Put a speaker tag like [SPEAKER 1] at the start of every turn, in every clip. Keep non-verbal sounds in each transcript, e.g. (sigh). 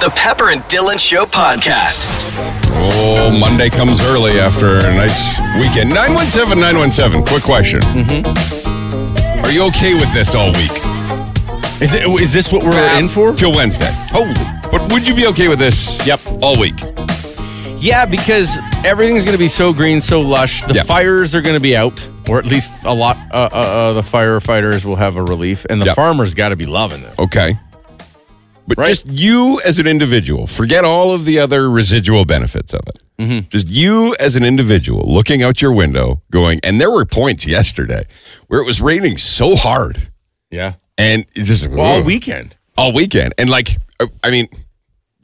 [SPEAKER 1] The Pepper and Dylan Show podcast.
[SPEAKER 2] Oh, Monday comes early after a nice weekend. 917 917. Quick question. Are you okay with this all week?
[SPEAKER 3] Is it? Is this what we're in for?
[SPEAKER 2] Till Wednesday. Holy. But would you be okay with this?
[SPEAKER 3] Yep.
[SPEAKER 2] All week.
[SPEAKER 3] Yeah, because everything's going to be so green, so lush. The
[SPEAKER 2] Yeah.
[SPEAKER 3] fires are going to be out, or at least a lot. Uh, uh, uh, the firefighters will have a relief, and the
[SPEAKER 2] Yep.
[SPEAKER 3] farmers got to be loving it.
[SPEAKER 2] Okay. But
[SPEAKER 3] Right.
[SPEAKER 2] just you as an individual, forget all of the other residual benefits of it. Just you as an individual looking out your window, going, and there were points yesterday where it was raining so hard
[SPEAKER 3] Yeah,
[SPEAKER 2] and it just
[SPEAKER 3] well, all
[SPEAKER 2] Ugh.
[SPEAKER 3] weekend.
[SPEAKER 2] all weekend. And like, I- I mean,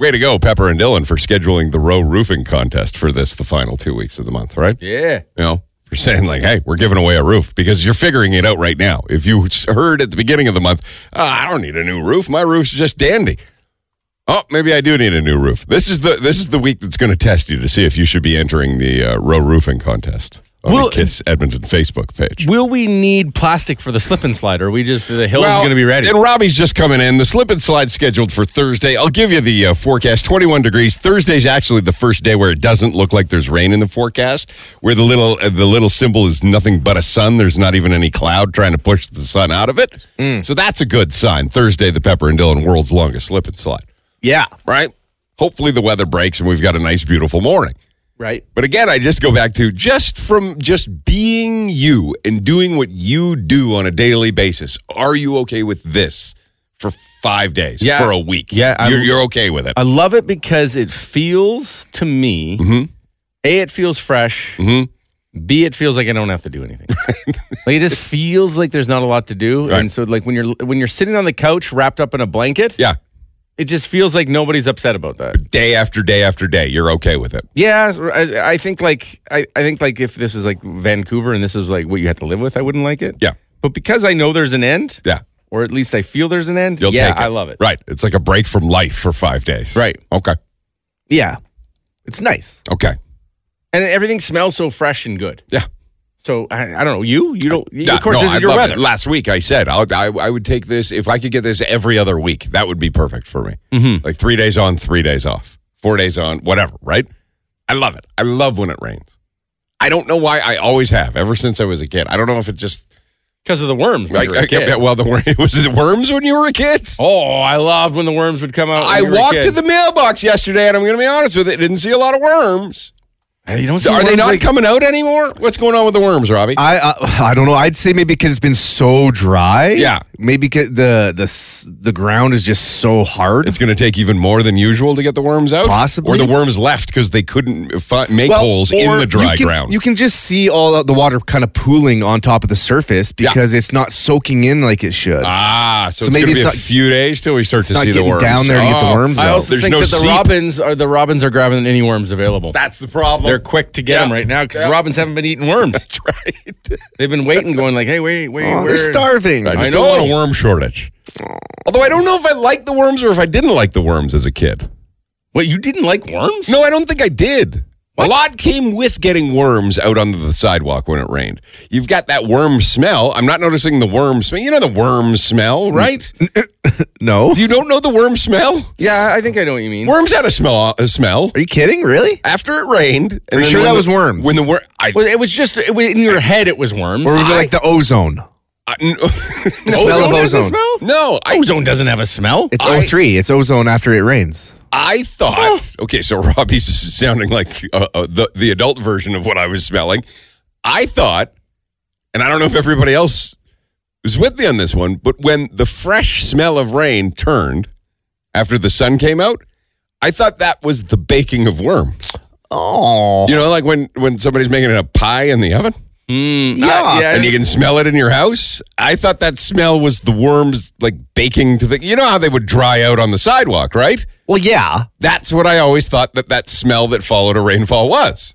[SPEAKER 2] way to go, Pepper and Dylan, for scheduling the row roofing contest for this, the final two weeks of the month, right?
[SPEAKER 3] Yeah,
[SPEAKER 2] You know, for saying like, hey, we're giving away a roof because you're figuring it out right now. If you s- heard at the beginning of the month, ah, I don't need a new roof. My roof's just dandy. Oh, maybe I do need a new roof. This is the this is the week that's going to test you to see if you should be entering the uh, row roofing contest on
[SPEAKER 3] Well,
[SPEAKER 2] the Kiss Edmonton Facebook page.
[SPEAKER 3] will we need plastic for the slip and slide? Or we just the hill's
[SPEAKER 2] Well,
[SPEAKER 3] going to be ready?
[SPEAKER 2] And Robbie's just coming in. The slip and slide scheduled for Thursday. I'll give you the uh, forecast 21 degrees. Thursday's actually the first day where it doesn't look like there's rain in the forecast, where the little uh, the little symbol is nothing but a sun. There's not even any cloud trying to push the sun out of it. So that's a good sign. Thursday, the Pepper and Dylan world's longest slip and slide,
[SPEAKER 3] yeah,
[SPEAKER 2] right? Hopefully the weather breaks and we've got a nice beautiful morning.
[SPEAKER 3] right.
[SPEAKER 2] But again, I just go back to just from just being you and doing what you do on a daily basis. Are you okay with this for five days,
[SPEAKER 3] Yeah.
[SPEAKER 2] for a week?
[SPEAKER 3] Yeah, I'm-
[SPEAKER 2] you're, you're okay with it.
[SPEAKER 3] I love it because it feels to me,
[SPEAKER 2] Mm-hmm.
[SPEAKER 3] a it feels fresh. B it feels like I don't have to
[SPEAKER 2] (laughs)
[SPEAKER 3] do anything. like it just feels like there's not a lot to do,
[SPEAKER 2] Right.
[SPEAKER 3] and so like when you're when you're sitting on the couch wrapped up in a blanket,
[SPEAKER 2] yeah,
[SPEAKER 3] it just feels like nobody's upset about that.
[SPEAKER 2] day after day after day, you're okay with it.
[SPEAKER 3] Yeah, I, I think like I, I think like if this is like Vancouver and this is like what you have to live with, I wouldn't like it.
[SPEAKER 2] Yeah,
[SPEAKER 3] but because I know there's an end,
[SPEAKER 2] yeah.
[SPEAKER 3] or at least I feel there's an end.
[SPEAKER 2] You'll
[SPEAKER 3] yeah,
[SPEAKER 2] take it.
[SPEAKER 3] I love it.
[SPEAKER 2] Right. It's like a break from life for five days.
[SPEAKER 3] Right.
[SPEAKER 2] Okay.
[SPEAKER 3] Yeah, it's nice,
[SPEAKER 2] Okay.
[SPEAKER 3] and everything smells so fresh and good.
[SPEAKER 2] Yeah.
[SPEAKER 3] So I, I don't know. You you don't.
[SPEAKER 2] Yeah,
[SPEAKER 3] of course,
[SPEAKER 2] no,
[SPEAKER 3] this
[SPEAKER 2] I
[SPEAKER 3] is your
[SPEAKER 2] love
[SPEAKER 3] weather.
[SPEAKER 2] it. Last week I said I'll, I I would take this if I could get this every other week. That would be perfect for me. (laughs) Like three days on, three days off, four days on, whatever. Right? I love it. I love when it rains. I don't know why I always have ever since I was a kid. I don't know if it just
[SPEAKER 3] because of the worms. when
[SPEAKER 2] I,
[SPEAKER 3] you were a
[SPEAKER 2] I-
[SPEAKER 3] kid.
[SPEAKER 2] well the wor- (laughs) was it the worms when you were a kid.
[SPEAKER 3] oh, I loved when the worms would come out. when
[SPEAKER 2] I
[SPEAKER 3] you were a
[SPEAKER 2] walked
[SPEAKER 3] kid.
[SPEAKER 2] to the mailbox yesterday, and I'm going to be honest with it. Didn't see a lot of worms.
[SPEAKER 3] Hey, you don't see
[SPEAKER 2] Are they
[SPEAKER 3] worms
[SPEAKER 2] not
[SPEAKER 3] like-
[SPEAKER 2] coming out anymore? What's going on with the worms, Robbie?
[SPEAKER 4] I uh, I don't know. I'd say maybe because it's been so dry.
[SPEAKER 2] Yeah.
[SPEAKER 4] Maybe 'cause the the s- the ground is just so hard.
[SPEAKER 2] It's going to take even more than usual to get the worms out,
[SPEAKER 4] Possibly.
[SPEAKER 2] or the worms left because they couldn't fi- make
[SPEAKER 4] Well,
[SPEAKER 2] holes in
[SPEAKER 4] or
[SPEAKER 2] the dry
[SPEAKER 4] you can,
[SPEAKER 2] ground.
[SPEAKER 4] You can just see all of the water kind of pooling on top of the surface
[SPEAKER 2] Yeah.
[SPEAKER 4] because it's not soaking in like it should.
[SPEAKER 2] ah,
[SPEAKER 4] So
[SPEAKER 2] so, it's
[SPEAKER 4] maybe
[SPEAKER 2] going to be
[SPEAKER 4] it's
[SPEAKER 2] a
[SPEAKER 4] not-
[SPEAKER 2] few days till we start to
[SPEAKER 4] not
[SPEAKER 2] see the
[SPEAKER 4] getting
[SPEAKER 2] worms
[SPEAKER 4] down there to get the
[SPEAKER 2] Oh,
[SPEAKER 4] worms
[SPEAKER 3] I
[SPEAKER 4] out.
[SPEAKER 3] also
[SPEAKER 2] There's
[SPEAKER 3] think
[SPEAKER 2] no
[SPEAKER 3] that the
[SPEAKER 2] seep.
[SPEAKER 3] robins are the robins are grabbing any worms available.
[SPEAKER 2] That's the problem.
[SPEAKER 3] They're quick to get
[SPEAKER 2] Yeah.
[SPEAKER 3] them right now because
[SPEAKER 2] Yeah.
[SPEAKER 3] robins haven't been eating worms.
[SPEAKER 2] That's right.
[SPEAKER 3] They've been waiting, going like, "Hey, wait, wait,
[SPEAKER 4] Oh,
[SPEAKER 3] where-
[SPEAKER 4] they're starving.
[SPEAKER 2] I just
[SPEAKER 3] I
[SPEAKER 2] don't want a
[SPEAKER 3] know.
[SPEAKER 2] worm shortage. Although I don't know if I liked the worms or if I didn't like the worms as a kid.
[SPEAKER 3] What you didn't like worms?
[SPEAKER 2] No, I don't think I did. A lot came with getting worms out onto the sidewalk when it rained. You've got that worm smell. I'm not noticing the worm smell. You know the worm smell, (laughs) right?
[SPEAKER 4] no.
[SPEAKER 2] you don't know the worm smell?
[SPEAKER 3] Yeah, I think I know what you mean.
[SPEAKER 2] Worms had a smell. A smell
[SPEAKER 4] Are you kidding? Really?
[SPEAKER 2] after it rained. And
[SPEAKER 4] you
[SPEAKER 2] then
[SPEAKER 4] sure
[SPEAKER 2] when
[SPEAKER 4] that
[SPEAKER 2] the-
[SPEAKER 4] was worms?
[SPEAKER 2] When the worm, I,
[SPEAKER 3] Well, it was just it was, in your head. It was worms.
[SPEAKER 4] Or was it like the ozone?
[SPEAKER 2] I- n- (laughs)
[SPEAKER 4] The smell of
[SPEAKER 3] Ozone has a
[SPEAKER 4] ozone.
[SPEAKER 3] smell?
[SPEAKER 2] no, I,
[SPEAKER 3] Ozone doesn't have a smell.
[SPEAKER 4] It's
[SPEAKER 2] I-
[SPEAKER 4] O3. It's ozone after it rains.
[SPEAKER 2] I thought. Okay, so Robbie's is sounding like uh, uh, the the adult version of what I was smelling. I thought, and I don't know if everybody else was with me on this one, but when the fresh smell of rain turned after the sun came out, I thought that was the baking of worms.
[SPEAKER 4] Oh.
[SPEAKER 2] You know, like when when somebody's making a pie in the oven.
[SPEAKER 3] Mm,
[SPEAKER 4] Yeah.
[SPEAKER 3] I-
[SPEAKER 2] and you can smell it in your house. I thought that smell was the worms like baking to the. You know how they would dry out on the sidewalk, right?
[SPEAKER 4] Well, yeah.
[SPEAKER 2] That's what I always thought that that smell that followed a rainfall was.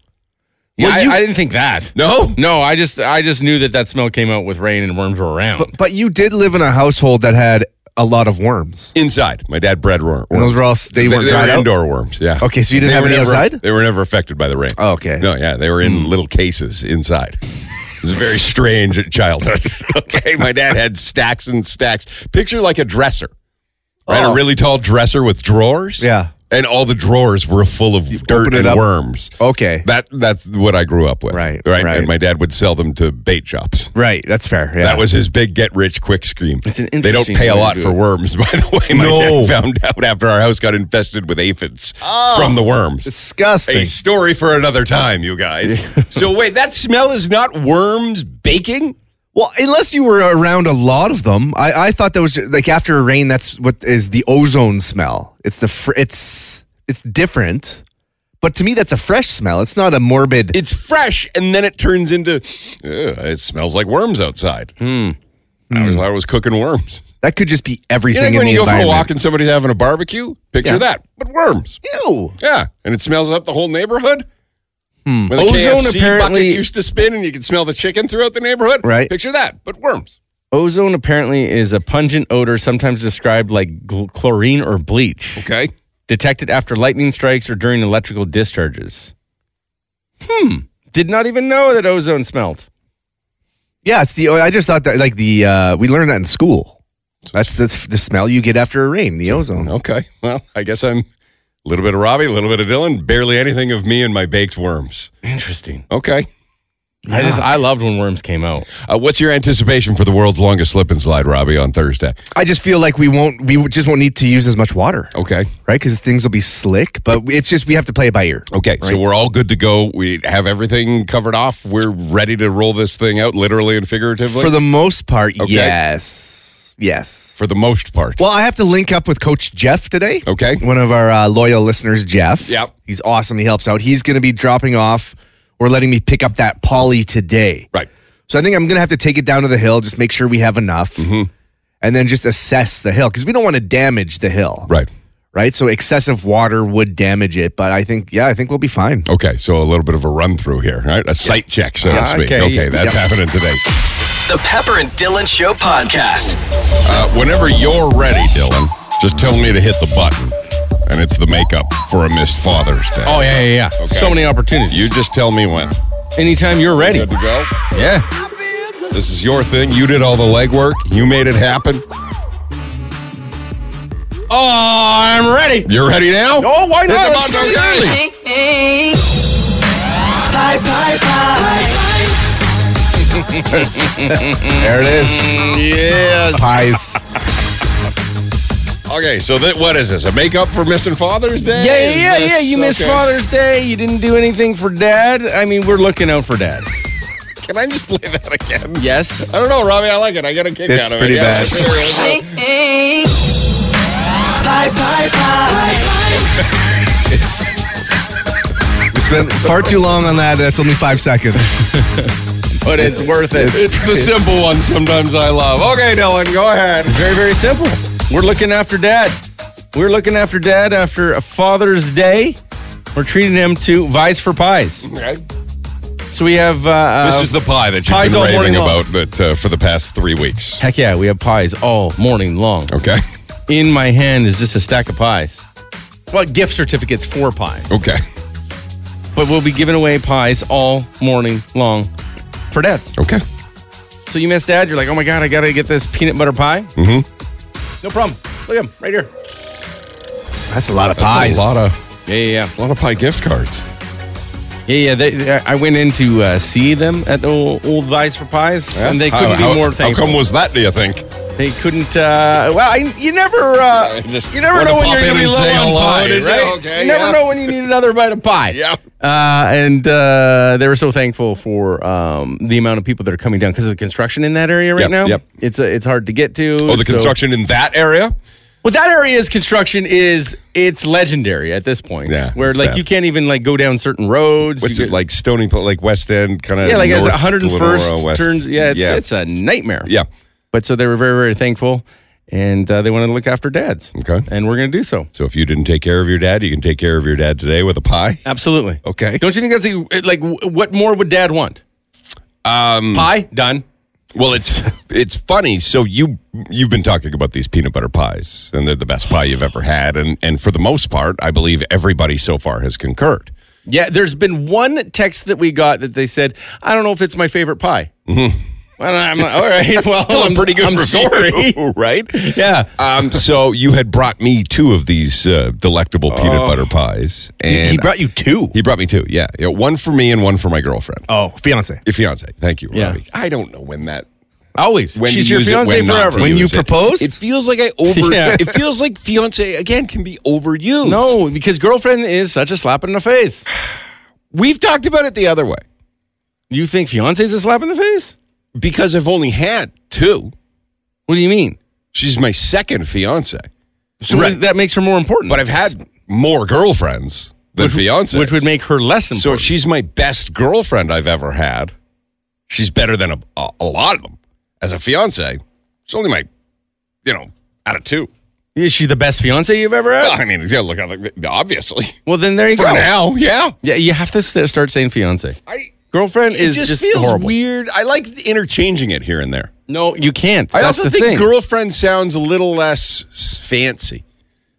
[SPEAKER 3] Yeah,
[SPEAKER 4] Well,
[SPEAKER 3] I-
[SPEAKER 4] you-
[SPEAKER 3] I didn't think that.
[SPEAKER 2] No,
[SPEAKER 3] No, I just I just knew that that smell came out with rain and worms were around.
[SPEAKER 4] But you did live in a household that had a lot of worms.
[SPEAKER 2] inside my dad bred wor- worms.
[SPEAKER 4] And those were all, s- they,
[SPEAKER 2] They-
[SPEAKER 4] weren't
[SPEAKER 2] they
[SPEAKER 4] dried out?
[SPEAKER 2] indoor worms. Yeah.
[SPEAKER 4] Okay, so you didn't
[SPEAKER 2] They
[SPEAKER 4] have
[SPEAKER 2] were
[SPEAKER 4] any
[SPEAKER 2] never-
[SPEAKER 4] outside?
[SPEAKER 2] They were never affected by the rain.
[SPEAKER 4] Oh, okay. Hmm.
[SPEAKER 2] No, yeah, they were in little cases inside. It was a very (laughs) strange childhood. okay, my dad had stacks and stacks. Picture like a dresser. Right,
[SPEAKER 4] Oh.
[SPEAKER 2] a really tall dresser with drawers.
[SPEAKER 4] Yeah.
[SPEAKER 2] and all the drawers were full of dirt
[SPEAKER 4] open it
[SPEAKER 2] and
[SPEAKER 4] up.
[SPEAKER 2] worms.
[SPEAKER 4] Okay.
[SPEAKER 2] That that's what I grew up with.
[SPEAKER 4] Right,
[SPEAKER 2] right.
[SPEAKER 4] right.
[SPEAKER 2] And my dad would sell them to bait shops.
[SPEAKER 4] Right. That's fair. Yeah.
[SPEAKER 2] That was his big get rich quick scream.
[SPEAKER 3] It's an
[SPEAKER 2] they don't
[SPEAKER 3] interesting
[SPEAKER 2] pay a
[SPEAKER 3] way to
[SPEAKER 2] lot
[SPEAKER 3] do
[SPEAKER 2] for
[SPEAKER 3] it.
[SPEAKER 2] worms, (laughs) by the way. My
[SPEAKER 4] No.
[SPEAKER 2] dad found out after our house got infested with aphids
[SPEAKER 3] Oh.
[SPEAKER 2] from the worms.
[SPEAKER 4] disgusting.
[SPEAKER 2] A story for another time, you guys. so wait, that smell is not worms baking?
[SPEAKER 4] Well, unless you were around a lot of them, I, I thought that was ju- like after a rain. That's what is the ozone smell. It's the fr- it's it's different, but to me that's a fresh smell. It's not a morbid.
[SPEAKER 2] It's fresh, and then it turns into (laughs) "Ugh, it smells like worms outside.
[SPEAKER 3] Hmm.
[SPEAKER 2] I was I was cooking worms.
[SPEAKER 4] Hmm. that could just be
[SPEAKER 2] You
[SPEAKER 4] everything
[SPEAKER 2] think
[SPEAKER 4] in
[SPEAKER 2] when
[SPEAKER 4] the
[SPEAKER 2] you go for a walk
[SPEAKER 4] environment.
[SPEAKER 2] and somebody's having a barbecue? Picture
[SPEAKER 4] Yeah.
[SPEAKER 2] that, but worms.
[SPEAKER 4] Ew. Hmm.
[SPEAKER 2] Yeah, and it smells up the whole neighborhood. When the
[SPEAKER 3] Ozone
[SPEAKER 2] KFC bucket
[SPEAKER 3] apparently-
[SPEAKER 2] used to spin, and you could smell the chicken throughout the neighborhood.
[SPEAKER 4] Right.
[SPEAKER 2] Picture that, but worms.
[SPEAKER 3] Ozone apparently is a pungent odor sometimes described like gl- chlorine or bleach,
[SPEAKER 2] Okay.
[SPEAKER 3] detected after lightning strikes or during electrical discharges. Hmm. Did not even know that ozone smelled.
[SPEAKER 4] Yeah, it's the. I just thought that like the uh, we learned that in school. That's the, the smell you get after a rain, the ozone.
[SPEAKER 2] Okay. Well, I guess I'm a little bit of Robbie, a little bit of Dylan, barely anything of me and my baked worms.
[SPEAKER 3] Interesting.
[SPEAKER 2] Okay.
[SPEAKER 3] I just I loved when worms came out.
[SPEAKER 2] Uh, what's your anticipation for the world's longest slip and slide, Robbie, on Thursday?
[SPEAKER 4] I just feel like we won't. We just won't need to use as much water,
[SPEAKER 2] Okay.
[SPEAKER 4] right? Because things will be slick. But it's just we have to play it by ear.
[SPEAKER 2] Okay, so we're all good to go. We have everything covered off. We're ready to roll this thing out, literally and figuratively,
[SPEAKER 4] For the most part,
[SPEAKER 2] Okay.
[SPEAKER 4] yes, yes.
[SPEAKER 2] for the most part.
[SPEAKER 4] Well, I have to link up with Coach Jeff today.
[SPEAKER 2] Okay.
[SPEAKER 4] One of our uh, loyal listeners, Jeff.
[SPEAKER 2] Yep.
[SPEAKER 4] He's awesome. He helps out. He's going to be dropping off or letting me pick up that poly today.
[SPEAKER 2] right.
[SPEAKER 4] So I think I'm going to have to take it down to the hill, just make sure we have enough,
[SPEAKER 2] Mm-hmm.
[SPEAKER 4] and then just assess the hill because we don't want to damage the hill.
[SPEAKER 2] Right.
[SPEAKER 4] Right. So excessive water would damage it. But I think, yeah, I think we'll be fine.
[SPEAKER 2] Okay,
[SPEAKER 4] (laughs)
[SPEAKER 2] so a little bit of a run through here, all right? A sight check, so to
[SPEAKER 3] Ah,
[SPEAKER 2] speak. Okay,
[SPEAKER 3] okay.
[SPEAKER 2] that's happening today.
[SPEAKER 1] The Pepper and Dylan Show Podcast.
[SPEAKER 2] Uh, whenever you're ready, Dylan, just tell me to hit the button, and it's the makeup for a missed Father's Day.
[SPEAKER 3] Oh yeah, yeah, yeah.
[SPEAKER 2] Okay.
[SPEAKER 3] So many opportunities.
[SPEAKER 2] You just tell me when.
[SPEAKER 3] Anytime you're ready.
[SPEAKER 2] Good to go.
[SPEAKER 3] Yeah.
[SPEAKER 2] This is your thing. You did all the legwork. You made it happen. (laughs)
[SPEAKER 3] Oh, I'm ready.
[SPEAKER 2] You're ready now?
[SPEAKER 3] Oh, why
[SPEAKER 2] Hit the
[SPEAKER 3] not?
[SPEAKER 2] button okay.
[SPEAKER 1] Bye, bye, bye.
[SPEAKER 4] There it is.
[SPEAKER 2] Yes.
[SPEAKER 4] Pies.
[SPEAKER 2] Okay, so that what is this? A makeup for missing Father's Day?
[SPEAKER 3] Yeah,
[SPEAKER 2] Is
[SPEAKER 3] yeah, yeah, yeah.
[SPEAKER 2] this-
[SPEAKER 3] You missed
[SPEAKER 2] okay.
[SPEAKER 3] Father's Day. You didn't do anything for Dad. I mean, we're looking out for Dad.
[SPEAKER 2] Can I just play that again?
[SPEAKER 3] Yes.
[SPEAKER 2] I don't know, Robbie. I like it. I got a kick
[SPEAKER 4] It's
[SPEAKER 2] out of
[SPEAKER 4] pretty
[SPEAKER 2] it.
[SPEAKER 4] bad.
[SPEAKER 2] Yeah, sure is.
[SPEAKER 1] Bye, bye, bye.
[SPEAKER 4] We spent far too long on that. That's only five seconds. (laughs)
[SPEAKER 2] but it's,
[SPEAKER 4] worth it.
[SPEAKER 2] It's the simple one sometimes I love. Okay, Dylan, go ahead.
[SPEAKER 3] Very, very simple. We're looking after Dad. We're looking after Dad after a Father's Day. We're treating him to Vice for Pies. So we have. Uh,
[SPEAKER 2] This
[SPEAKER 3] uh,
[SPEAKER 2] is the pie that you've
[SPEAKER 3] Pies
[SPEAKER 2] been
[SPEAKER 3] all
[SPEAKER 2] raving
[SPEAKER 3] morning long.
[SPEAKER 2] about but, uh, for the past three weeks.
[SPEAKER 3] Heck yeah, we have pies all morning long.
[SPEAKER 2] Okay.
[SPEAKER 3] In my hand is just a stack of pies. Well, gift certificates for pies.
[SPEAKER 2] Okay.
[SPEAKER 3] But we'll be giving away pies all morning long for dads.
[SPEAKER 2] Okay.
[SPEAKER 3] So you miss dad, you're like, oh my god, I gotta get this peanut butter pie. Mm-hmm. No problem. Look at him right here.
[SPEAKER 4] That's a lot of
[SPEAKER 2] That's
[SPEAKER 4] pies.
[SPEAKER 2] a lot of
[SPEAKER 3] Yeah, yeah,
[SPEAKER 2] a lot of pie gift cards.
[SPEAKER 3] yeah, yeah. yeah they, they- I went in to uh, see them at the old, old Vice for Pies, and they
[SPEAKER 2] How-
[SPEAKER 3] couldn't
[SPEAKER 2] how-
[SPEAKER 3] do more.
[SPEAKER 2] How
[SPEAKER 3] things.
[SPEAKER 2] come was that? Do you think?
[SPEAKER 3] they couldn't? Uh, well, I, you never, uh,
[SPEAKER 2] Just
[SPEAKER 3] you never
[SPEAKER 2] wanna
[SPEAKER 3] know when
[SPEAKER 2] pop
[SPEAKER 3] you're
[SPEAKER 2] in
[SPEAKER 3] gonna be
[SPEAKER 2] and
[SPEAKER 3] low
[SPEAKER 2] say
[SPEAKER 3] on
[SPEAKER 2] hello,
[SPEAKER 3] pie,
[SPEAKER 2] did you?
[SPEAKER 3] right?
[SPEAKER 2] Okay,
[SPEAKER 3] you never
[SPEAKER 2] yeah.
[SPEAKER 3] know when you need another bite of pie.
[SPEAKER 2] Yeah.
[SPEAKER 3] Uh, and uh, they were so thankful for um, the amount of people that are coming down because of the construction in that area right
[SPEAKER 2] Yep,
[SPEAKER 3] now.
[SPEAKER 2] yep.
[SPEAKER 3] It's uh, it's hard to get to.
[SPEAKER 2] Oh, the
[SPEAKER 3] so-
[SPEAKER 2] construction in that area.
[SPEAKER 3] Well, that area's construction is it's legendary at this point.
[SPEAKER 2] Yeah,
[SPEAKER 3] where
[SPEAKER 2] it's
[SPEAKER 3] like
[SPEAKER 2] bad.
[SPEAKER 3] you can't even like go down certain roads.
[SPEAKER 2] What's
[SPEAKER 3] You
[SPEAKER 2] it
[SPEAKER 3] get-
[SPEAKER 2] like? Stony, Po- like West End, kind of.
[SPEAKER 3] Yeah, like as
[SPEAKER 2] north, Little, uh,
[SPEAKER 3] 101st
[SPEAKER 2] west.
[SPEAKER 3] turns. Yeah, it's,
[SPEAKER 2] yeah.
[SPEAKER 3] it's a nightmare.
[SPEAKER 2] yeah.
[SPEAKER 3] But so they were very very thankful, and uh, they wanted to look after dads.
[SPEAKER 2] Okay.
[SPEAKER 3] And we're gonna do so.
[SPEAKER 2] So if you didn't take care of your dad, you can take care of your dad today with a pie.
[SPEAKER 3] Absolutely.
[SPEAKER 2] Okay.
[SPEAKER 3] Don't you think that's a, like w- what more would dad want? Um, Pie done.
[SPEAKER 2] Well, it's it's funny. So you you've been talking about these peanut butter pies, and they're the best pie you've ever had, and and for the most part, I believe everybody so far has concurred.
[SPEAKER 3] Yeah, there's been one text that we got that they said, I don't know if it's my favorite pie. Well, I'm not- all right. Well,
[SPEAKER 2] (laughs) Still
[SPEAKER 3] I'm
[SPEAKER 2] a pretty good
[SPEAKER 3] I'm
[SPEAKER 2] review,
[SPEAKER 3] sorry.
[SPEAKER 2] (laughs) right?
[SPEAKER 3] Yeah.
[SPEAKER 2] Um, so you had brought me two of these uh, delectable peanut butter pies, and
[SPEAKER 4] he brought you two.
[SPEAKER 2] he brought me two. Yeah, yeah, one for me and one for my girlfriend,
[SPEAKER 4] Oh, fiance.
[SPEAKER 2] your fiance. Thank you,
[SPEAKER 3] Yeah.
[SPEAKER 2] Robbie. I don't know when that
[SPEAKER 3] Always.
[SPEAKER 2] when
[SPEAKER 3] She's
[SPEAKER 2] to
[SPEAKER 3] your
[SPEAKER 2] use
[SPEAKER 3] fiance
[SPEAKER 2] it, when not
[SPEAKER 3] forever.
[SPEAKER 2] to
[SPEAKER 4] When
[SPEAKER 2] use
[SPEAKER 4] you
[SPEAKER 2] it.
[SPEAKER 4] proposed?
[SPEAKER 2] It feels like I
[SPEAKER 4] (laughs)
[SPEAKER 2] over.
[SPEAKER 3] (laughs) Yeah.
[SPEAKER 2] It feels like fiance again can be overused.
[SPEAKER 3] no, because girlfriend is such a slap in the face.
[SPEAKER 2] (sighs) we've talked about it the other way
[SPEAKER 3] You think fiance is a slap in the face?
[SPEAKER 2] because I've only had two.
[SPEAKER 3] What do you mean?
[SPEAKER 2] She's my second fiance,
[SPEAKER 3] So
[SPEAKER 2] Right.
[SPEAKER 3] that makes her more important.
[SPEAKER 2] but I've had more girlfriends than
[SPEAKER 3] which,
[SPEAKER 2] fiances,
[SPEAKER 3] which would make her less
[SPEAKER 2] So
[SPEAKER 3] important.
[SPEAKER 2] if she's my best girlfriend I've ever had. She's better than a, a, a lot of them. As a fiance, she's only my, you know, out of two.
[SPEAKER 3] is she the best fiance you've ever had?
[SPEAKER 2] Well, I mean, yeah, look, obviously.
[SPEAKER 3] well, then there you
[SPEAKER 2] For
[SPEAKER 3] go.
[SPEAKER 2] now, yeah.
[SPEAKER 3] Yeah, you have to s- start saying fiance.
[SPEAKER 2] I,
[SPEAKER 3] Girlfriend
[SPEAKER 2] it
[SPEAKER 3] is
[SPEAKER 2] just,
[SPEAKER 3] just,
[SPEAKER 2] feels
[SPEAKER 3] horrible.
[SPEAKER 2] weird. I like interchanging it here and there.
[SPEAKER 3] No, you can't.
[SPEAKER 2] I
[SPEAKER 3] That's
[SPEAKER 2] also
[SPEAKER 3] the
[SPEAKER 2] think
[SPEAKER 3] thing.
[SPEAKER 2] girlfriend sounds a little less s- fancy.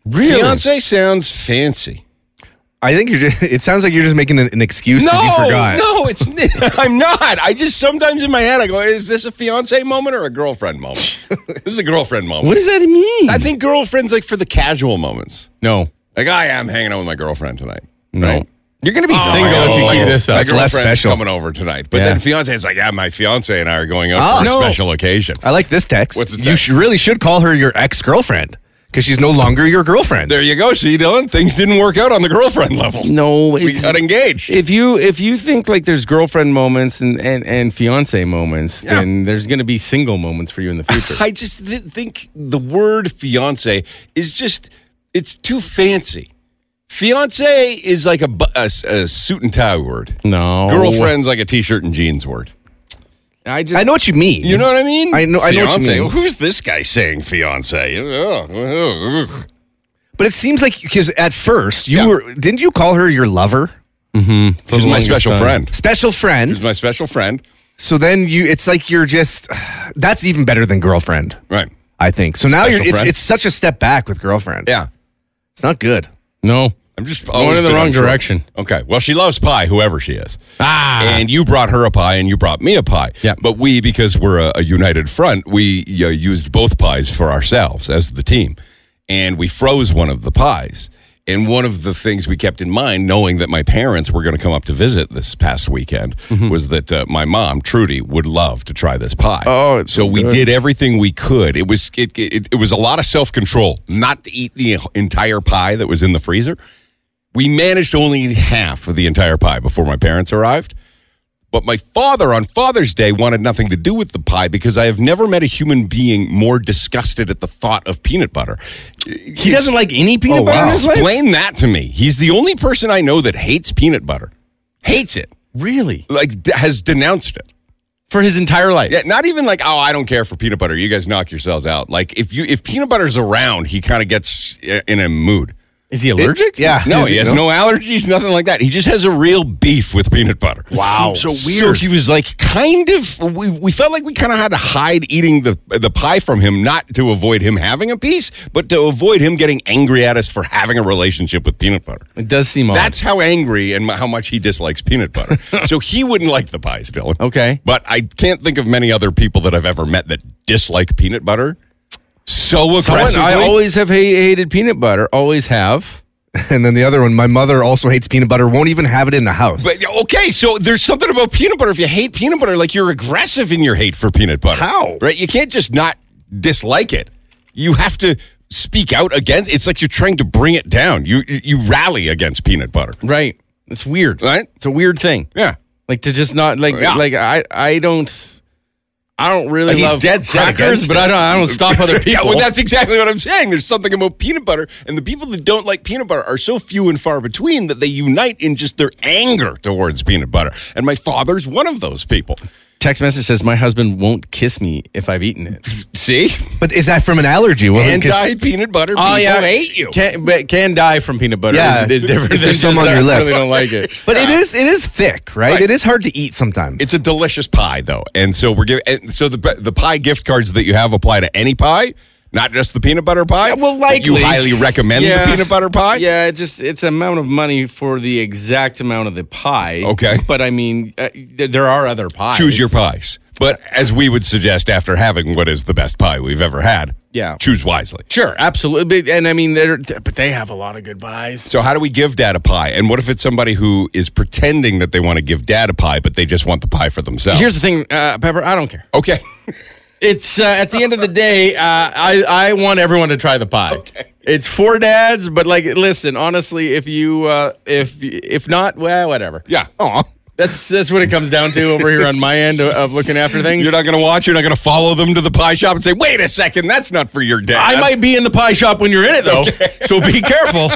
[SPEAKER 3] Really?
[SPEAKER 2] Fiance sounds fancy.
[SPEAKER 4] I think you're. Just, it sounds like you're just making an, an excuse because
[SPEAKER 2] No,
[SPEAKER 4] you forgot.
[SPEAKER 2] (laughs) no, it's I'm not. I just sometimes in my head I go, is this a fiance moment or a girlfriend (laughs) moment? this is a girlfriend moment.
[SPEAKER 3] What does that mean?
[SPEAKER 2] I think girlfriends like for the casual moments.
[SPEAKER 3] no,
[SPEAKER 2] Like I am hanging out with my girlfriend tonight.
[SPEAKER 3] no.
[SPEAKER 2] Right?
[SPEAKER 3] You're gonna be
[SPEAKER 2] Oh,
[SPEAKER 3] single
[SPEAKER 2] my
[SPEAKER 3] if you
[SPEAKER 2] God.
[SPEAKER 3] keep this
[SPEAKER 2] My
[SPEAKER 3] up.
[SPEAKER 4] That's less
[SPEAKER 2] girlfriend's
[SPEAKER 4] special.
[SPEAKER 2] coming over tonight, but
[SPEAKER 3] Yeah.
[SPEAKER 2] then fiance is like, yeah, my fiance and I are going out
[SPEAKER 4] Ah,
[SPEAKER 2] for a
[SPEAKER 4] no.
[SPEAKER 2] special occasion.
[SPEAKER 4] I like this text.
[SPEAKER 2] What's the
[SPEAKER 4] You
[SPEAKER 2] text?
[SPEAKER 4] sh- really should call her your ex girlfriend because she's no longer your girlfriend.
[SPEAKER 2] There you go, see, Dylan. Things didn't work out on the girlfriend level.
[SPEAKER 3] No,
[SPEAKER 2] we
[SPEAKER 3] it's-
[SPEAKER 2] got engaged.
[SPEAKER 3] If you if you think like there's girlfriend moments and and, and fiance moments,
[SPEAKER 2] Yeah.
[SPEAKER 3] then there's gonna be single moments for you in the future.
[SPEAKER 2] (laughs) I just th- think the word fiance is just it's too fancy. Fiance is like a, bu- a s- a suit and tie word.
[SPEAKER 3] no,
[SPEAKER 2] Girlfriend's like a t-shirt and jeans word.
[SPEAKER 3] I just
[SPEAKER 4] I know what you mean.
[SPEAKER 2] You know what I mean?
[SPEAKER 4] I know- I know what you
[SPEAKER 2] Fiance.
[SPEAKER 4] mean.
[SPEAKER 2] Who's this guy saying fiance? Ugh, ugh, ugh.
[SPEAKER 4] but it seems like because at first you were didn't you call her your lover,
[SPEAKER 3] For the
[SPEAKER 2] She's my
[SPEAKER 3] longest
[SPEAKER 2] special
[SPEAKER 3] time.
[SPEAKER 2] friend.
[SPEAKER 4] special friend?
[SPEAKER 2] She's my special friend.
[SPEAKER 4] So then you, it's like you're just. That's even better than girlfriend.
[SPEAKER 2] Right.
[SPEAKER 4] I think so. Now
[SPEAKER 2] Special
[SPEAKER 4] you're. It's,
[SPEAKER 2] friend?
[SPEAKER 4] it's such a step back with girlfriend.
[SPEAKER 2] Yeah.
[SPEAKER 4] it's not good.
[SPEAKER 3] No,
[SPEAKER 2] I'm just
[SPEAKER 3] going
[SPEAKER 2] always
[SPEAKER 3] in the
[SPEAKER 2] been
[SPEAKER 3] wrong
[SPEAKER 2] unsure.
[SPEAKER 3] direction.
[SPEAKER 2] Okay. Well, she loves pie, whoever she is.
[SPEAKER 3] Ah,
[SPEAKER 2] and you brought her a pie and you brought me a pie.
[SPEAKER 3] Yeah.
[SPEAKER 2] But we, because we're a, a united front, we you know, used both pies for ourselves as the team. And we froze one of the pies. And one of the things we kept in mind, knowing that my parents were going to come up to visit this past weekend,
[SPEAKER 3] Mm-hmm.
[SPEAKER 2] was that uh, my mom, Trudy, would love to try this pie.
[SPEAKER 3] Oh, it's
[SPEAKER 2] so
[SPEAKER 3] so
[SPEAKER 2] we
[SPEAKER 3] good.
[SPEAKER 2] did everything we could. It was it, it, it was a lot of self control not to eat the entire pie that was in the freezer. We managed to only eat half of the entire pie before my parents arrived. But my father on Father's Day wanted nothing to do with the pie because I have never met a human being more disgusted at the thought of peanut butter.
[SPEAKER 3] he doesn't like any peanut
[SPEAKER 4] Oh,
[SPEAKER 3] butter.
[SPEAKER 4] wow.
[SPEAKER 3] In his life?
[SPEAKER 2] Explain that to me. He's the only person I know that hates peanut butter, hates it,
[SPEAKER 3] Really,
[SPEAKER 2] like d- has denounced it.
[SPEAKER 3] for his entire life.
[SPEAKER 2] Yeah, not even like, oh, I don't care for peanut butter. You guys knock yourselves out. Like if you if peanut butter's around, he kind of gets uh, in a mood.
[SPEAKER 3] Is he allergic?
[SPEAKER 4] Yeah.
[SPEAKER 2] No,
[SPEAKER 4] Is
[SPEAKER 2] he
[SPEAKER 4] it-
[SPEAKER 2] has no? allergies, nothing like that. He just has a real beef with peanut butter.
[SPEAKER 3] Wow.
[SPEAKER 2] so weird. So he was like, kind of. We, we felt like we kind of had to hide eating the the pie from him, not to avoid him having a piece, but to avoid him getting angry at us for having a relationship with peanut butter.
[SPEAKER 3] It does seem odd.
[SPEAKER 2] That's how angry and how much he dislikes peanut
[SPEAKER 3] (laughs)
[SPEAKER 2] butter. so he wouldn't like the pies, Dylan.
[SPEAKER 3] Okay.
[SPEAKER 2] But I can't think of many other people that I've ever met that dislike peanut butter so
[SPEAKER 3] Someone,
[SPEAKER 2] aggressively.
[SPEAKER 3] I always have ha- hated peanut butter. Always have.
[SPEAKER 4] (laughs) And then the other one, my mother also hates peanut butter. Won't even have it in the house.
[SPEAKER 2] But okay, so there's something about peanut butter. If you hate peanut butter, like you're aggressive in your hate for peanut butter.
[SPEAKER 4] How?
[SPEAKER 2] Right? You can't just not dislike it. You have to speak out against. It's like you're trying to bring it down. You you, you rally against peanut butter.
[SPEAKER 3] Right. It's weird.
[SPEAKER 2] Right?
[SPEAKER 3] It's a weird thing.
[SPEAKER 2] Yeah.
[SPEAKER 3] Like to just not like
[SPEAKER 2] Yeah.
[SPEAKER 3] like I I don't I don't really
[SPEAKER 2] Like, he's
[SPEAKER 3] love
[SPEAKER 2] dead set
[SPEAKER 3] crackers,
[SPEAKER 2] against
[SPEAKER 3] but
[SPEAKER 2] it.
[SPEAKER 3] I don't
[SPEAKER 2] (laughs)
[SPEAKER 3] I don't stop other people.
[SPEAKER 2] Yeah, well, that's exactly what I'm saying. There's something about peanut butter, and the people that don't like peanut butter are so few and far between that they unite in just their anger towards peanut butter. And my father's one of those people.
[SPEAKER 3] Text message says my husband won't kiss me if I've eaten it.
[SPEAKER 2] See,
[SPEAKER 4] But is that from an allergy? Well, then, 'cause-
[SPEAKER 2] anti peanut butter people hate you.
[SPEAKER 3] Can Oh, but can die from peanut butter.
[SPEAKER 4] Yeah.
[SPEAKER 3] is, is different.
[SPEAKER 4] If there's
[SPEAKER 3] than
[SPEAKER 4] some on
[SPEAKER 3] just,
[SPEAKER 4] your
[SPEAKER 3] I
[SPEAKER 4] lips.
[SPEAKER 3] really don't like it.
[SPEAKER 4] But it is it is thick, right?
[SPEAKER 2] Right.
[SPEAKER 4] It is hard to eat sometimes.
[SPEAKER 2] It's a delicious pie, though, and so we're giving. And so the the pie gift cards that you have apply to any pie. Not just the peanut butter pie.
[SPEAKER 3] Yeah, well,
[SPEAKER 2] That you
[SPEAKER 3] likely.
[SPEAKER 2] highly recommend
[SPEAKER 3] Yeah.
[SPEAKER 2] the peanut butter pie.
[SPEAKER 3] Yeah, it just it's amount of money for the exact amount of the pie.
[SPEAKER 2] Okay.
[SPEAKER 3] but I mean, uh, th- there are other pies.
[SPEAKER 2] Choose your pies. But as we would suggest after having what is the best pie we've ever had,
[SPEAKER 3] Yeah.
[SPEAKER 2] choose wisely.
[SPEAKER 3] Sure, absolutely. But- And I mean, they're, but they have a lot of good pies.
[SPEAKER 2] So how do we give dad a pie? And what if it's somebody who is pretending that they want to give dad a pie, but they just want the pie for themselves?
[SPEAKER 3] Here's the thing, uh, Pepper. I don't care.
[SPEAKER 2] okay.
[SPEAKER 3] (laughs) It's uh, at the end of the day. Uh, I I want everyone to try the pie. It's for dads, but like, listen, honestly, if you uh, if if not, well, whatever.
[SPEAKER 2] Yeah.
[SPEAKER 4] Aw.
[SPEAKER 3] That's that's what it comes down to over here on my end of, of looking after things.
[SPEAKER 2] You're not going to watch. You're not going to follow them to the pie shop and say, "Wait a second, that's not for your dad."
[SPEAKER 3] I might be in the pie shop when you're in it though, (laughs) so
[SPEAKER 2] (laughs)
[SPEAKER 3] be careful.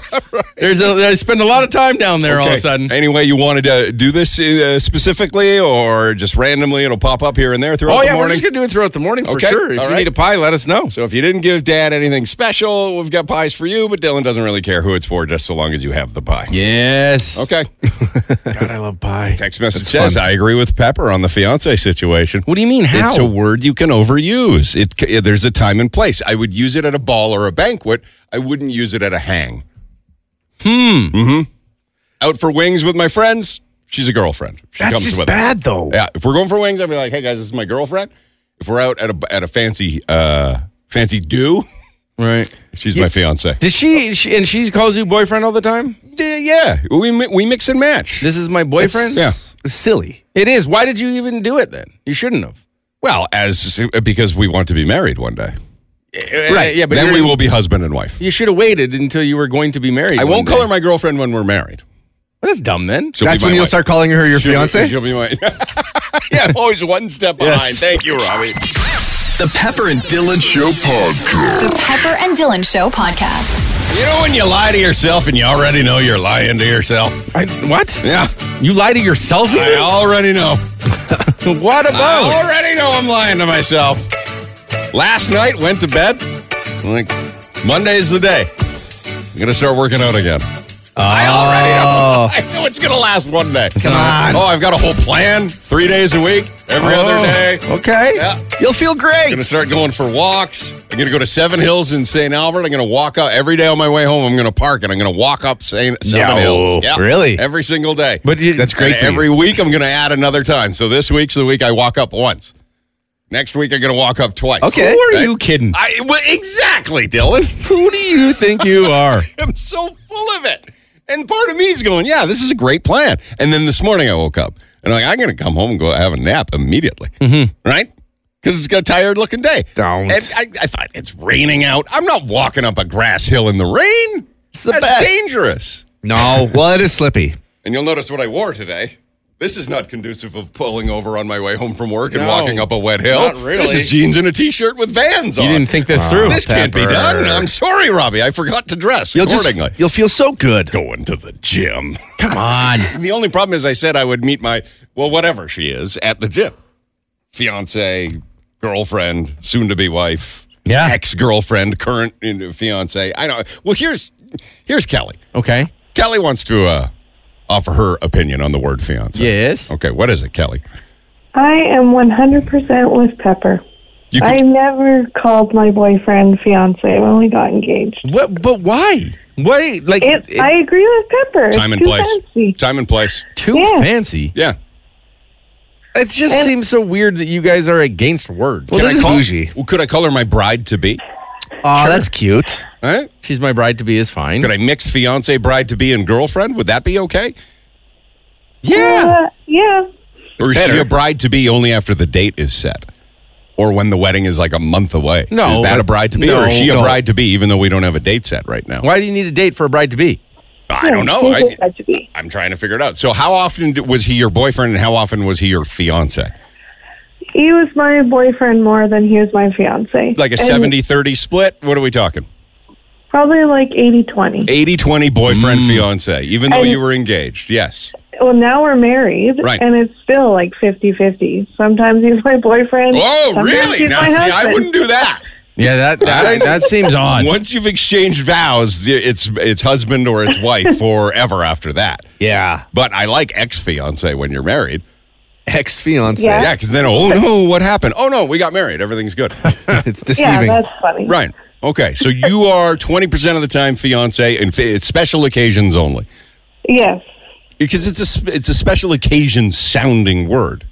[SPEAKER 3] There's a I spend a lot of time down there all of a
[SPEAKER 2] Okay.
[SPEAKER 3] sudden.
[SPEAKER 2] Anyway, you wanted to do this uh, specifically, or just randomly? It'll pop up here and there throughout
[SPEAKER 3] Oh
[SPEAKER 2] the
[SPEAKER 3] yeah, we're
[SPEAKER 2] morning.
[SPEAKER 3] just gonna do it throughout the morning
[SPEAKER 2] Okay,
[SPEAKER 3] for sure. If
[SPEAKER 2] all
[SPEAKER 3] you
[SPEAKER 2] right.
[SPEAKER 3] need a pie, let us know.
[SPEAKER 2] so if you didn't give dad anything special, we've got pies for you. But Dylan doesn't really care who it's for, just so long as you have the pie.
[SPEAKER 3] Yes.
[SPEAKER 2] Okay. (laughs)
[SPEAKER 3] God, I love pie.
[SPEAKER 2] Text message says, "I agree with Pepper on the fiance situation."
[SPEAKER 3] What do you mean? How?
[SPEAKER 2] It's a word you can overuse. It c- there's a time and place. I would use it at a ball or a banquet. I wouldn't use it at a hang.
[SPEAKER 3] Mm-hmm.
[SPEAKER 2] Hmm. hmm Out for wings with my friends. She's a girlfriend. She
[SPEAKER 4] That's
[SPEAKER 2] comes
[SPEAKER 4] just
[SPEAKER 2] with
[SPEAKER 4] bad, though.
[SPEAKER 2] Us. Yeah. If we're going for wings, I'd be like, "Hey guys, this is my girlfriend." If we're out at a at a fancy uh fancy do,
[SPEAKER 3] right.
[SPEAKER 2] she's my fiance.
[SPEAKER 3] Does she, she and she calls you boyfriend all the time?
[SPEAKER 2] Yeah, we mi- we mix and match.
[SPEAKER 3] This is my boyfriend.
[SPEAKER 2] Yeah.
[SPEAKER 4] It's silly.
[SPEAKER 3] It is. Why did you even do it then? You shouldn't have.
[SPEAKER 2] Well, as because we want to be married one day.
[SPEAKER 3] Right. Eh, yeah, but
[SPEAKER 2] then we
[SPEAKER 3] you're-
[SPEAKER 2] will be husband and wife.
[SPEAKER 3] You should have waited until you were going to be married.
[SPEAKER 2] I
[SPEAKER 3] one
[SPEAKER 2] won't
[SPEAKER 3] day.
[SPEAKER 2] call her my girlfriend when we're married.
[SPEAKER 3] Well, that's dumb then.
[SPEAKER 2] She'll
[SPEAKER 4] That's
[SPEAKER 2] be my
[SPEAKER 4] when you'll
[SPEAKER 2] wife.
[SPEAKER 4] start calling her your
[SPEAKER 2] She'll be-
[SPEAKER 4] fiance.
[SPEAKER 2] she'll be my. (laughs) yeah, I'm always one
[SPEAKER 3] (laughs)
[SPEAKER 2] step behind. Thank you, Robbie.
[SPEAKER 1] The Pepper and Dylan Show Podcast.
[SPEAKER 5] The Pepper and Dylan Show Podcast.
[SPEAKER 2] You know when you lie to yourself and you already know you're lying to yourself?
[SPEAKER 3] I, what?
[SPEAKER 2] Yeah,
[SPEAKER 3] You lie to yourself?
[SPEAKER 2] I
[SPEAKER 3] Even?
[SPEAKER 2] already know.
[SPEAKER 3] (laughs) What
[SPEAKER 2] I
[SPEAKER 3] about?
[SPEAKER 2] already know I'm lying to myself. Last night, went to bed. Like, Monday's the day. I'm going to start working out again. I
[SPEAKER 3] Oh,
[SPEAKER 2] already know. (laughs) I know it's going to last one day. Come
[SPEAKER 4] on.
[SPEAKER 2] Oh, I've got a whole plan. Three days a week, every
[SPEAKER 3] Oh,
[SPEAKER 2] other day.
[SPEAKER 3] Okay.
[SPEAKER 2] Yeah.
[SPEAKER 4] You'll feel
[SPEAKER 2] I'm
[SPEAKER 4] great.
[SPEAKER 2] gonna start going for walks. I'm gonna go to Seven Hills in St. Albert. I'm gonna walk up every day on my way home. I'm gonna park and I'm gonna walk up St. Seven
[SPEAKER 4] No.
[SPEAKER 2] Hills.
[SPEAKER 4] Really?
[SPEAKER 2] Every single day.
[SPEAKER 3] But you,
[SPEAKER 4] That's great.
[SPEAKER 2] And
[SPEAKER 4] for you.
[SPEAKER 2] every week I'm gonna add another time. So this week's the week I walk up once. Next week I'm gonna walk up twice.
[SPEAKER 4] Okay.
[SPEAKER 3] Who are
[SPEAKER 2] Right?
[SPEAKER 3] you kidding?
[SPEAKER 2] I well, exactly, Dylan.
[SPEAKER 3] Who do you think you are?
[SPEAKER 2] I'm so full of it. And part of me is going, yeah, this is a great plan. And then this morning I woke up and I'm like, I'm going to come home and go have a nap immediately.
[SPEAKER 3] Mm-hmm.
[SPEAKER 2] Right? Because it's got a tired looking day.
[SPEAKER 4] Don't.
[SPEAKER 2] And I, I thought, it's raining out. I'm not walking up a grass hill in the rain. It's
[SPEAKER 4] the
[SPEAKER 2] That's
[SPEAKER 4] best.
[SPEAKER 2] dangerous.
[SPEAKER 4] No. (laughs) Well, it is slippy.
[SPEAKER 2] (laughs) And you'll notice what I wore today. This is not conducive of pulling over on my way home from work and
[SPEAKER 3] No,
[SPEAKER 2] walking up a wet hill.
[SPEAKER 3] not really.
[SPEAKER 2] This is jeans and a t-shirt with Vans
[SPEAKER 3] You
[SPEAKER 2] on.
[SPEAKER 3] didn't think this through.
[SPEAKER 2] this can't be
[SPEAKER 3] Pepper.
[SPEAKER 2] done. I'm sorry, Robbie. I forgot to dress
[SPEAKER 4] You'll just
[SPEAKER 2] accordingly.
[SPEAKER 4] you'll feel so good.
[SPEAKER 2] going to the gym.
[SPEAKER 4] Come on.
[SPEAKER 2] (laughs) The only problem is I said I would meet my, well, whatever she is, at the gym. Fiance, girlfriend, soon to be wife,
[SPEAKER 3] Yeah.
[SPEAKER 2] ex girlfriend, current you know, fiance. I know. Well, here's here's Kelly.
[SPEAKER 3] Okay.
[SPEAKER 2] Kelly wants to uh, offer her opinion on the word fiance.
[SPEAKER 3] Yes.
[SPEAKER 2] Okay, what is it, Kelly?
[SPEAKER 6] I am 100% with Pepper.
[SPEAKER 2] You
[SPEAKER 6] I
[SPEAKER 2] can,
[SPEAKER 6] never called my boyfriend fiance when we got engaged.
[SPEAKER 3] What? But why? Why? Like
[SPEAKER 6] It,
[SPEAKER 3] it-
[SPEAKER 6] I agree with Pepper. it's
[SPEAKER 2] time and
[SPEAKER 6] too
[SPEAKER 2] place.
[SPEAKER 6] fancy.
[SPEAKER 2] Time and place.
[SPEAKER 3] too
[SPEAKER 6] Yeah.
[SPEAKER 3] fancy.
[SPEAKER 2] Yeah.
[SPEAKER 3] It just
[SPEAKER 6] And-
[SPEAKER 3] seems so weird that you guys are against words.
[SPEAKER 4] Well,
[SPEAKER 2] Can
[SPEAKER 4] that is
[SPEAKER 2] I call,
[SPEAKER 4] bougie.
[SPEAKER 2] Well, Could I call her my bride to be?
[SPEAKER 4] Oh, that's cute.
[SPEAKER 2] All right.
[SPEAKER 3] She's my bride to be is fine.
[SPEAKER 2] Could I mix fiance, bride to be, and girlfriend? Would that be okay?
[SPEAKER 3] yeah.
[SPEAKER 6] Uh, yeah.
[SPEAKER 2] Or is she
[SPEAKER 3] Better.
[SPEAKER 2] a bride to be only after the date is set? Or when the wedding is like a month away?
[SPEAKER 3] No,
[SPEAKER 2] Is that
[SPEAKER 3] but-
[SPEAKER 2] a bride to be? or is
[SPEAKER 3] no,
[SPEAKER 2] she a
[SPEAKER 3] no.
[SPEAKER 2] bride to be even though we don't have a date set right now?
[SPEAKER 3] Why do you need a date for a bride to be?
[SPEAKER 2] I don't know.
[SPEAKER 6] She's
[SPEAKER 2] I,
[SPEAKER 6] with Fudge Bee.
[SPEAKER 2] I'm trying to figure it out. So, how often d- was he your boyfriend and how often was he your fiance?
[SPEAKER 6] He was my boyfriend more than he was my fiance.
[SPEAKER 2] Like a
[SPEAKER 6] And
[SPEAKER 2] 70 30 split? What are we talking?
[SPEAKER 6] Probably like 80 20.
[SPEAKER 2] 80 20 boyfriend
[SPEAKER 3] Mm.
[SPEAKER 2] fiance, even though
[SPEAKER 6] And-
[SPEAKER 2] you were engaged. Yes.
[SPEAKER 6] Well, now we're married,
[SPEAKER 2] Right.
[SPEAKER 6] and it's still like 50 50. Sometimes he's my boyfriend.
[SPEAKER 2] Oh,
[SPEAKER 6] sometimes
[SPEAKER 2] really?
[SPEAKER 6] He's
[SPEAKER 2] Now,
[SPEAKER 6] my
[SPEAKER 2] see,
[SPEAKER 6] husband.
[SPEAKER 2] I wouldn't do that.
[SPEAKER 3] Yeah,
[SPEAKER 2] (laughs)
[SPEAKER 3] that that, that seems odd.
[SPEAKER 2] Once you've exchanged vows, it's it's husband or it's
[SPEAKER 3] (laughs)
[SPEAKER 2] wife forever after that.
[SPEAKER 4] Yeah.
[SPEAKER 2] But I like ex fiance when you're married.
[SPEAKER 4] Ex fiance.
[SPEAKER 6] Yeah.
[SPEAKER 3] (laughs)
[SPEAKER 2] Yeah, because then, oh no, what happened? Oh no, we got married. Everything's good.
[SPEAKER 4] It's
[SPEAKER 6] Yeah,
[SPEAKER 4] deceiving.
[SPEAKER 6] that's funny.
[SPEAKER 2] Ryan, Okay, so you are 20% of the time fiance and fi- it's special occasions only.
[SPEAKER 6] Yes.
[SPEAKER 2] Because it's a sp- it's a special occasion sounding word,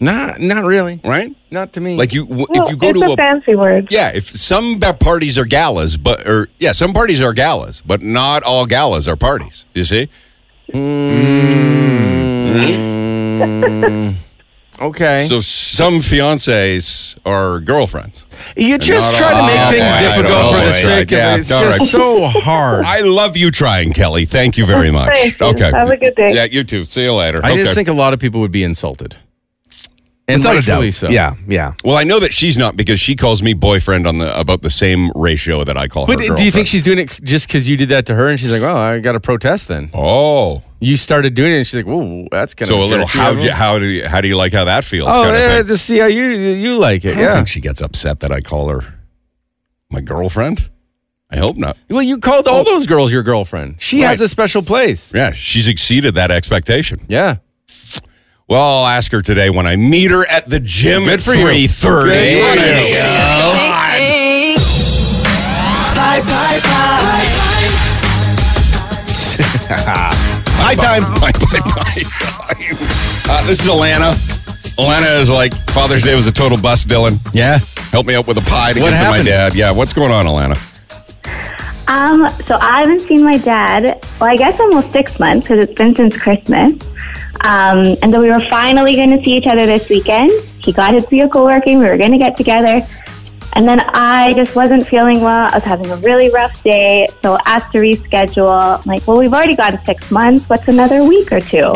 [SPEAKER 3] Not not really.
[SPEAKER 2] right?
[SPEAKER 3] Not to me.
[SPEAKER 2] Like you w-
[SPEAKER 6] Well,
[SPEAKER 2] if you go
[SPEAKER 6] it's
[SPEAKER 2] to
[SPEAKER 6] a,
[SPEAKER 2] a
[SPEAKER 6] fancy word.
[SPEAKER 2] Yeah, if some ba- parties are galas, but or yeah, some parties are galas, but not all galas are parties. You see? Mm.
[SPEAKER 3] okay.
[SPEAKER 2] So some fiancés are girlfriends.
[SPEAKER 3] you just
[SPEAKER 2] Not
[SPEAKER 3] try to
[SPEAKER 2] all-
[SPEAKER 3] make
[SPEAKER 2] oh,
[SPEAKER 3] things
[SPEAKER 2] boy,
[SPEAKER 3] difficult
[SPEAKER 2] oh,
[SPEAKER 3] for the
[SPEAKER 2] boy,
[SPEAKER 3] sake of
[SPEAKER 2] yeah,
[SPEAKER 3] it. It's
[SPEAKER 2] all
[SPEAKER 3] just
[SPEAKER 2] right.
[SPEAKER 3] so
[SPEAKER 2] (laughs)
[SPEAKER 3] hard.
[SPEAKER 2] I love you trying, Kelly. Thank you very much.
[SPEAKER 6] Oh, Thank you.
[SPEAKER 2] Okay.
[SPEAKER 6] Have a good day.
[SPEAKER 2] Yeah, you too. See you later.
[SPEAKER 3] I just
[SPEAKER 2] Okay.
[SPEAKER 3] think a lot of people would be insulted. And
[SPEAKER 4] Without a
[SPEAKER 3] rightfully
[SPEAKER 4] doubt.
[SPEAKER 3] so.
[SPEAKER 4] Yeah, yeah.
[SPEAKER 2] Well, I know that she's not because she calls me boyfriend on the about the same ratio that I call
[SPEAKER 3] But
[SPEAKER 2] her.
[SPEAKER 3] do you think
[SPEAKER 2] girlfriend.
[SPEAKER 3] she's doing it just because you did that to her? And she's like, well, I got to protest then.
[SPEAKER 2] Oh,
[SPEAKER 3] You started doing it, and she's like, whoa, that's kind of
[SPEAKER 2] so a little how do you, how do you, how do you like how that feels?
[SPEAKER 3] Oh,
[SPEAKER 2] kind of
[SPEAKER 3] yeah,
[SPEAKER 2] thing.
[SPEAKER 3] just see how you you like it.
[SPEAKER 2] I don't
[SPEAKER 3] Yeah.
[SPEAKER 2] think she gets upset that I call her my girlfriend. I hope not.
[SPEAKER 3] Well, you called all those girls your girlfriend. She has
[SPEAKER 2] Oh. Right.
[SPEAKER 3] a special place.
[SPEAKER 2] Yeah, she's exceeded that expectation.
[SPEAKER 3] Yeah.
[SPEAKER 2] Well, I'll ask her today when I meet her at the gym
[SPEAKER 3] Good
[SPEAKER 2] at
[SPEAKER 3] for you.
[SPEAKER 2] three thirty.
[SPEAKER 3] Good for you.
[SPEAKER 2] Bye time. Bye, bye, bye, time. (laughs) Uh, this is Alana. Alana is like Father's Day was a total bust, Dylan.
[SPEAKER 3] Yeah.
[SPEAKER 2] Help me out with a pie to
[SPEAKER 3] What
[SPEAKER 2] give to my
[SPEAKER 3] happened?
[SPEAKER 2] dad. Yeah, what's going on, Alana?
[SPEAKER 7] Um, so I haven't seen my dad, well, I guess almost six months because it's been since Christmas. Um, and then we were finally going to see each other this weekend. He got his vehicle working, we were going to get together. And then I just wasn't feeling well. I was having a really rough day. So asked to reschedule. I'm like, well, we've already gone six months. What's another week or two?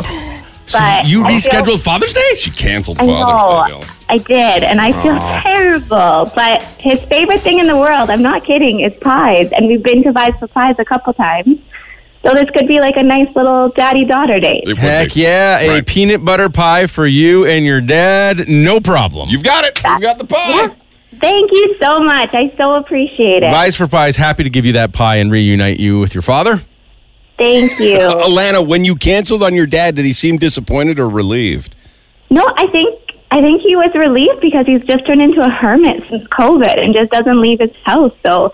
[SPEAKER 7] But
[SPEAKER 3] You
[SPEAKER 7] I feel-
[SPEAKER 3] rescheduled Father's Day?
[SPEAKER 2] She canceled
[SPEAKER 7] I
[SPEAKER 2] Father's
[SPEAKER 7] know.
[SPEAKER 2] Day, Dylan.
[SPEAKER 7] I did, and I feel terrible. But his favorite thing in the world, I'm not kidding, is pies. And we've been to Vies for Pies a couple times. So this could be like a nice little daddy daughter date.
[SPEAKER 2] It would
[SPEAKER 3] Heck
[SPEAKER 2] be.
[SPEAKER 3] yeah. A
[SPEAKER 2] Right.
[SPEAKER 3] peanut butter pie for you and your dad. No problem.
[SPEAKER 2] You've got it. You've got the pie.
[SPEAKER 7] Yeah. Thank you so much. I so appreciate it.
[SPEAKER 3] Vies for Pies, happy to give you that pie and reunite you with your father.
[SPEAKER 7] Thank you.
[SPEAKER 2] Uh, Alana, when you canceled on your dad, did he seem disappointed or relieved?
[SPEAKER 7] No, I think I think he was relieved because he's just turned into a hermit since COVID and just doesn't leave his house. So,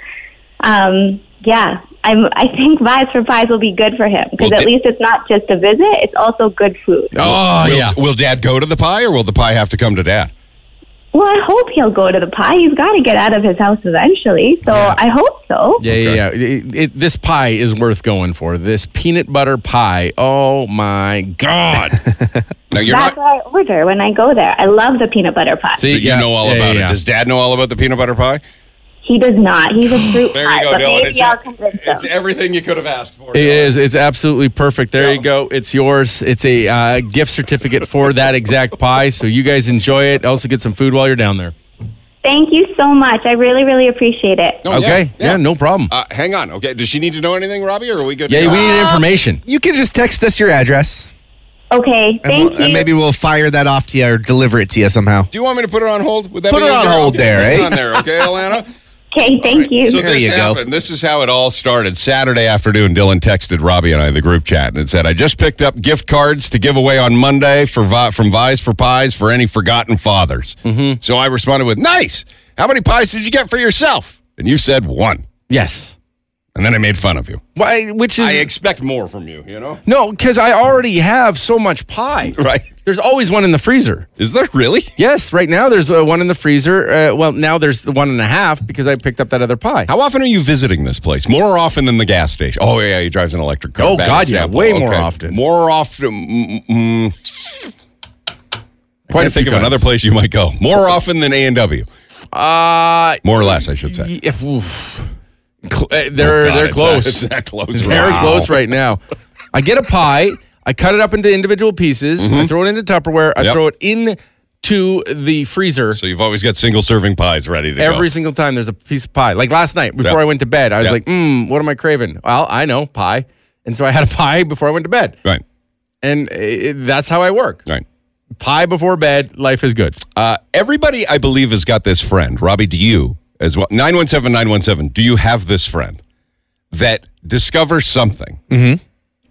[SPEAKER 7] um, yeah, I'm. I think Vies for Pies will be good for him because
[SPEAKER 2] Well,
[SPEAKER 7] at
[SPEAKER 2] di-
[SPEAKER 7] least it's not just a visit; it's also good food.
[SPEAKER 3] Oh,
[SPEAKER 2] will,
[SPEAKER 3] yeah.
[SPEAKER 2] Will dad go to the pie or will the pie have to come to dad?
[SPEAKER 7] Well, I hope he'll go to the pie. He's got to get out of his house eventually, so I hope so.
[SPEAKER 3] Yeah, yeah, yeah. It, it, this pie is worth going for. This peanut butter pie. Oh, my God.
[SPEAKER 2] (laughs) Now you're
[SPEAKER 7] That's
[SPEAKER 2] not.
[SPEAKER 7] what I order when I go there. I love the peanut butter pie.
[SPEAKER 2] so you
[SPEAKER 3] Yeah,
[SPEAKER 2] know all
[SPEAKER 3] yeah,
[SPEAKER 2] about
[SPEAKER 3] yeah.
[SPEAKER 2] it. Does dad know all about the peanut butter pie?
[SPEAKER 7] He does not. He's a fruit
[SPEAKER 2] (sighs) There
[SPEAKER 7] pie,
[SPEAKER 2] you go,
[SPEAKER 7] but
[SPEAKER 2] Dylan.
[SPEAKER 7] maybe
[SPEAKER 2] It's, e-
[SPEAKER 7] I'll convince him.
[SPEAKER 2] it's everything you could have asked for.
[SPEAKER 3] It
[SPEAKER 2] Dylan.
[SPEAKER 3] is. It's absolutely perfect. There you go. It's yours. It's a uh, gift certificate for that exact pie. So you guys enjoy it. Also get some food while you're down there.
[SPEAKER 7] Thank you so much. I really, really appreciate it.
[SPEAKER 2] Oh, yeah,
[SPEAKER 3] okay.
[SPEAKER 2] yeah.
[SPEAKER 3] Yeah, no problem.
[SPEAKER 2] Uh, hang on. Okay. Does she need to know anything, Robbie, or are we good? to
[SPEAKER 3] yeah,
[SPEAKER 2] go?
[SPEAKER 3] we need information.
[SPEAKER 4] You can just text us your address,
[SPEAKER 7] Okay,
[SPEAKER 4] and,
[SPEAKER 7] thank
[SPEAKER 4] we'll-
[SPEAKER 7] you.
[SPEAKER 4] and maybe we'll fire that off to you or deliver it to you somehow.
[SPEAKER 2] Do you want me to put her on hold? Would that
[SPEAKER 4] Put
[SPEAKER 2] be
[SPEAKER 4] her on
[SPEAKER 2] okay?
[SPEAKER 4] hold there,
[SPEAKER 2] Put her
[SPEAKER 4] eh?
[SPEAKER 2] On there, okay, Alana.
[SPEAKER 7] okay, thank you.
[SPEAKER 2] So this
[SPEAKER 4] you go.
[SPEAKER 2] happened. This is how it all started. Saturday afternoon, Dylan texted Robbie and I in the group chat and said, "I just picked up gift cards to give away on Monday for Vi- from Vies for Pies for any forgotten fathers." Mm-hmm. So I responded with, "Nice. How many pies did you get for yourself?" And you said one.
[SPEAKER 3] Yes.
[SPEAKER 2] And then I made fun of you.
[SPEAKER 3] Why? Which is
[SPEAKER 2] expect more from you. You know,
[SPEAKER 3] no, because I already have so much pie.
[SPEAKER 2] (laughs) right?
[SPEAKER 3] There's always one in the freezer.
[SPEAKER 2] Is there really?
[SPEAKER 3] Yes, right now there's uh, one in the freezer. Uh, well, now there's the one and a half because I picked up that other pie.
[SPEAKER 2] How often are you visiting this place? More often than the gas station. Oh yeah, he drives an electric car.
[SPEAKER 3] Oh,
[SPEAKER 2] Bad
[SPEAKER 3] God, yeah.
[SPEAKER 2] example.
[SPEAKER 3] Way more often.
[SPEAKER 2] More often. Mm, mm, mm. I
[SPEAKER 3] Quite a
[SPEAKER 2] can't think
[SPEAKER 3] few
[SPEAKER 2] of another
[SPEAKER 3] times.
[SPEAKER 2] place you might go. More often than A and W.
[SPEAKER 3] Uh,
[SPEAKER 2] More or less, I should say.
[SPEAKER 3] y- if, oof. Cl- uh, they're
[SPEAKER 2] Oh, God,
[SPEAKER 3] they're
[SPEAKER 2] it's
[SPEAKER 3] close.
[SPEAKER 2] That, it's that close.
[SPEAKER 3] very
[SPEAKER 2] Wow.
[SPEAKER 3] close right now. I get a pie. I cut it up into individual pieces. I throw it into Tupperware. I
[SPEAKER 2] Mm-hmm. Yep.
[SPEAKER 3] throw it into the freezer.
[SPEAKER 2] So you've always got single serving pies ready to
[SPEAKER 3] Every
[SPEAKER 2] go.
[SPEAKER 3] single time there's a piece of pie. Like last night before
[SPEAKER 2] Yep.
[SPEAKER 3] I went to bed, I was
[SPEAKER 2] Yep.
[SPEAKER 3] like, mm, what am I craving? Well, I know, pie. And so I had a (laughs) pie before I went to bed.
[SPEAKER 2] Right.
[SPEAKER 3] And uh, that's how I work.
[SPEAKER 2] Right.
[SPEAKER 3] Pie before bed, life is good.
[SPEAKER 2] Uh, everybody, I believe, has got this friend. Robbie, do you as well? 917 917. Do you have this friend that discovers something? Mm-hmm.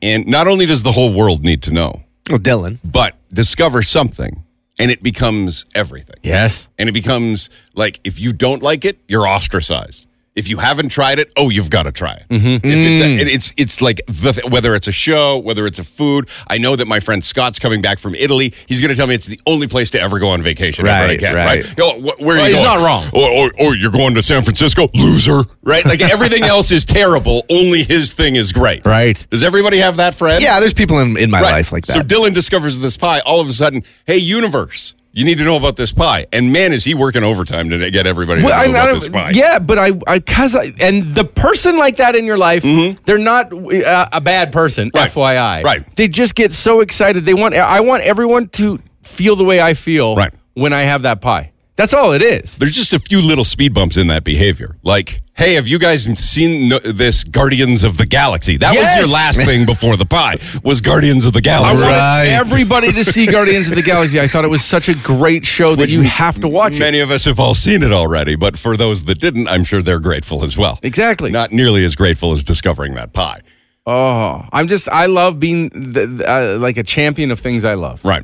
[SPEAKER 2] And not only does the whole world need to know,
[SPEAKER 4] Well, Oh, Dylan,
[SPEAKER 2] but discover something and it becomes everything.
[SPEAKER 3] Yes.
[SPEAKER 2] And it becomes like if you don't like it, you're ostracized. If you haven't tried it, oh, you've got to try it. If it's,
[SPEAKER 4] Mm.
[SPEAKER 2] a, it- it's it's like the, th- whether it's a show, whether it's a food. I know that my friend Scott's coming back from Italy. He's going to tell me it's the only place to ever go on vacation ever
[SPEAKER 4] Right,
[SPEAKER 2] again.
[SPEAKER 4] right.
[SPEAKER 2] Right? Yo, wh- where are
[SPEAKER 3] Well,
[SPEAKER 2] you
[SPEAKER 3] he's
[SPEAKER 2] going?
[SPEAKER 3] not wrong.
[SPEAKER 2] Or, or or you're going to San Francisco, loser. Right? Like everything else is terrible. Only his thing is great.
[SPEAKER 3] Right.
[SPEAKER 2] Does everybody have that friend?
[SPEAKER 4] Yeah, there's people in, in my
[SPEAKER 2] Right.
[SPEAKER 4] life like that.
[SPEAKER 2] So Dylan discovers this pie. All of a sudden, hey, universe, you need to know about this pie. And man, is he working overtime to get everybody
[SPEAKER 3] Well,
[SPEAKER 2] to know
[SPEAKER 3] I, I
[SPEAKER 2] about
[SPEAKER 3] don't-
[SPEAKER 2] this pie?
[SPEAKER 3] yeah, but I, I, cause I, and the person like that in your life, they're not uh, a bad person.
[SPEAKER 2] Mm-hmm. Right.
[SPEAKER 3] FYI,
[SPEAKER 2] Right.
[SPEAKER 3] They just get so excited. They want. I want everyone to feel the way I feel.
[SPEAKER 2] Right.
[SPEAKER 3] When I have that pie, that's all it is.
[SPEAKER 2] There's just a few little speed bumps in that behavior. Like, hey, have you guys seen no- this Guardians of the Galaxy? That
[SPEAKER 3] Yes!
[SPEAKER 2] was your last
[SPEAKER 3] (laughs)
[SPEAKER 2] thing before the pie was Guardians of the Galaxy.
[SPEAKER 3] I wanted
[SPEAKER 4] Right.
[SPEAKER 3] everybody to see
[SPEAKER 2] (laughs)
[SPEAKER 3] Guardians of the Galaxy. I thought it was such a great show that you have to watch it.
[SPEAKER 2] Many of us have all seen it already, but for those that didn't, I'm sure they're grateful as well.
[SPEAKER 3] Exactly.
[SPEAKER 2] Not nearly as grateful as discovering that pie.
[SPEAKER 3] Oh, I'm just I love being the, the, uh, like a champion of things I love.
[SPEAKER 2] Right.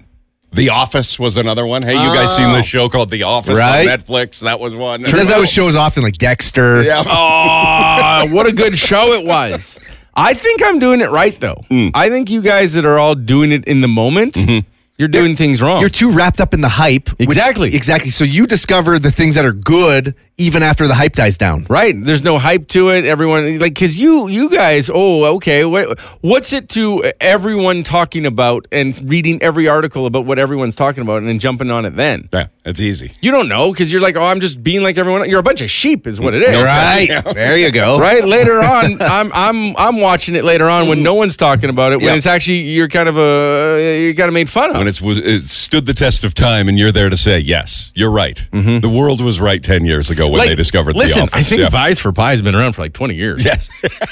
[SPEAKER 2] The Office was another one. Hey, you guys seen this show called The Office
[SPEAKER 4] Right.
[SPEAKER 2] on Netflix? That was one.
[SPEAKER 4] He does that with shows often, like Dexter.
[SPEAKER 3] (laughs)
[SPEAKER 2] Yeah.
[SPEAKER 3] Oh, what a good show it was. I think I'm doing it right though. I think you guys that are all doing it in the moment, you're doing things wrong.
[SPEAKER 4] You're too wrapped up in the hype. which-
[SPEAKER 3] Exactly.
[SPEAKER 4] exactly. So you discover the things that are good even after the hype dies
[SPEAKER 2] (laughs)
[SPEAKER 4] down.
[SPEAKER 3] Right. There's no hype to it. Everyone like cuz you you guys, oh, okay. What what's it to everyone talking about and reading every article about what everyone's talking about and then jumping on it then?
[SPEAKER 2] yeah, that's easy.
[SPEAKER 3] You don't know cuz you're like, "Oh, I'm just being like everyone." You're a bunch of sheep is what it is. (laughs)
[SPEAKER 4] There you go.
[SPEAKER 3] Right later on, I'm I'm I'm watching it later on when no one's talking about it. When
[SPEAKER 2] Yeah.
[SPEAKER 3] it's actually you're kind of a you're kind of made fun of.
[SPEAKER 2] When it's, was- it stood the test of time, and you're there to say, yes, you're right. The world was right 10 years ago when
[SPEAKER 3] Mm-hmm. Like,
[SPEAKER 2] they discovered The
[SPEAKER 3] listen,
[SPEAKER 2] Office.
[SPEAKER 3] I think
[SPEAKER 2] Yeah.
[SPEAKER 3] Vies for Pie has been around for like 20 years.
[SPEAKER 2] Yes.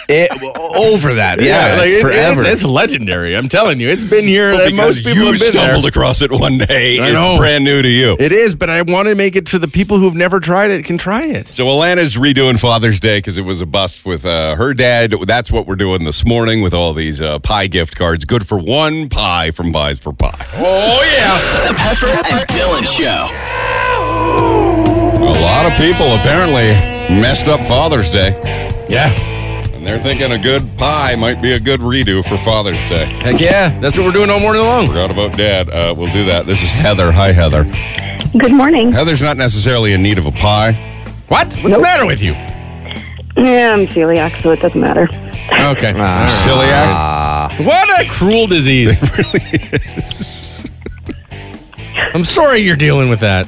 [SPEAKER 4] It- oh, over that. Yeah,
[SPEAKER 3] like,
[SPEAKER 4] it's
[SPEAKER 3] it's,
[SPEAKER 4] forever.
[SPEAKER 3] It's, it's legendary. I'm telling you, it's been here.
[SPEAKER 2] Well,
[SPEAKER 3] and
[SPEAKER 2] because
[SPEAKER 3] most people
[SPEAKER 2] you
[SPEAKER 3] have been there.
[SPEAKER 2] stumbled across it one day,
[SPEAKER 3] I
[SPEAKER 2] it's
[SPEAKER 3] know.
[SPEAKER 2] brand new to you.
[SPEAKER 3] It is, but I want to make it so the people who've never tried it can try it.
[SPEAKER 2] So Alana's redoing Father's Day because it was a bust with uh, her dad. That's what we're doing this morning with all these uh, pie gift cards. Good for one pie from Pies for Pie.
[SPEAKER 3] Oh yeah.
[SPEAKER 8] The Pepper and Dylan Show.
[SPEAKER 2] A lot of people apparently messed up Father's Day,
[SPEAKER 3] Yeah.
[SPEAKER 2] and they're thinking a good pie might be a good redo for Father's Day.
[SPEAKER 3] Heck yeah. That's what we're doing all morning long.
[SPEAKER 2] Forgot about Dad. Uh, we'll do that. This is Heather. Hi, Heather.
[SPEAKER 6] Good morning.
[SPEAKER 2] Heather's not necessarily in need of a pie.
[SPEAKER 3] What? What's the matter with you?
[SPEAKER 6] Yeah, I'm celiac, so it doesn't matter.
[SPEAKER 3] Okay.
[SPEAKER 2] Celiac.
[SPEAKER 3] Ah. What a cruel (laughs) disease. I'm sorry you're dealing with that.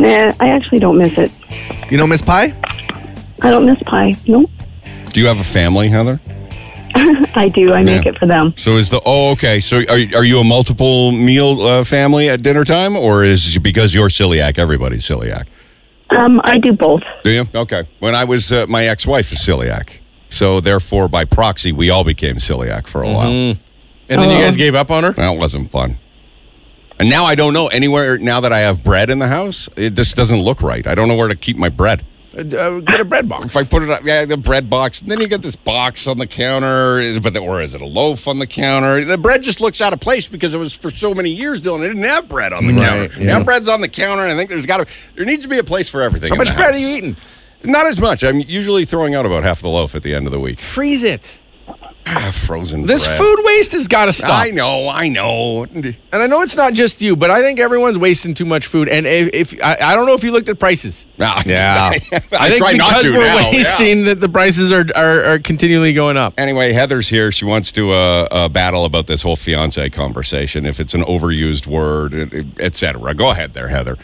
[SPEAKER 6] Nah, I actually don't miss it.
[SPEAKER 4] You know, Miss Pie?
[SPEAKER 6] I don't miss pie. Nope. (laughs)
[SPEAKER 2] Do you have a family, Heather?
[SPEAKER 6] I do. I make
[SPEAKER 2] Yeah.
[SPEAKER 6] it for them.
[SPEAKER 2] So is the oh okay? So are are you a multiple meal uh, family at dinner time, or is it because you're celiac, everybody's celiac?
[SPEAKER 6] Um, I do both.
[SPEAKER 2] Do you? Okay. When I was uh, my ex wife is celiac, so therefore by proxy we all became celiac for a while.
[SPEAKER 3] Mm-hmm.
[SPEAKER 2] Um,
[SPEAKER 3] And then you guys gave up on her?
[SPEAKER 2] That wasn't fun. And now I don't know anywhere. Now that I have bread in the house, it just doesn't look right. I don't know where to keep my bread.
[SPEAKER 3] Uh, get a bread box.
[SPEAKER 2] If I put it up, yeah, the bread box, and then you get this box on the counter, is- but the, or is it a loaf on the counter? The bread just looks out of place because it was for so many years, Dylan. It didn't have bread on the counter. Now bread's on the counter, and I think there's got to there needs to be a place for everything.
[SPEAKER 3] How
[SPEAKER 2] in
[SPEAKER 3] much
[SPEAKER 2] the
[SPEAKER 3] bread are
[SPEAKER 2] house.
[SPEAKER 3] you eating?
[SPEAKER 2] Not as much. I'm usually throwing out about half the loaf at the end of the week. (sighs)
[SPEAKER 3] Freeze it.
[SPEAKER 2] Ah, frozen.
[SPEAKER 3] This
[SPEAKER 2] bread.
[SPEAKER 3] food waste has got to stop.
[SPEAKER 2] I know. I know.
[SPEAKER 3] And I know it's not just you, but I think everyone's wasting too much food. And if, if I, I don't know if you looked at prices,
[SPEAKER 2] Ah,
[SPEAKER 4] Yeah.
[SPEAKER 2] (laughs) I,
[SPEAKER 3] I think
[SPEAKER 2] try
[SPEAKER 3] because
[SPEAKER 2] not to
[SPEAKER 3] we're
[SPEAKER 2] now, yeah.
[SPEAKER 3] wasting that the prices are, are are continually going up.
[SPEAKER 2] Anyway, Heather's here. She wants to uh, uh, battle about this whole fiance conversation. If it's an overused word, et- et- et cetera. Go ahead, there, Heather.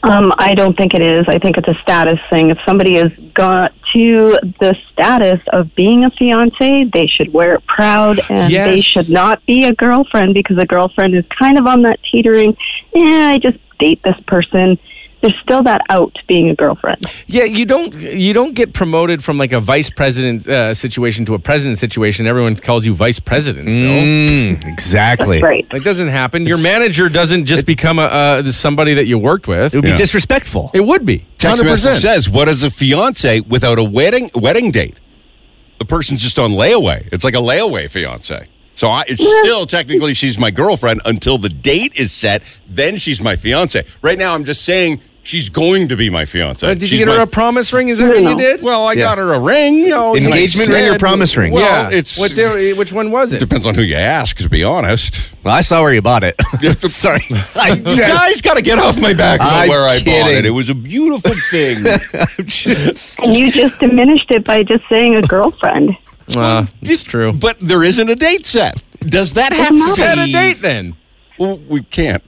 [SPEAKER 6] Um, I don't think it is. I think it's a status thing. If somebody has got to the status of being a fiance, they should wear it proud, and
[SPEAKER 3] Yes.
[SPEAKER 6] they should not be a girlfriend because a girlfriend is kind of on that teetering. Yeah, I just date this person. There's still that out being a girlfriend.
[SPEAKER 3] Yeah, you don't you don't get promoted from like a vice president uh, situation to a president situation. Everyone calls you vice president still.
[SPEAKER 4] Mm, exactly.
[SPEAKER 6] Right.
[SPEAKER 3] Like doesn't happen. Your manager doesn't just become a uh, somebody that you worked with.
[SPEAKER 4] It would be
[SPEAKER 2] Yeah.
[SPEAKER 4] disrespectful.
[SPEAKER 3] It would be
[SPEAKER 2] Text
[SPEAKER 3] 100%.
[SPEAKER 2] message says, "What is a fiance without a wedding wedding date?" The person's just on layaway. It's like a layaway fiance. So I, it's still technically she's my girlfriend until the date is set. Then she's my fiance. Right now, I'm just saying She's going to be my fiance.
[SPEAKER 3] Uh, did
[SPEAKER 2] She's
[SPEAKER 3] you get her
[SPEAKER 2] my-
[SPEAKER 3] a promise ring? Is that what you did?
[SPEAKER 2] Well, I
[SPEAKER 4] Yeah.
[SPEAKER 2] got her a ring. No,
[SPEAKER 4] Engagement ring or promise ring?
[SPEAKER 2] Well, it's
[SPEAKER 3] what di- which one was it?
[SPEAKER 2] depends on who you ask. To be honest,
[SPEAKER 4] Well, I saw where you
[SPEAKER 2] (laughs)
[SPEAKER 4] bought it. (laughs) Sorry. I
[SPEAKER 2] you guys got to get off my back about
[SPEAKER 4] I'm
[SPEAKER 2] where I bought it.
[SPEAKER 4] kidding.
[SPEAKER 2] It was a
[SPEAKER 3] (laughs)
[SPEAKER 2] beautiful thing. (laughs)
[SPEAKER 4] just-
[SPEAKER 6] And you just diminished it by just saying a girlfriend.
[SPEAKER 3] Uh, it's true.
[SPEAKER 2] but there isn't a date set. Does that have to
[SPEAKER 3] Set a
[SPEAKER 2] be-
[SPEAKER 3] date then.
[SPEAKER 2] Well, we can't.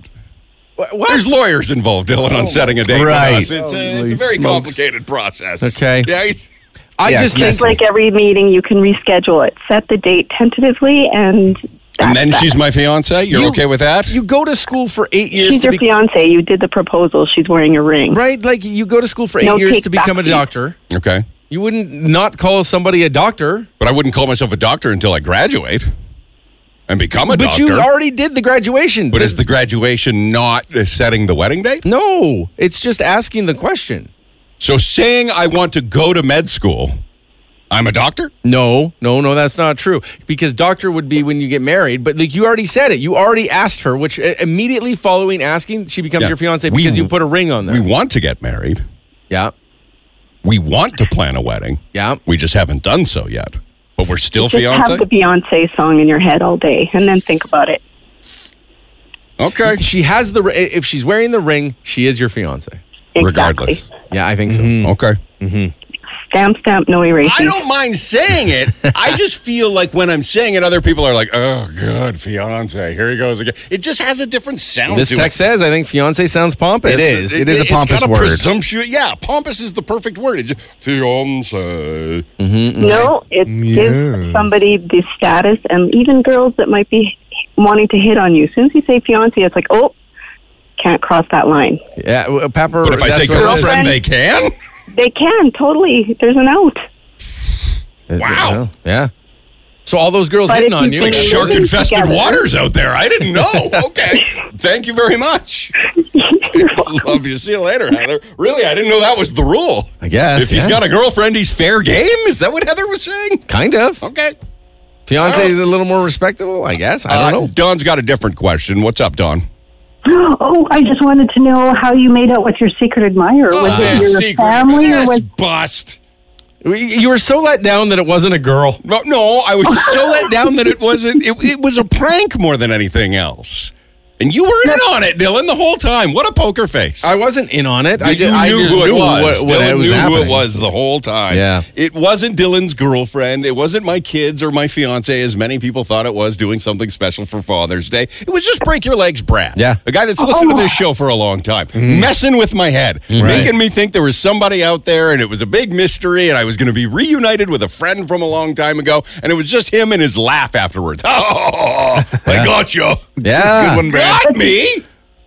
[SPEAKER 2] There's lawyers involved, Dylan, on setting a date. with
[SPEAKER 4] Right.
[SPEAKER 2] us. It's, a, it's a
[SPEAKER 3] Oh, Holy
[SPEAKER 2] very
[SPEAKER 3] smokes.
[SPEAKER 2] complicated process.
[SPEAKER 3] Okay.
[SPEAKER 2] Right?
[SPEAKER 3] I
[SPEAKER 4] Yeah,
[SPEAKER 3] just
[SPEAKER 4] yes.
[SPEAKER 3] think
[SPEAKER 6] Like every meeting, you can reschedule it, set the date tentatively, and
[SPEAKER 2] And then she's my fiance. You're
[SPEAKER 3] You-
[SPEAKER 2] okay with that?
[SPEAKER 3] you go to school for eight years
[SPEAKER 6] she's
[SPEAKER 3] to
[SPEAKER 6] your
[SPEAKER 3] be
[SPEAKER 6] fiance. You did the proposal. She's wearing a ring.
[SPEAKER 3] right. Like you go to school for eight
[SPEAKER 6] No
[SPEAKER 3] years
[SPEAKER 6] take
[SPEAKER 3] to become a
[SPEAKER 6] back seat.
[SPEAKER 3] doctor.
[SPEAKER 2] okay.
[SPEAKER 3] You wouldn't not call somebody a doctor,
[SPEAKER 2] But I wouldn't call myself a doctor until I graduate and become a
[SPEAKER 3] but
[SPEAKER 2] doctor.
[SPEAKER 3] you already did the graduation.
[SPEAKER 2] but is the graduation not setting the wedding date?
[SPEAKER 3] no? It's just asking the question.
[SPEAKER 2] So saying I want to go to med school, I'm a doctor?
[SPEAKER 3] No, no, no, that's not true. Because doctor would be when you get married, but like you already said it. You already asked her, which uh, immediately following asking, she becomes
[SPEAKER 2] Yeah.
[SPEAKER 3] your fiance
[SPEAKER 2] We-
[SPEAKER 3] because you put a ring on
[SPEAKER 2] We
[SPEAKER 3] there.
[SPEAKER 2] want to get married.
[SPEAKER 3] yeah,
[SPEAKER 2] We want to plan a wedding.
[SPEAKER 3] yeah.
[SPEAKER 2] We just haven't done so yet. But we're still
[SPEAKER 6] Just
[SPEAKER 2] fiance?
[SPEAKER 6] have the Beyonce song in your head all day, and then think about it.
[SPEAKER 2] okay.
[SPEAKER 3] She has the ri- if she's wearing the ring, she is your fiance.
[SPEAKER 6] Exactly.
[SPEAKER 2] Regardless. Mm-hmm.
[SPEAKER 3] Yeah, I think so. Mm-hmm.
[SPEAKER 2] Okay.
[SPEAKER 6] Stamp, stamp, no
[SPEAKER 2] I
[SPEAKER 6] erasing.
[SPEAKER 2] don't mind saying it. I just feel like when I'm saying it, other people are like, "Oh, good fiance, here he goes again." It just has a different sound.
[SPEAKER 3] This
[SPEAKER 2] to
[SPEAKER 3] text
[SPEAKER 2] it.
[SPEAKER 3] says, I think fiance sounds pompous.
[SPEAKER 4] It is. a
[SPEAKER 2] it's
[SPEAKER 4] pompous
[SPEAKER 2] got a
[SPEAKER 4] word.
[SPEAKER 2] presumptuous- yeah, pompous is the perfect word. It just, fiance.
[SPEAKER 3] Mm.
[SPEAKER 6] No, it gives somebody the status, and even girls that might be wanting to hit on you. As soon as you say fiance, it's like, oh, can't cross that line.
[SPEAKER 3] Yeah, well, Pepper.
[SPEAKER 2] But if I
[SPEAKER 3] that's
[SPEAKER 2] say
[SPEAKER 3] what it is.
[SPEAKER 2] girlfriend,
[SPEAKER 6] Girlfriend.
[SPEAKER 2] they can.
[SPEAKER 6] They can totally. There's an out.
[SPEAKER 2] Wow.
[SPEAKER 3] Yeah. So all those girls
[SPEAKER 6] But
[SPEAKER 3] hitting
[SPEAKER 6] if
[SPEAKER 3] on
[SPEAKER 6] you
[SPEAKER 3] you.
[SPEAKER 6] can-
[SPEAKER 2] Like
[SPEAKER 6] Living
[SPEAKER 2] shark infested
[SPEAKER 6] together.
[SPEAKER 2] waters out there. I
[SPEAKER 6] (laughs)
[SPEAKER 2] didn't know. Okay, thank you very much. (laughs) Love you. See you later, Heather. Really, I didn't know that was the rule.
[SPEAKER 3] (laughs) I guess.
[SPEAKER 2] If he's got a girlfriend, he's fair game. Is that what Heather was saying?
[SPEAKER 3] (laughs) kind of
[SPEAKER 2] Okay. Uh,
[SPEAKER 3] fiance is a little more respectable, I guess. I don't know.
[SPEAKER 2] Don's got a different question. What's up, Don?
[SPEAKER 9] Oh, I just wanted to know how you made out with your secret admirer.
[SPEAKER 2] Oh,
[SPEAKER 9] Was it your family or was
[SPEAKER 2] bust.
[SPEAKER 3] You were so let down that it wasn't a girl.
[SPEAKER 2] No, no, I was
[SPEAKER 6] (laughs)
[SPEAKER 2] so let down that it wasn't. It, it was a prank more than anything else. And you were in on it, Dylan, the whole time. What a poker face.
[SPEAKER 3] I wasn't in on it. I
[SPEAKER 2] you
[SPEAKER 3] ju- I
[SPEAKER 2] knew
[SPEAKER 3] just
[SPEAKER 2] who it
[SPEAKER 3] knew
[SPEAKER 2] was.
[SPEAKER 3] What, what
[SPEAKER 2] Dylan
[SPEAKER 3] it was
[SPEAKER 2] knew
[SPEAKER 3] happening.
[SPEAKER 2] who it was the whole time.
[SPEAKER 3] Yeah.
[SPEAKER 2] It wasn't Dylan's girlfriend. It wasn't my kids or my fiance, as many people thought it was, doing something special for Father's Day. It was just Break Your Legs Brad.
[SPEAKER 3] Yeah.
[SPEAKER 2] A guy that's listened to this show for a long time,
[SPEAKER 3] Mm-hmm.
[SPEAKER 2] messing with my head, making me think there was somebody out there and it was a big mystery and I was going to be reunited with a friend from a long time ago. And it was just him and his laugh afterwards. (laughs) Oh, I got you.
[SPEAKER 3] Yeah.
[SPEAKER 2] Got me.
[SPEAKER 9] Ah.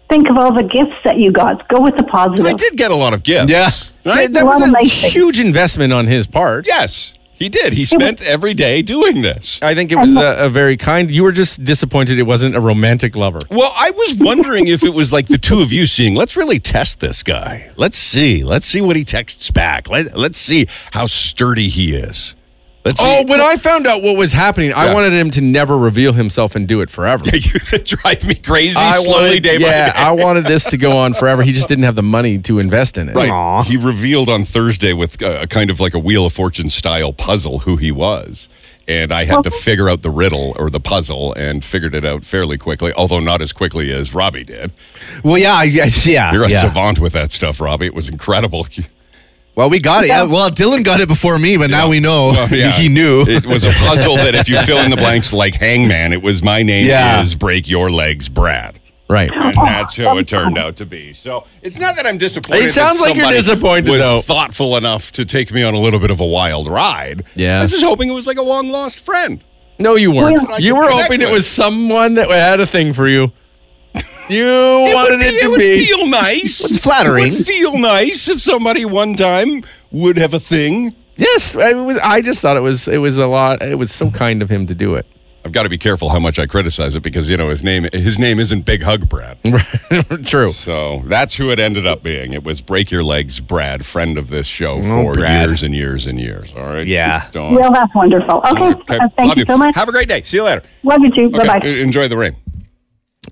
[SPEAKER 9] think of all the gifts that you got. Go with the positive.
[SPEAKER 2] I did get a lot of gifts.
[SPEAKER 4] Yeah.
[SPEAKER 2] Right?
[SPEAKER 3] That
[SPEAKER 9] A lot
[SPEAKER 3] was
[SPEAKER 9] of
[SPEAKER 3] a
[SPEAKER 9] nice things.
[SPEAKER 3] huge investment on his part.
[SPEAKER 2] Yes, he did. He spent every day doing this.
[SPEAKER 3] I think it was a, a very kind. You were just disappointed it wasn't a romantic lover.
[SPEAKER 2] Well, I was wondering if it was like the two of you seeing, let's really test this guy. Let's see. Let's see what he texts back. Let, let's see how sturdy he is. Let's
[SPEAKER 3] Oh,
[SPEAKER 2] see.
[SPEAKER 3] when I found out what was happening, I
[SPEAKER 2] Yeah.
[SPEAKER 3] wanted him to never reveal himself and do it forever.
[SPEAKER 2] (laughs) you drive me crazy
[SPEAKER 3] I
[SPEAKER 2] slowly
[SPEAKER 3] wanted,
[SPEAKER 2] day (laughs) by
[SPEAKER 3] yeah,
[SPEAKER 2] day.
[SPEAKER 3] I wanted this to go on forever. He just didn't have the money to invest in it.
[SPEAKER 2] Right. He revealed on Thursday with uh, a kind of like a Wheel of Fortune style puzzle who he was. And I had to figure out the riddle or the puzzle and figured it out fairly quickly, although not as quickly as Robbie did.
[SPEAKER 4] well, yeah, I- yeah, yeah.
[SPEAKER 2] You're a savant with that stuff, Robbie. It was incredible.
[SPEAKER 4] Well, we got it. Yeah, well, Dylan got it before me, but now we know
[SPEAKER 3] Oh,
[SPEAKER 2] (laughs)
[SPEAKER 4] (laughs)
[SPEAKER 2] Oh, Yeah.
[SPEAKER 4] he knew.
[SPEAKER 2] It was a puzzle that if you fill in the blanks like hangman, it was my name
[SPEAKER 4] Yeah.
[SPEAKER 2] is break your legs, Brad.
[SPEAKER 3] Right.
[SPEAKER 2] And that's who it turned out to be. So it's not that I'm disappointed.
[SPEAKER 3] It sounds
[SPEAKER 2] that
[SPEAKER 3] like you're
[SPEAKER 2] somebody
[SPEAKER 3] disappointed,
[SPEAKER 2] Was
[SPEAKER 3] though.
[SPEAKER 2] thoughtful enough to take me on a little bit of a wild ride.
[SPEAKER 3] Yeah.
[SPEAKER 2] I was just hoping it was like a long lost friend.
[SPEAKER 3] No, you weren't.
[SPEAKER 2] Well-
[SPEAKER 3] you were
[SPEAKER 2] Connect
[SPEAKER 3] hoping it
[SPEAKER 2] with.
[SPEAKER 3] was someone that had a thing for you. You
[SPEAKER 2] (laughs) It
[SPEAKER 3] wanted
[SPEAKER 2] would be-
[SPEAKER 3] it to
[SPEAKER 2] would
[SPEAKER 3] be.
[SPEAKER 2] feel nice.
[SPEAKER 4] It's flattering.
[SPEAKER 2] It would feel nice if somebody one time would have a thing.
[SPEAKER 3] Yes, I was. I just thought it was. It was a lot. It was so kind of him to do it. (laughs)
[SPEAKER 2] I've got to be careful how much I criticize it because you know his name his name isn't Big
[SPEAKER 4] (laughs)
[SPEAKER 2] Hug Brad.
[SPEAKER 3] True.
[SPEAKER 2] So that's who it ended up being. It was Break Your Legs, Brad, friend of this show for
[SPEAKER 4] Oh, Brad.
[SPEAKER 2] years and years and years. All right.
[SPEAKER 4] Yeah.
[SPEAKER 2] Dawn.
[SPEAKER 9] Well, that's wonderful. Okay,
[SPEAKER 2] Oh. Okay.
[SPEAKER 9] uh, thank
[SPEAKER 2] Love
[SPEAKER 9] you, so much.
[SPEAKER 2] Have a great day. See you later.
[SPEAKER 9] Love you too.
[SPEAKER 2] Okay.
[SPEAKER 9] Bye bye.
[SPEAKER 2] E- Enjoy the rain.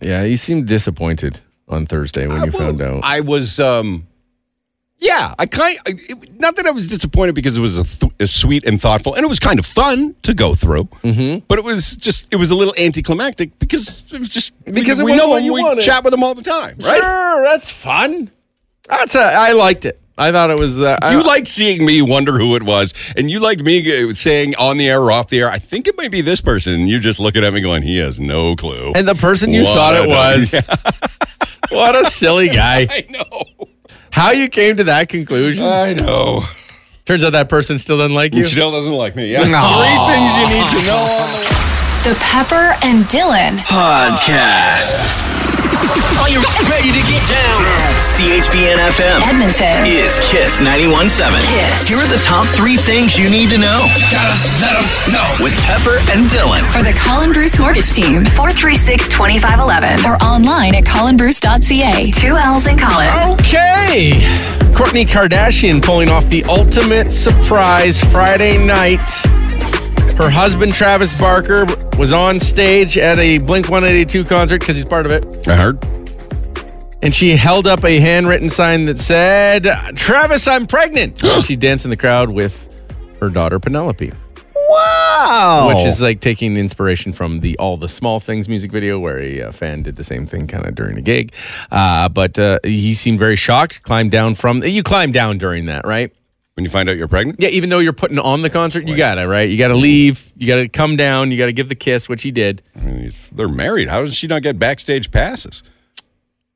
[SPEAKER 3] Yeah, you seemed disappointed on Thursday when you found out.
[SPEAKER 2] I Ah, was um Yeah, I kind I, it- not that I was disappointed because it was a, th- a sweet and thoughtful, and it was kind of fun to go through. Mm-hmm. But it was just it was a little anticlimactic because it was just
[SPEAKER 3] Because it
[SPEAKER 2] we
[SPEAKER 3] wasn't
[SPEAKER 2] know
[SPEAKER 3] what
[SPEAKER 2] him,
[SPEAKER 3] you
[SPEAKER 2] we
[SPEAKER 3] wanted.
[SPEAKER 2] chat with him all the time, right?
[SPEAKER 3] Sure, that's fun. That's a, I liked it. I thought it was. Uh, I-
[SPEAKER 2] You like seeing me wonder who it was, and you like me uh, saying on the air or off the air, I think it might be this person. And you're just looking at me going, he has no clue.
[SPEAKER 3] and the person you
[SPEAKER 2] What
[SPEAKER 3] thought
[SPEAKER 2] a- (laughs)
[SPEAKER 3] it was. (laughs) what a silly guy!
[SPEAKER 2] I know.
[SPEAKER 3] How you came to that conclusion?
[SPEAKER 2] I know.
[SPEAKER 3] Turns out that person still doesn't like you.
[SPEAKER 2] Janelle doesn't like me. Yeah.
[SPEAKER 3] Aw.
[SPEAKER 2] Three things you need to know on the
[SPEAKER 5] The Pepper and Dylan
[SPEAKER 8] Podcast. Are you ready to get down? CHBN FM
[SPEAKER 5] Edmonton.
[SPEAKER 8] is Kiss 91.7.
[SPEAKER 5] Kiss.
[SPEAKER 8] Here are the top three things you need to know. gotta let them know. With Pepper and Dylan.
[SPEAKER 5] For the Colin Bruce Mortgage Team, 436 2511. Or online at colinbruce.ca. Two L's in Colin.
[SPEAKER 3] Oh. Okay. Courtney Kardashian pulling off the ultimate surprise Friday night. Her husband, Travis Barker, was on stage at a Blink 182 concert because he's part of it.
[SPEAKER 2] I heard.
[SPEAKER 3] And she held up a handwritten sign that said, Travis,
[SPEAKER 2] (gasps)
[SPEAKER 3] I'm pregnant. And she danced in the crowd with her daughter, Penelope,
[SPEAKER 4] Wow.
[SPEAKER 3] which
[SPEAKER 2] Oh.
[SPEAKER 3] is like taking inspiration from the All the Small Things music video where a uh, fan did the same thing kind of during a gig. Uh, but uh, he seemed very shocked, climbed down from, you climbed down during that, right?
[SPEAKER 2] When you find out you're pregnant? Mm.
[SPEAKER 3] Yeah, even though you're putting on the concert, you gotta right. You gotta leave. You gotta come down. You gotta give the kiss, which he did.
[SPEAKER 2] I mean, it's- they're married. How does she not get backstage passes?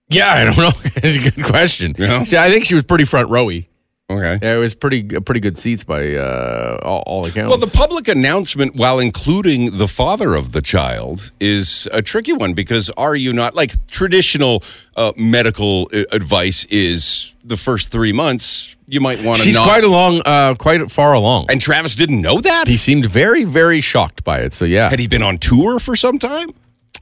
[SPEAKER 3] Yeah, I don't know. (laughs) it's a good question.
[SPEAKER 2] Yeah.
[SPEAKER 3] She- I think she was pretty front rowy.
[SPEAKER 2] Okay.
[SPEAKER 3] Yeah, it was pretty pretty good seats by uh, all, all accounts.
[SPEAKER 2] Well, the public announcement, while including the father of the child, is a tricky one because are you not like traditional uh, medical uh, advice is the first three months you might want to
[SPEAKER 3] she's
[SPEAKER 2] not.
[SPEAKER 3] quite along, uh, quite far along.
[SPEAKER 2] and Travis didn't know that.
[SPEAKER 3] he seemed very very shocked by it. So yeah,
[SPEAKER 2] Had he been on tour for some time?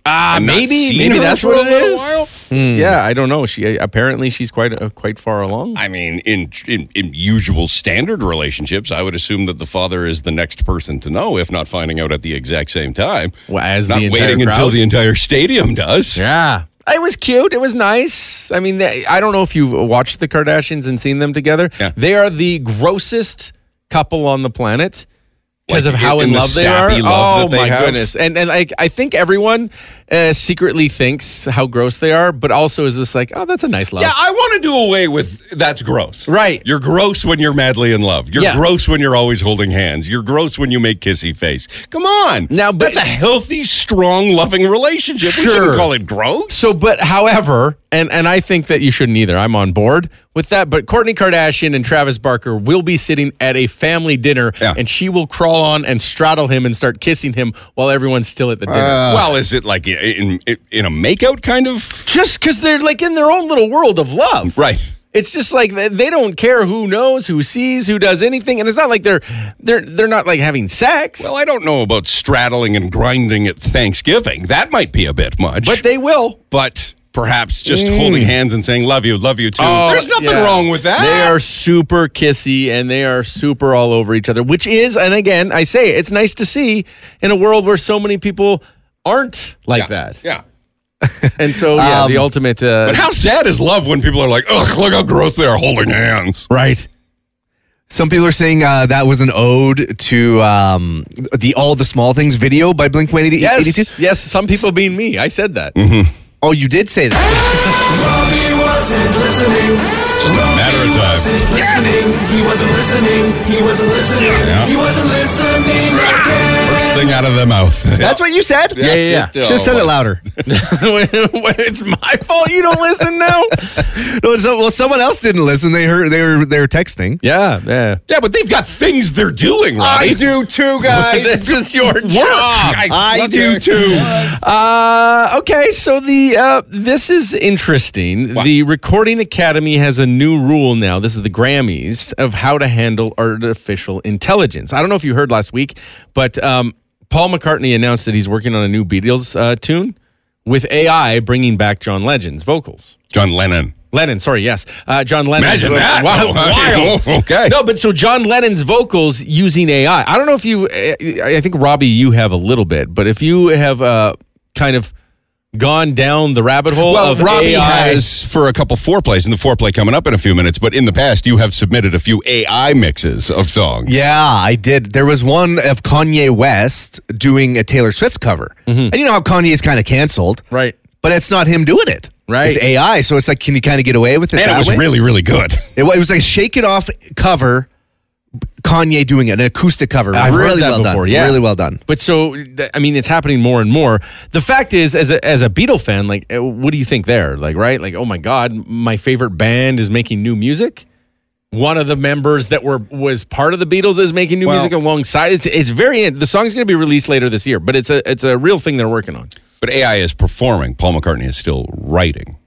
[SPEAKER 3] uh,
[SPEAKER 2] and not
[SPEAKER 3] maybe
[SPEAKER 2] seen
[SPEAKER 3] maybe
[SPEAKER 2] her
[SPEAKER 3] that's
[SPEAKER 2] for
[SPEAKER 3] what
[SPEAKER 2] a
[SPEAKER 3] it
[SPEAKER 2] little Hmm.
[SPEAKER 3] is.
[SPEAKER 2] while?
[SPEAKER 3] Yeah, I don't know. She apparently she's quite uh, quite far along.
[SPEAKER 2] I mean, in, in in usual standard relationships, I would assume that the father is the next person to know, if not finding out at the exact same time.
[SPEAKER 3] Well, as
[SPEAKER 2] not
[SPEAKER 3] the entire
[SPEAKER 2] waiting until
[SPEAKER 3] crowd?
[SPEAKER 2] the entire stadium does.
[SPEAKER 3] Yeah. It was cute. It was nice. I mean, they, I don't know if you've watched the Kardashians and seen them together.
[SPEAKER 2] Yeah.
[SPEAKER 3] They are the grossest couple on the planet because
[SPEAKER 2] Like,
[SPEAKER 3] of how
[SPEAKER 2] in-
[SPEAKER 3] in,
[SPEAKER 2] in the
[SPEAKER 3] love they are.
[SPEAKER 2] sappy love
[SPEAKER 3] oh
[SPEAKER 2] that they
[SPEAKER 3] my
[SPEAKER 2] have.
[SPEAKER 3] goodness! And and like I think everyone uh, secretly thinks how gross they are, but also is this like, oh, that's a nice love.
[SPEAKER 2] Yeah, I want to do away with that's gross.
[SPEAKER 3] Right.
[SPEAKER 2] You're gross when you're madly in love. You're
[SPEAKER 3] Yeah.
[SPEAKER 2] gross when you're always holding hands. You're gross when you make kissy face. Come on.
[SPEAKER 3] Now, but-
[SPEAKER 2] that's a healthy, strong, loving relationship. We
[SPEAKER 3] Sure.
[SPEAKER 2] shouldn't call it gross.
[SPEAKER 3] So, but however, and and I think that you shouldn't either. I'm on board with that. But Courtney Kardashian and Travis Barker will be sitting at a family dinner,
[SPEAKER 2] Yeah.
[SPEAKER 3] and she will crawl on and straddle him and start kissing him while everyone's still at the dinner.
[SPEAKER 2] well, is it like in, in in a makeout Uh, kind of?
[SPEAKER 3] Just because they're like in their own little world of love,
[SPEAKER 2] Right.
[SPEAKER 3] It's just like they they don't care who knows, who sees, who does anything, and it's not like they're they're they're not like having sex.
[SPEAKER 2] Well, I don't know about straddling and grinding at Thanksgiving. That might be a bit much.
[SPEAKER 3] but they will.
[SPEAKER 2] but perhaps just holding hands and saying "love you, love you too."
[SPEAKER 3] Oh,
[SPEAKER 2] There's nothing
[SPEAKER 3] yeah.
[SPEAKER 2] wrong with that.
[SPEAKER 3] They are super kissy and they are super all over each other, which is, and again, I say it's nice to see in a world where so many people aren't like
[SPEAKER 2] Yeah.
[SPEAKER 3] that.
[SPEAKER 2] Yeah.
[SPEAKER 3] And so, yeah, the ultimate. Uh,
[SPEAKER 2] Um, But how sad is love when people are like, "Ugh, look how gross they are
[SPEAKER 4] (laughs)
[SPEAKER 2] holding hands."
[SPEAKER 3] right.
[SPEAKER 4] Some people are saying uh, that was an ode to um, the All the Small Things video by Blink 182.
[SPEAKER 3] Yes. Yes. Some people being me. I said that.
[SPEAKER 2] Mm-hmm.
[SPEAKER 4] Oh, you did say that.
[SPEAKER 3] (laughs)
[SPEAKER 8] He wasn't listening.
[SPEAKER 2] Matter of time.
[SPEAKER 8] Listening. He wasn't listening. He wasn't listening. He wasn't listening.
[SPEAKER 2] First thing out of the (laughs) mouth.
[SPEAKER 4] That's what you said?
[SPEAKER 2] Yeah, yeah, Oh, yeah.
[SPEAKER 4] Should have said it
[SPEAKER 2] (laughs)
[SPEAKER 3] (laughs)
[SPEAKER 4] louder.
[SPEAKER 3] it's my fault you don't listen now.
[SPEAKER 4] No, so, (laughs) well, someone else didn't listen. They heard they were they were texting.
[SPEAKER 3] yeah. Yeah.
[SPEAKER 2] Yeah, but they've got things they're doing, Robbie.
[SPEAKER 4] do too,
[SPEAKER 3] (laughs) This is your job.
[SPEAKER 4] I do too.
[SPEAKER 3] Uh, okay, so the uh, this is interesting. The Recording Academy has a new rule now. This is the Grammys of how to handle artificial intelligence. I don't know if you heard last week, but um, Paul McCartney announced that he's working on a new Beatles uh, tune with AI bringing back John Legend's vocals.
[SPEAKER 2] John Lennon.
[SPEAKER 3] Lennon, sorry, yes, uh, John Lennon.
[SPEAKER 2] Imagine that.
[SPEAKER 3] Wow,
[SPEAKER 2] Wow. (laughs)
[SPEAKER 3] wild.
[SPEAKER 2] Okay.
[SPEAKER 3] No, but so John Lennon's vocals using AI. I don't know if you. I I think Robbie, you have a little bit, but if you have uh, kind of gone down the rabbit hole
[SPEAKER 2] Well,
[SPEAKER 3] of
[SPEAKER 2] Robbie
[SPEAKER 3] AI.
[SPEAKER 2] has for a couple foreplays, and the foreplay coming up in a few minutes. But in the past, you have submitted a few AI mixes of
[SPEAKER 4] (laughs)
[SPEAKER 2] songs.
[SPEAKER 4] Yeah, I did. There was one of Kanye West doing a Taylor Swift cover. And you know how Kanye's kind of canceled.
[SPEAKER 3] Mm-hmm. Right.
[SPEAKER 4] But it's not him doing it.
[SPEAKER 3] Right.
[SPEAKER 4] It's AI. So it's like, can you kind of get away with it?
[SPEAKER 2] and
[SPEAKER 4] that
[SPEAKER 2] it was
[SPEAKER 4] way?
[SPEAKER 2] really, really good.
[SPEAKER 4] It, wa- it was like Shake It Off cover, Kanye doing it, an acoustic cover.
[SPEAKER 3] I've heard
[SPEAKER 4] really
[SPEAKER 3] that
[SPEAKER 4] well
[SPEAKER 3] before,
[SPEAKER 4] done.
[SPEAKER 3] yeah.
[SPEAKER 4] Really well done.
[SPEAKER 3] But so, th- I mean, it's happening more and more. The fact is, as a, as a Beatle fan, like, uh, what do you think there? Like, right? Like, oh my God, my favorite band is making new music. One of the members that were was part of the Beatles is making new
[SPEAKER 4] Well-
[SPEAKER 3] music alongside. It's, it's very the song's going to be released later this year, but it's a it's a real thing they're working on.
[SPEAKER 2] But AI is performing. Paul McCartney is still writing.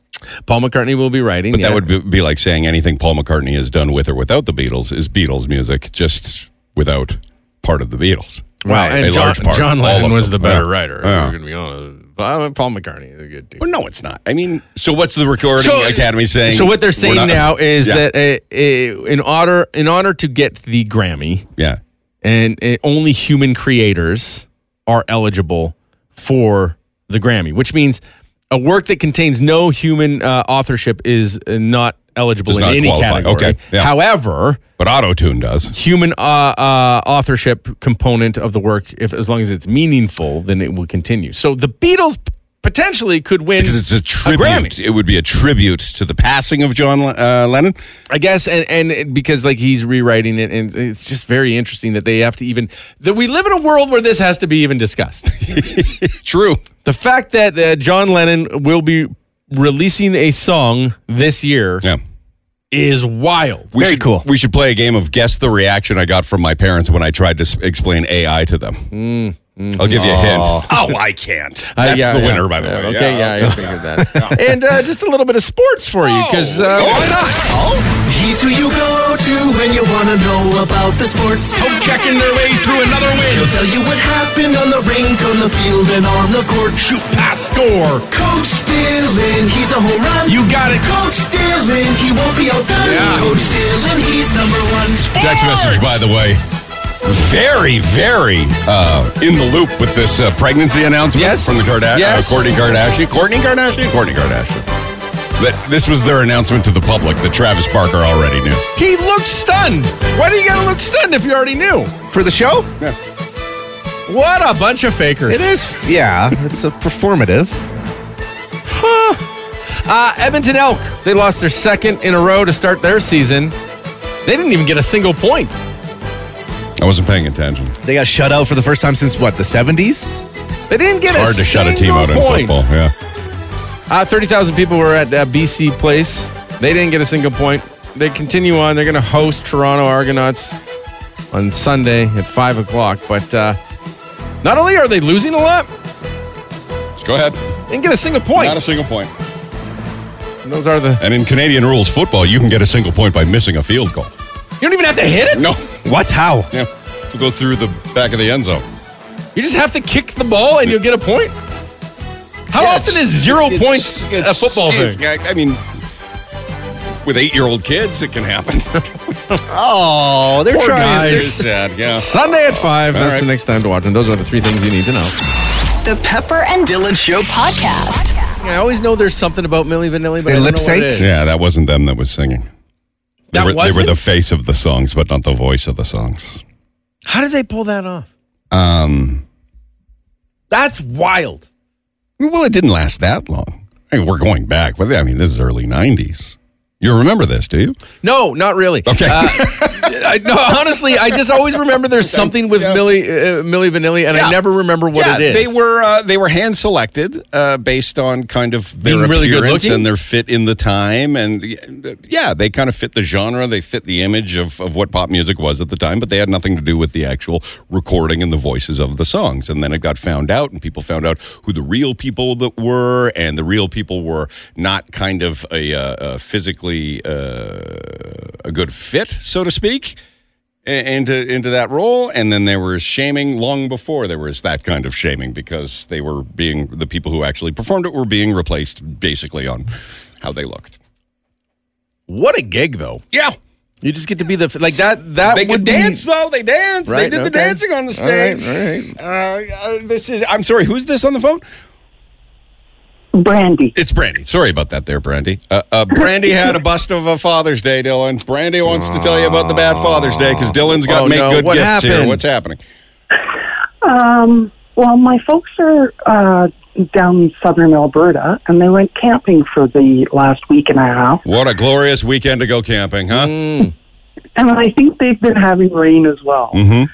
[SPEAKER 3] Paul McCartney will be writing,
[SPEAKER 2] But
[SPEAKER 3] yeah.
[SPEAKER 2] that would be- be like saying anything Paul McCartney has done with or without the Beatles is Beatles music, just without part of the Beatles.
[SPEAKER 3] wow.
[SPEAKER 2] A
[SPEAKER 3] And John,
[SPEAKER 2] large part,
[SPEAKER 3] John
[SPEAKER 2] all
[SPEAKER 3] Lennon
[SPEAKER 2] of
[SPEAKER 3] was
[SPEAKER 2] them.
[SPEAKER 3] the better
[SPEAKER 2] Yeah.
[SPEAKER 3] writer.
[SPEAKER 2] Yeah.
[SPEAKER 3] We're going to be honest. But uh, Paul McCartney is a good dude.
[SPEAKER 2] Well, no, it's not. I mean, so what's the recording academy saying?
[SPEAKER 3] So what they're
[SPEAKER 2] We're
[SPEAKER 3] saying
[SPEAKER 2] not-
[SPEAKER 3] now is
[SPEAKER 2] Yeah.
[SPEAKER 3] that uh, uh, in honor in honor to get the Grammy,
[SPEAKER 2] yeah,
[SPEAKER 3] and uh, only human creators are eligible for the Grammy, which means a work that contains no human uh, authorship is uh, not eligible
[SPEAKER 2] Does
[SPEAKER 3] in
[SPEAKER 2] not
[SPEAKER 3] any
[SPEAKER 2] qualify.
[SPEAKER 3] category.
[SPEAKER 2] Okay, yeah.
[SPEAKER 3] However,
[SPEAKER 2] but auto tune does.
[SPEAKER 3] human uh, uh, authorship component of the work, if as long as it's meaningful, then it will continue. So the Beatles p- potentially could win
[SPEAKER 2] Because it's a tribute.
[SPEAKER 3] Grammy.
[SPEAKER 2] it would be a tribute to the passing of John Le- uh, Lennon.
[SPEAKER 3] I guess, and, and it- because like he's rewriting it, and it's just very interesting that they have to even that we live in a world where this has to be even discussed.
[SPEAKER 2] (laughs) True.
[SPEAKER 3] the fact that uh, John Lennon will be releasing a song this year
[SPEAKER 2] Yeah.
[SPEAKER 3] is wild.
[SPEAKER 2] We should, cool. We should play a game of guess the reaction I got from my parents when I tried to s- explain AI to them.
[SPEAKER 3] Mm-hmm.
[SPEAKER 2] I'll give you a hint. (laughs) Oh, I can't. That's
[SPEAKER 3] Uh, yeah,
[SPEAKER 2] the
[SPEAKER 3] yeah.
[SPEAKER 2] winner, by the
[SPEAKER 3] Yeah,
[SPEAKER 2] way.
[SPEAKER 3] Okay, yeah, I figured
[SPEAKER 2] (laughs)
[SPEAKER 3] that. and uh, just a little bit of sports for
[SPEAKER 2] Oh,
[SPEAKER 3] you, because uh, why not?
[SPEAKER 8] Oh. He's who you go to when you want to know about the sports. Oh, checking their way through another win. He'll tell you what happened on the rink, on the field, and on the court. Shoot, pass, score. Coach Dylan, he's a home run. You got it. Coach Dylan, he won't be outdone. Coach Dylan, he's number one.
[SPEAKER 2] Text message, by the way. Very, very uh, in the loop with this uh, pregnancy announcement
[SPEAKER 3] Yes.
[SPEAKER 2] from the Kardashian,
[SPEAKER 3] Yes.
[SPEAKER 2] uh, Courtney Kardashian, Courtney Kardashian, Courtney Kardashian. That this was their announcement to the public that Travis Barker already knew.
[SPEAKER 3] He looked stunned. Why do you gotta look stunned if you already knew?
[SPEAKER 4] For the show?
[SPEAKER 3] What a bunch of fakers!
[SPEAKER 4] It is. Yeah, it's a performative.
[SPEAKER 3] Uh, Edmonton Elk, they lost their second in a row to start their season. They didn't even get a single point.
[SPEAKER 2] I wasn't paying attention.
[SPEAKER 4] They got shut out for the first time since what, the 70s?
[SPEAKER 3] They didn't get a
[SPEAKER 2] Hard to shut a team
[SPEAKER 3] single
[SPEAKER 2] out in
[SPEAKER 3] point.
[SPEAKER 2] football. Yeah.
[SPEAKER 3] Uh, 30,000 people were at uh, BC Place. They didn't get a single point. They continue on. They're going to host Toronto Argonauts on Sunday at 5 o'clock. But uh, not only are they losing a lot,
[SPEAKER 2] Go ahead.
[SPEAKER 3] they didn't get a single point.
[SPEAKER 2] Not a single point.
[SPEAKER 3] And Those are the.
[SPEAKER 2] And in Canadian rules football, you can get a single point by missing a field goal.
[SPEAKER 3] You don't even have to hit it.
[SPEAKER 2] No.
[SPEAKER 4] What? How?
[SPEAKER 2] Yeah. To go through the back of the end zone.
[SPEAKER 3] You just have to kick the ball and you'll get a point. How often is zero points a football thing?
[SPEAKER 2] I mean, with eight-year-old kids, it can
[SPEAKER 3] (laughs)
[SPEAKER 2] happen.
[SPEAKER 4] Oh, they're
[SPEAKER 3] Poor
[SPEAKER 4] trying.
[SPEAKER 3] guys.
[SPEAKER 4] they're-
[SPEAKER 2] It's sad, yeah.
[SPEAKER 3] Sunday at 5.
[SPEAKER 2] All
[SPEAKER 3] That's
[SPEAKER 2] right.
[SPEAKER 3] the next time to watch. And those are the three things you need to know.
[SPEAKER 5] The Pepper and Dylan Show podcast.
[SPEAKER 3] I always know there's something about Millie Vanilli, but
[SPEAKER 4] They
[SPEAKER 3] I don't
[SPEAKER 4] lip
[SPEAKER 3] know what
[SPEAKER 4] sync?
[SPEAKER 3] it is.
[SPEAKER 2] Yeah, that wasn't them that was singing. They
[SPEAKER 3] That
[SPEAKER 2] were, they were
[SPEAKER 3] wasn't?
[SPEAKER 2] the face of the songs, but not the voice of the songs.
[SPEAKER 3] How did they pull that off?
[SPEAKER 2] Um,
[SPEAKER 3] That's wild.
[SPEAKER 2] well, it didn't last that long. I mean, we're going back, but I mean, this is early '90s. You remember this, do you?
[SPEAKER 3] No, not really.
[SPEAKER 2] Okay. (laughs)
[SPEAKER 3] Uh, I, no, honestly, I just always remember there's something with Millie uh, Millie Vanilli, and
[SPEAKER 2] Yeah.
[SPEAKER 3] I never remember what it is.
[SPEAKER 2] They were uh, they were hand selected uh, based on kind of their
[SPEAKER 3] Being really good
[SPEAKER 2] appearance
[SPEAKER 3] looking?
[SPEAKER 2] and their fit in the time, and uh, yeah, they kind of fit the genre. They fit the image of, of what pop music was at the time, but they had nothing to do with the actual recording and the voices of the songs. And then it got found out, and people found out who the real people that were, and the real people were not kind of a, uh, uh physically uh, a good fit, so to speak into into that role, and then there was shaming long before there was that kind of shaming because they were being the people who actually performed it were being replaced basically on how they looked.
[SPEAKER 3] what a gig, though.
[SPEAKER 2] Yeah,
[SPEAKER 3] You just get to be the f- like that. That
[SPEAKER 2] they
[SPEAKER 3] would
[SPEAKER 2] could dance though. They danced.
[SPEAKER 3] Right,
[SPEAKER 2] they did the
[SPEAKER 3] okay.
[SPEAKER 2] dancing on the
[SPEAKER 3] All right,
[SPEAKER 2] stage.
[SPEAKER 3] all right.
[SPEAKER 2] Uh, uh, this is. I'm sorry. Who's this on the phone?
[SPEAKER 10] Brandy.
[SPEAKER 2] It's Brandy. Sorry about that, there, Brandy. Uh, uh, Brandy had a bust of a Father's Day, Dylan. Brandy wants to tell you about the bad Father's Day because Dylan's got
[SPEAKER 3] Oh,
[SPEAKER 2] make
[SPEAKER 3] no.
[SPEAKER 2] good
[SPEAKER 3] What
[SPEAKER 2] gifts here.
[SPEAKER 3] happened?
[SPEAKER 2] What's happening?
[SPEAKER 10] Um, well, my folks are uh, down southern Alberta, and they went camping for the last week and a half.
[SPEAKER 2] What a glorious weekend to go camping, huh?
[SPEAKER 10] And I think they've been having rain as well.
[SPEAKER 2] Mhm.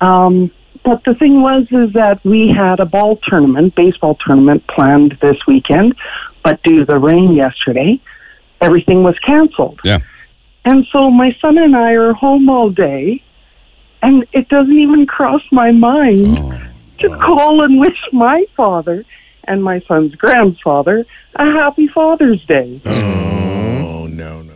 [SPEAKER 10] Um, but the thing was is that we had a ball tournament, baseball tournament planned this weekend, but due to the rain yesterday, everything was canceled.
[SPEAKER 2] Yeah.
[SPEAKER 10] And so my son and I are home all day, and it doesn't even cross my mind
[SPEAKER 2] Oh.
[SPEAKER 10] to call and wish my father and my son's grandfather a happy Father's Day.
[SPEAKER 3] Oh no, no.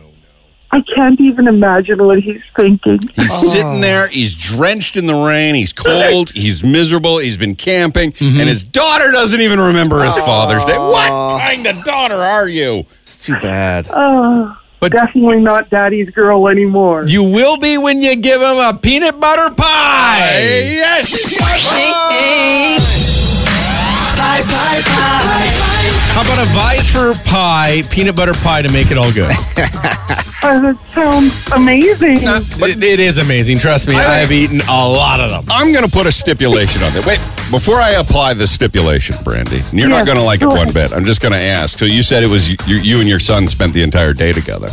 [SPEAKER 10] I can't even imagine what he's thinking.
[SPEAKER 2] He's sitting there. He's drenched in the rain. He's cold. He's miserable. He's been camping, and his daughter doesn't even remember his Father's Day. What kind of daughter are you?
[SPEAKER 4] It's too bad.
[SPEAKER 10] Oh,
[SPEAKER 3] But-
[SPEAKER 10] definitely not daddy's girl anymore.
[SPEAKER 3] You will be when you give him a peanut butter pie.
[SPEAKER 8] Pie, pie, pie.
[SPEAKER 3] How about a vice for pie, peanut butter pie to make it all
[SPEAKER 2] (laughs)
[SPEAKER 3] good?
[SPEAKER 10] Oh, that sounds amazing.
[SPEAKER 3] it, it is amazing. Trust me, I have eaten a lot of them.
[SPEAKER 2] I'm going to put a stipulation on that. Wait, before I apply the stipulation, Brandy, and you're not
[SPEAKER 10] Yes,
[SPEAKER 2] going to like it
[SPEAKER 10] go
[SPEAKER 2] (laughs) one
[SPEAKER 10] ahead.
[SPEAKER 2] bit. I'm just going to ask. So you said it was you, you and your son spent the entire day together.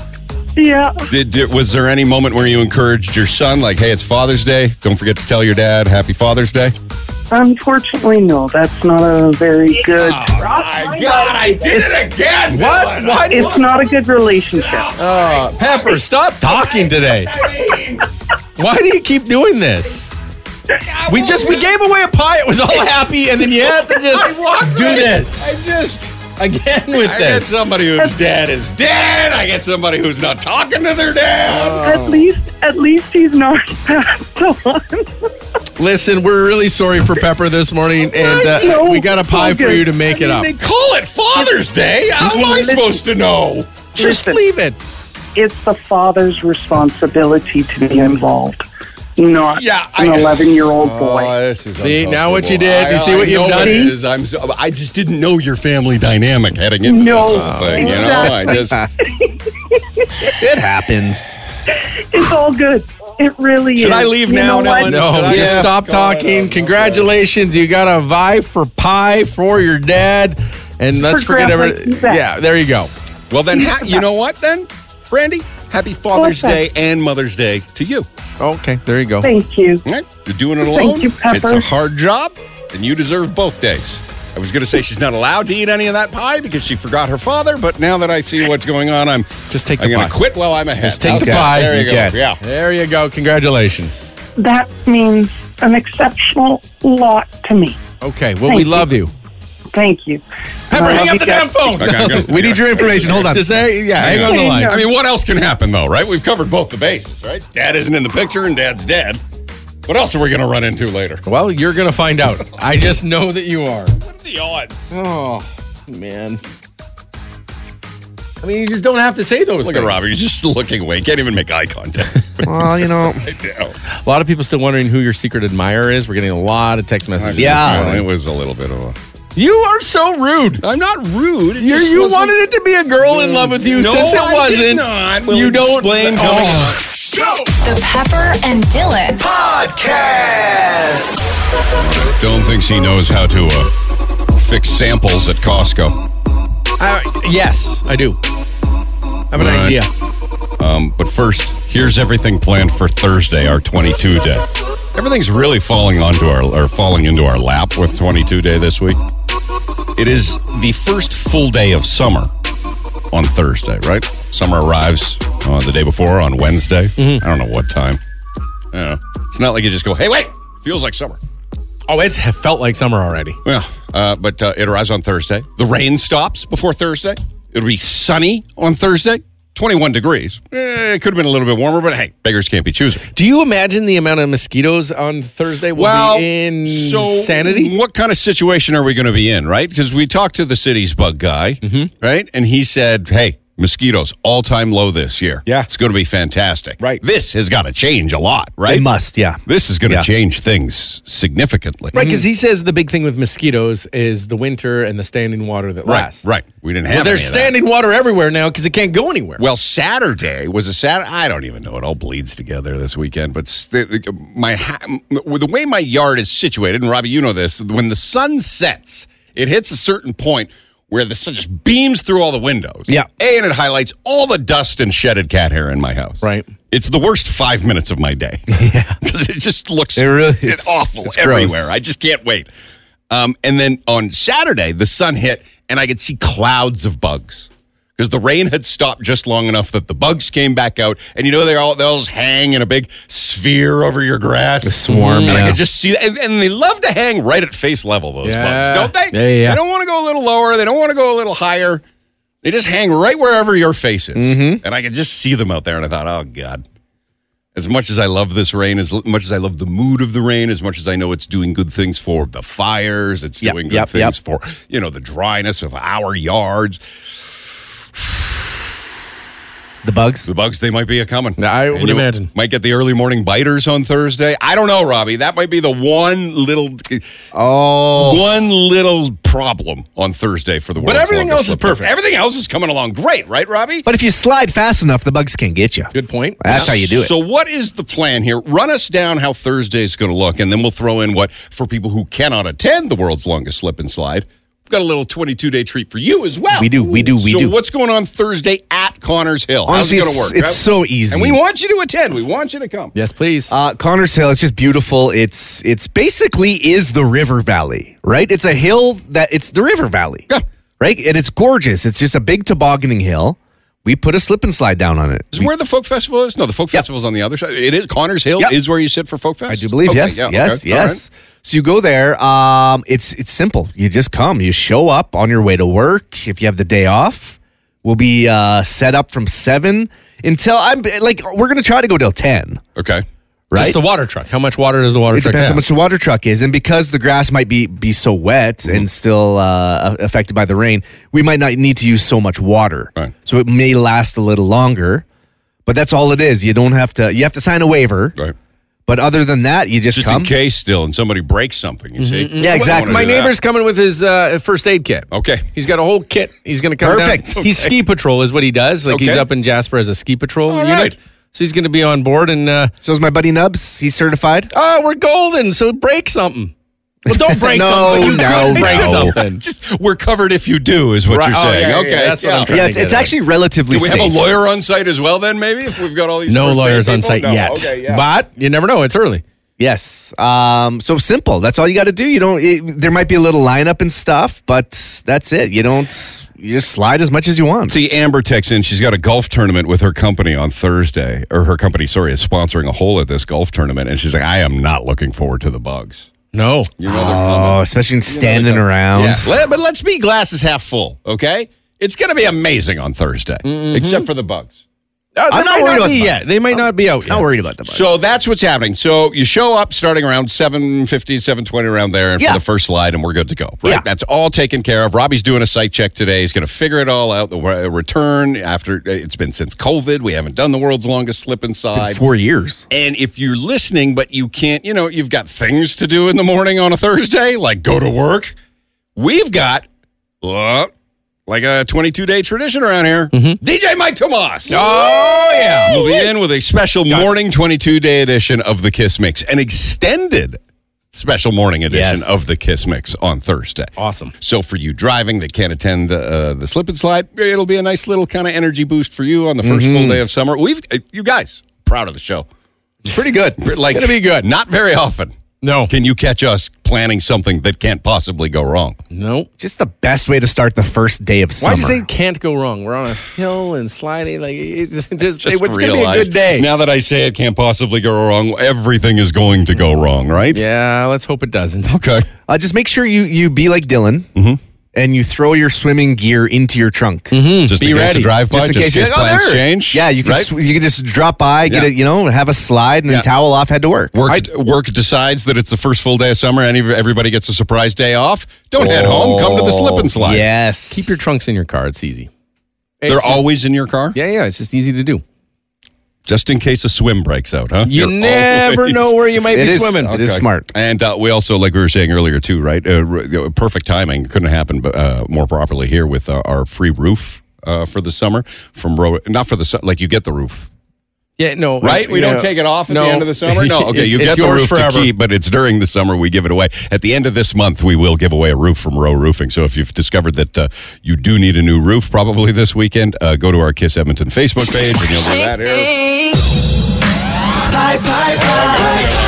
[SPEAKER 10] yeah.
[SPEAKER 2] Did, did was there any moment where you encouraged your son, like, "Hey, it's Father's Day. Don't forget to tell your dad Happy Father's Day."
[SPEAKER 10] Unfortunately, no. That's not a very good.
[SPEAKER 2] My God, I did it again.
[SPEAKER 3] What? Why do
[SPEAKER 10] It's not a good relationship.
[SPEAKER 3] Uh, Pepper, stop talking today. Why do you keep doing this? We just we gave away a pie. It
[SPEAKER 2] (laughs)
[SPEAKER 3] was all happy, and then you have to just do this
[SPEAKER 2] I just.
[SPEAKER 3] again with
[SPEAKER 2] I get
[SPEAKER 3] this.
[SPEAKER 2] somebody whose dad is dead. I get somebody who's not talking to their dad.
[SPEAKER 3] Oh.
[SPEAKER 10] At least, at least he's not passed on.
[SPEAKER 3] Listen, we're really sorry for Pepper this morning, and uh, we got a pie for you to make it
[SPEAKER 2] I
[SPEAKER 3] up.
[SPEAKER 2] mean, they call it Father's Day. How am (laughs) I supposed to know?
[SPEAKER 3] Just
[SPEAKER 10] Listen.
[SPEAKER 3] leave it.
[SPEAKER 10] It's the father's responsibility to be involved, not
[SPEAKER 2] Yeah,
[SPEAKER 10] an
[SPEAKER 2] I-
[SPEAKER 10] eleven-year-old boy.
[SPEAKER 2] Oh, this is
[SPEAKER 3] See, now what you
[SPEAKER 2] uncomfortable.
[SPEAKER 3] did, you
[SPEAKER 2] I-
[SPEAKER 3] see
[SPEAKER 2] I
[SPEAKER 3] what you've
[SPEAKER 2] know
[SPEAKER 3] done?
[SPEAKER 2] It is. I'm so, I just didn't know your family dynamic heading into
[SPEAKER 10] No,
[SPEAKER 2] this whole thing. You know, I just
[SPEAKER 3] (laughs)
[SPEAKER 4] It happens.
[SPEAKER 10] It's all good. It really
[SPEAKER 2] Should
[SPEAKER 10] is.
[SPEAKER 2] I leave
[SPEAKER 10] You
[SPEAKER 2] now,
[SPEAKER 10] know what?
[SPEAKER 2] Dylan?
[SPEAKER 3] No,
[SPEAKER 2] Should I-
[SPEAKER 3] just
[SPEAKER 2] Yeah.
[SPEAKER 3] stop
[SPEAKER 2] Call it up,
[SPEAKER 3] talking.
[SPEAKER 2] okay.
[SPEAKER 3] Congratulations, you got a vibe for pie for your dad, and let's
[SPEAKER 10] For
[SPEAKER 3] forget
[SPEAKER 10] Grandpa
[SPEAKER 3] everything.
[SPEAKER 10] Zach.
[SPEAKER 3] Yeah, there you go.
[SPEAKER 2] Well, then, ha- you know what? Then, Brandy, Happy Father's
[SPEAKER 10] Awesome.
[SPEAKER 2] Day and Mother's Day to you.
[SPEAKER 3] Okay, there you go.
[SPEAKER 10] Thank you.
[SPEAKER 2] All right, You're doing it alone.
[SPEAKER 10] you, Pepper.
[SPEAKER 2] It's a hard job, and you deserve both days. I was going to say she's not allowed to eat any of that pie because she forgot her father, but now that I see what's going on, I'm
[SPEAKER 3] Just take
[SPEAKER 2] I'm
[SPEAKER 3] the
[SPEAKER 2] going
[SPEAKER 3] pie.
[SPEAKER 2] to quit while I'm ahead.
[SPEAKER 3] Just take the
[SPEAKER 2] Okay,
[SPEAKER 3] pie.
[SPEAKER 2] There you, go.
[SPEAKER 3] can.
[SPEAKER 2] Yeah.
[SPEAKER 3] There you go. Congratulations.
[SPEAKER 10] That means an exceptional lot to me.
[SPEAKER 3] Okay. Well,
[SPEAKER 10] Thank
[SPEAKER 3] we
[SPEAKER 10] you.
[SPEAKER 3] love you.
[SPEAKER 10] Thank you.
[SPEAKER 3] Pepper, hang up the damn phone.
[SPEAKER 2] Okay, I'm gonna-
[SPEAKER 4] We need your information. Hold on.
[SPEAKER 3] Just say, yeah, hang on the
[SPEAKER 10] on.
[SPEAKER 3] line.
[SPEAKER 2] I mean, what else can happen though, right? We've covered both the bases, right? Dad isn't in the picture, and Dad's dead. What else are we going to run into later?
[SPEAKER 3] Well, you're going to find out. I just know that you are.
[SPEAKER 2] What are (laughs) the odds?
[SPEAKER 3] Oh, man. I mean, you just don't have to say those
[SPEAKER 2] Look
[SPEAKER 3] things.
[SPEAKER 2] at
[SPEAKER 3] (laughs)
[SPEAKER 2] Robert. He's just looking away. Can't even make eye contact.
[SPEAKER 4] Well, you
[SPEAKER 2] (laughs)
[SPEAKER 4] know,
[SPEAKER 2] No.
[SPEAKER 3] A lot of people still wondering who your secret admirer is. We're getting a lot of text messages.
[SPEAKER 4] Yeah.
[SPEAKER 2] Well, it was a little bit of a.
[SPEAKER 3] You are so rude.
[SPEAKER 2] I'm not rude. it
[SPEAKER 3] you
[SPEAKER 2] just
[SPEAKER 3] you
[SPEAKER 2] wasn't-
[SPEAKER 3] wanted it to be a girl in love with you
[SPEAKER 2] No,
[SPEAKER 3] since it
[SPEAKER 2] I did
[SPEAKER 3] wasn't.
[SPEAKER 2] not. We'll
[SPEAKER 3] you don't
[SPEAKER 2] explain
[SPEAKER 3] Oh.
[SPEAKER 2] coming up.
[SPEAKER 5] The Pepper and Dylan
[SPEAKER 8] Podcast.
[SPEAKER 2] Don't think she knows how to uh, fix samples at Costco.
[SPEAKER 3] Uh, yes, I do. I have
[SPEAKER 2] All
[SPEAKER 3] an
[SPEAKER 2] right.
[SPEAKER 3] idea.
[SPEAKER 2] Um, but first, here's everything planned for Thursday, our 22 day. Everything's really falling onto our or falling into our lap with 22 day this week. It is the first full day of summer on Thursday, right? Summer arrives uh, the day before on Wednesday. I don't know what time. Yeah, it's not like you just go, "Hey, wait!" Feels like summer.
[SPEAKER 3] Oh, it's felt like summer already.
[SPEAKER 2] Well, uh, but uh, it arrives on Thursday. The rain stops before Thursday. It'll be sunny on Thursday, 21 degrees. Eh, it could have been a little bit warmer, but hey, beggars can't be choosers.
[SPEAKER 3] Do you imagine the amount of mosquitoes on Thursday will be insanity?
[SPEAKER 2] What kind of
[SPEAKER 3] Mm-hmm.
[SPEAKER 2] situation are we going to be in, right? Because we talked to the city's bug guy, right? And he said, hey, Mosquitoes all time low this year.
[SPEAKER 3] Yeah.
[SPEAKER 2] It's going to be fantastic.
[SPEAKER 3] Right.
[SPEAKER 2] This has got to change a lot, right?
[SPEAKER 4] They must, yeah.
[SPEAKER 2] This is going to
[SPEAKER 4] Yeah.
[SPEAKER 2] change things significantly.
[SPEAKER 4] mm.
[SPEAKER 3] Right, because he says the big thing with mosquitoes is the winter and the standing water that
[SPEAKER 2] Right.
[SPEAKER 3] lasts.
[SPEAKER 2] Right. We didn't have
[SPEAKER 3] Well, there's
[SPEAKER 2] any of that.
[SPEAKER 3] standing water everywhere now because it can't go anywhere.
[SPEAKER 2] Well, Saturday was a Saturday. I don't even know. It all bleeds together this weekend. But st- my ha- with the way my yard is situated, and Robbie, you know this. When the sun sets, it hits a certain point where the sun just beams through all the windows.
[SPEAKER 4] Yeah.
[SPEAKER 2] a and it highlights all the dust and shedded cat hair in my house.
[SPEAKER 3] Right.
[SPEAKER 2] It's the worst five minutes of
[SPEAKER 4] (laughs)
[SPEAKER 2] my day. (laughs) Yeah, because it just looks
[SPEAKER 4] It really
[SPEAKER 2] it's
[SPEAKER 4] is.
[SPEAKER 2] awful
[SPEAKER 4] It's gross.
[SPEAKER 2] everywhere. I just can't wait. Um, and then on Saturday, the sun hit, and I could see clouds of bugs because the rain had stopped just long enough that the bugs came back out. And you know they all they all just hang in a big sphere over your grass, a
[SPEAKER 4] swarm,
[SPEAKER 2] And I
[SPEAKER 4] yeah.
[SPEAKER 2] could just see, and, and they love to hang right at face level. Those
[SPEAKER 3] Yeah.
[SPEAKER 2] bugs, don't they?
[SPEAKER 3] Yeah, yeah, yeah.
[SPEAKER 2] They don't want to go a little lower. They don't want to go a little higher. They just hang right wherever your face is.
[SPEAKER 3] Mm-hmm.
[SPEAKER 2] And I could just see them out there, and I thought, oh god. As much as I love this rain, as l- much as I love the mood of the rain, as much as I know it's doing good things for the fires, it's
[SPEAKER 4] Yep,
[SPEAKER 2] doing good
[SPEAKER 4] yep, yep.
[SPEAKER 2] things for you know the dryness of our yards.
[SPEAKER 4] The bugs.
[SPEAKER 2] The bugs they might be a coming.
[SPEAKER 3] Yeah, I would imagine.
[SPEAKER 2] might get the early morning biters on Thursday. I don't know, Robbie. That might be the one little
[SPEAKER 4] Oh.
[SPEAKER 2] one little problem on Thursday for the world.
[SPEAKER 3] But everything else is perfect.
[SPEAKER 2] Everything else is coming along great, right, Robbie?
[SPEAKER 4] But if you slide fast enough, the bugs can get you.
[SPEAKER 3] Good point.
[SPEAKER 4] That's how you do it.
[SPEAKER 2] So, what is the plan here? Run us down how Thursday's going to look, and then we'll throw in what, for people who cannot attend the world's longest slip and slide, we've got a little 22 day treat for you as well.
[SPEAKER 4] We do, we do, we
[SPEAKER 2] so
[SPEAKER 4] do.
[SPEAKER 2] What's going on Thursday at Connors Hill?
[SPEAKER 4] Honestly,
[SPEAKER 2] How's it
[SPEAKER 4] it's,
[SPEAKER 2] going to work?
[SPEAKER 4] it's so easy.
[SPEAKER 2] and we want you to attend. We want you to come.
[SPEAKER 3] yes, please.
[SPEAKER 4] Uh, Connors Hill, it's just beautiful. It's it's basically is the river valley, right? It's a hill that it's the river valley,
[SPEAKER 2] Yeah.
[SPEAKER 4] right? And it's gorgeous. It's just a big tobogganing hill. We put a slip and slide down on it.
[SPEAKER 2] Is where the folk festival is? No, the folk festival's on the other side. It is Connors Hill
[SPEAKER 4] Yep.
[SPEAKER 2] is where you sit for folk fest.
[SPEAKER 4] I do believe
[SPEAKER 2] Okay,
[SPEAKER 4] yes,
[SPEAKER 2] yeah,
[SPEAKER 4] yes,
[SPEAKER 2] okay, all right.
[SPEAKER 4] yes. So you go there. Um, it's it's simple. You just come. You show up on your way to work. If you have the day off, we'll be uh, set up from seven until I'm like we're gonna try to go till ten.
[SPEAKER 2] Okay.
[SPEAKER 4] Right.
[SPEAKER 3] Just the water truck. How much water does the water
[SPEAKER 4] It
[SPEAKER 3] truck
[SPEAKER 4] depends
[SPEAKER 3] have?
[SPEAKER 4] how much the water truck is, and because the grass might be be so wet
[SPEAKER 2] Mm-hmm.
[SPEAKER 4] and still uh, a- affected by the rain, we might not need to use so much water.
[SPEAKER 2] Right.
[SPEAKER 4] So it may last a little longer, but that's all it is. You don't have to. You have to sign a waiver,
[SPEAKER 2] Right.
[SPEAKER 4] but other than that, you just,
[SPEAKER 2] Just
[SPEAKER 4] come.
[SPEAKER 2] in case still and somebody breaks something, you see?
[SPEAKER 4] Yeah, exactly.
[SPEAKER 3] My
[SPEAKER 2] do that.
[SPEAKER 3] neighbor's coming with his uh, first aid kit.
[SPEAKER 2] Okay.
[SPEAKER 3] He's got a whole kit. He's going to come down.
[SPEAKER 4] Perfect.
[SPEAKER 3] He's ski patrol is what he does. Like he's
[SPEAKER 2] Okay.
[SPEAKER 3] up in Jasper as a ski patrol
[SPEAKER 2] All
[SPEAKER 3] unit.
[SPEAKER 2] right.
[SPEAKER 3] So he's going to be on board and uh,
[SPEAKER 4] So is my buddy Nubs. He's certified.
[SPEAKER 3] oh, we're golden. So break something.
[SPEAKER 4] (laughs)
[SPEAKER 3] Well, don't break
[SPEAKER 4] No,
[SPEAKER 3] something. but You
[SPEAKER 4] no,
[SPEAKER 3] could break
[SPEAKER 4] no.
[SPEAKER 3] something.
[SPEAKER 2] Just, we're covered if you do, is what
[SPEAKER 3] Right.
[SPEAKER 2] you're
[SPEAKER 3] Oh,
[SPEAKER 2] saying.
[SPEAKER 3] yeah, yeah,
[SPEAKER 2] okay.
[SPEAKER 3] yeah, that's what I'm trying
[SPEAKER 4] Yeah,
[SPEAKER 3] to
[SPEAKER 4] it's,
[SPEAKER 3] get
[SPEAKER 4] it's
[SPEAKER 3] at.
[SPEAKER 4] actually relatively
[SPEAKER 2] Do we have
[SPEAKER 4] safe.
[SPEAKER 2] a lawyer on site as well, then, maybe, if we've got all these?
[SPEAKER 3] No
[SPEAKER 2] first-time
[SPEAKER 3] lawyers on
[SPEAKER 2] people?
[SPEAKER 3] site
[SPEAKER 2] No,
[SPEAKER 3] yet.
[SPEAKER 2] Okay, yeah.
[SPEAKER 3] But you never know. It's early.
[SPEAKER 4] Yes. Um, so simple. That's all you got to do. You don't. It, there might be a little lineup and stuff, but that's it. You don't. You just slide as much as you want.
[SPEAKER 2] See, Amber texts in. She's got a golf tournament with her company on Thursday, or her company, sorry, is sponsoring a hole at this golf tournament. And she's like, I am not looking forward to the bugs.
[SPEAKER 3] No.
[SPEAKER 2] You know, they're
[SPEAKER 4] Oh, especially standing around.
[SPEAKER 2] Le- But let's be glasses half full, okay? It's going to be amazing on Thursday, except for the bugs.
[SPEAKER 4] Mm-hmm. I'm not worried about
[SPEAKER 3] be
[SPEAKER 4] the
[SPEAKER 3] yet.
[SPEAKER 4] bugs.
[SPEAKER 3] They might not be out yet.
[SPEAKER 4] Not worried about the bugs.
[SPEAKER 2] So that's what's happening. So you show up starting around 7.50, 7.20 around there and
[SPEAKER 4] Yeah.
[SPEAKER 2] for the first slide, and we're good to go. Right?
[SPEAKER 4] Yeah.
[SPEAKER 2] That's all taken care of. Robbie's doing a site check today. He's going to figure it all out. The re- return after it's been since COVID. We haven't done the world's longest slip inside.
[SPEAKER 4] four years.
[SPEAKER 2] And if you're listening, but you can't, you know, you've got things to do in the morning on a Thursday, like go to work. We've got uh, like a 22 day tradition around here.
[SPEAKER 4] Mm-hmm.
[SPEAKER 2] DJ Mike Tomas. Oh, yeah. We'll be in with a special morning 22 day edition of the Kiss Mix, an extended special morning edition
[SPEAKER 4] Yes.
[SPEAKER 2] of the Kiss Mix on Thursday.
[SPEAKER 3] Awesome.
[SPEAKER 2] So for you driving that can't attend the, uh, the slip and slide, it'll be a nice little kind of energy boost for you on the 1st
[SPEAKER 3] Mm-hmm.
[SPEAKER 2] full day of summer. We've uh, you guys proud of the show.
[SPEAKER 4] Pretty good.
[SPEAKER 2] Like
[SPEAKER 3] gonna be good.
[SPEAKER 2] Not very often
[SPEAKER 3] No.
[SPEAKER 2] can you catch us planning something that can't possibly go wrong.
[SPEAKER 3] No.
[SPEAKER 4] Just the best way to start the first day of summer.
[SPEAKER 3] Why'd you say can't go wrong? We're on a hill and sliding. Like, it just, just,
[SPEAKER 2] Just
[SPEAKER 3] it's going to be a
[SPEAKER 2] realized,
[SPEAKER 3] good day.
[SPEAKER 2] Now that I say it can't possibly go wrong, everything is going to go wrong, right?
[SPEAKER 3] Yeah, Uh, let's hope it doesn't.
[SPEAKER 2] (laughs) Okay. Mm-hmm.
[SPEAKER 4] Uh, just make sure you you be like Dylan and you throw your swimming gear into your trunk. Mm-hmm.
[SPEAKER 2] Just in case
[SPEAKER 3] ready.
[SPEAKER 2] a drive by,
[SPEAKER 4] Just in
[SPEAKER 2] just,
[SPEAKER 4] case you're
[SPEAKER 2] in case
[SPEAKER 4] like, "Oh,
[SPEAKER 2] plans
[SPEAKER 4] there."
[SPEAKER 2] change.
[SPEAKER 4] Yeah, you can
[SPEAKER 2] Right?
[SPEAKER 4] sw- you can just drop by, get
[SPEAKER 2] Yeah.
[SPEAKER 4] it, you know, have a slide and
[SPEAKER 2] Yeah.
[SPEAKER 4] then towel off, head to work.
[SPEAKER 2] Work, work decides that it's the first full day of summer and ev- everybody gets a surprise day off. Don't head home. Come to the slip and slide.
[SPEAKER 4] Yes.
[SPEAKER 3] Keep your trunks in your car. It's easy. It's
[SPEAKER 2] They're
[SPEAKER 3] just-
[SPEAKER 2] always in your car?
[SPEAKER 3] Yeah, yeah. It's just easy to do.
[SPEAKER 2] Just in case a swim breaks out, huh?
[SPEAKER 3] You
[SPEAKER 2] You're
[SPEAKER 3] never
[SPEAKER 2] always-
[SPEAKER 3] know where you might
[SPEAKER 4] It
[SPEAKER 3] be
[SPEAKER 4] is-
[SPEAKER 3] swimming.
[SPEAKER 4] it is
[SPEAKER 2] Okay.
[SPEAKER 4] smart.
[SPEAKER 2] And uh, we also, like we were saying earlier, too, right? Uh, r- you know, perfect timing couldn't happen but, uh, more properly here with uh, our free roof uh, for the summer from Ro- not for the su- like you get the roof
[SPEAKER 3] Yeah, no.
[SPEAKER 2] right. We don't take it off at the end of the summer. (laughs)
[SPEAKER 3] (laughs)
[SPEAKER 2] No, okay,
[SPEAKER 3] It's-
[SPEAKER 2] you
[SPEAKER 3] it's
[SPEAKER 2] get the
[SPEAKER 3] yours
[SPEAKER 2] roof
[SPEAKER 3] forever.
[SPEAKER 2] to keep, but it's during the summer we give it away. At the end of this month, we will give away a roof from Row Roofing. So if you've discovered that uh, you do need a new roof, probably this weekend, uh, go to our Kiss Edmonton Facebook page and you'll do that here.
[SPEAKER 8] Pie, pie, pie.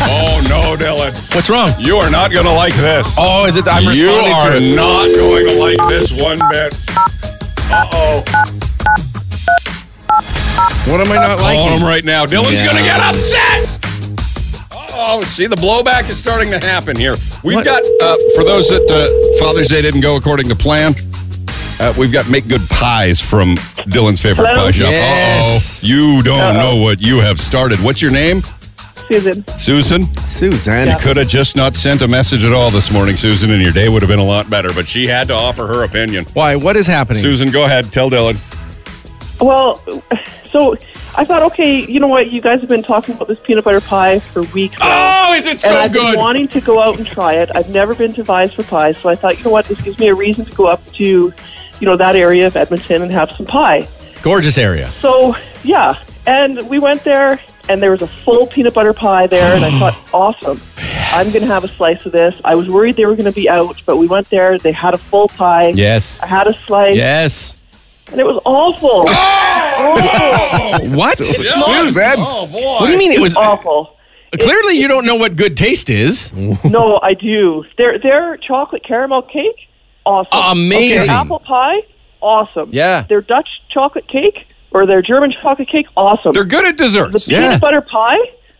[SPEAKER 2] (laughs) Oh no, Dylan,
[SPEAKER 3] What's wrong?
[SPEAKER 2] you are not going to like this.
[SPEAKER 3] Oh, is it? I'm
[SPEAKER 2] you
[SPEAKER 3] responding
[SPEAKER 2] are
[SPEAKER 3] to it.
[SPEAKER 2] not going to like this one bit.
[SPEAKER 3] what am I not
[SPEAKER 2] Call him
[SPEAKER 3] liking?
[SPEAKER 2] right now. Dylan's
[SPEAKER 3] Yeah.
[SPEAKER 2] going to get upset. Oh, see, the blowback is starting to happen here. We've
[SPEAKER 3] What?
[SPEAKER 2] got, uh, for those that uh, Father's Day didn't go according to plan, uh, we've got make good pies from Dylan's favorite
[SPEAKER 9] Hello?
[SPEAKER 2] pie shop.
[SPEAKER 3] Yes.
[SPEAKER 2] Uh oh. You don't know what you have started. What's your name?
[SPEAKER 9] Susan.
[SPEAKER 2] Susan?
[SPEAKER 4] Suzanne.
[SPEAKER 2] You could have just not sent a message at all this morning, Susan, and your day would have been a lot better, but she had to offer her opinion.
[SPEAKER 3] Why? What is happening?
[SPEAKER 2] Susan, go ahead. Tell Dylan.
[SPEAKER 9] Well, so I thought, okay, you know what? You guys have been talking about this peanut butter pie for weeks. now,
[SPEAKER 3] Oh, is it
[SPEAKER 9] and
[SPEAKER 3] so
[SPEAKER 9] I've
[SPEAKER 3] good?
[SPEAKER 9] been wanting to go out and try it. I've never been to Vies for Pie, so I thought, you know what? This gives me a reason to go up to, you know, that area of Edmonton and have some pie.
[SPEAKER 3] Gorgeous area.
[SPEAKER 9] So yeah, and we went there, and there was a full peanut butter pie
[SPEAKER 3] (gasps)
[SPEAKER 9] there, and I thought, awesome, I'm gonna have a slice of this. I was worried they were gonna be out, but we went there. They had a full pie.
[SPEAKER 3] Yes.
[SPEAKER 9] I had a slice,
[SPEAKER 3] Yes. Oh!
[SPEAKER 9] and it was awful. (laughs)
[SPEAKER 3] What?
[SPEAKER 4] Suzanne.
[SPEAKER 2] Oh, boy.
[SPEAKER 3] What do you mean it was
[SPEAKER 9] awful.
[SPEAKER 3] Clearly, you don't know what good taste is.
[SPEAKER 9] No, I do. Their their chocolate caramel cake, awesome,
[SPEAKER 3] Amazing.
[SPEAKER 9] Their apple pie, awesome.
[SPEAKER 3] Yeah.
[SPEAKER 9] Their Dutch chocolate cake or their German chocolate cake, awesome.
[SPEAKER 2] They're good at
[SPEAKER 9] the
[SPEAKER 2] desserts.
[SPEAKER 9] peanut
[SPEAKER 3] Yeah.
[SPEAKER 9] butter pie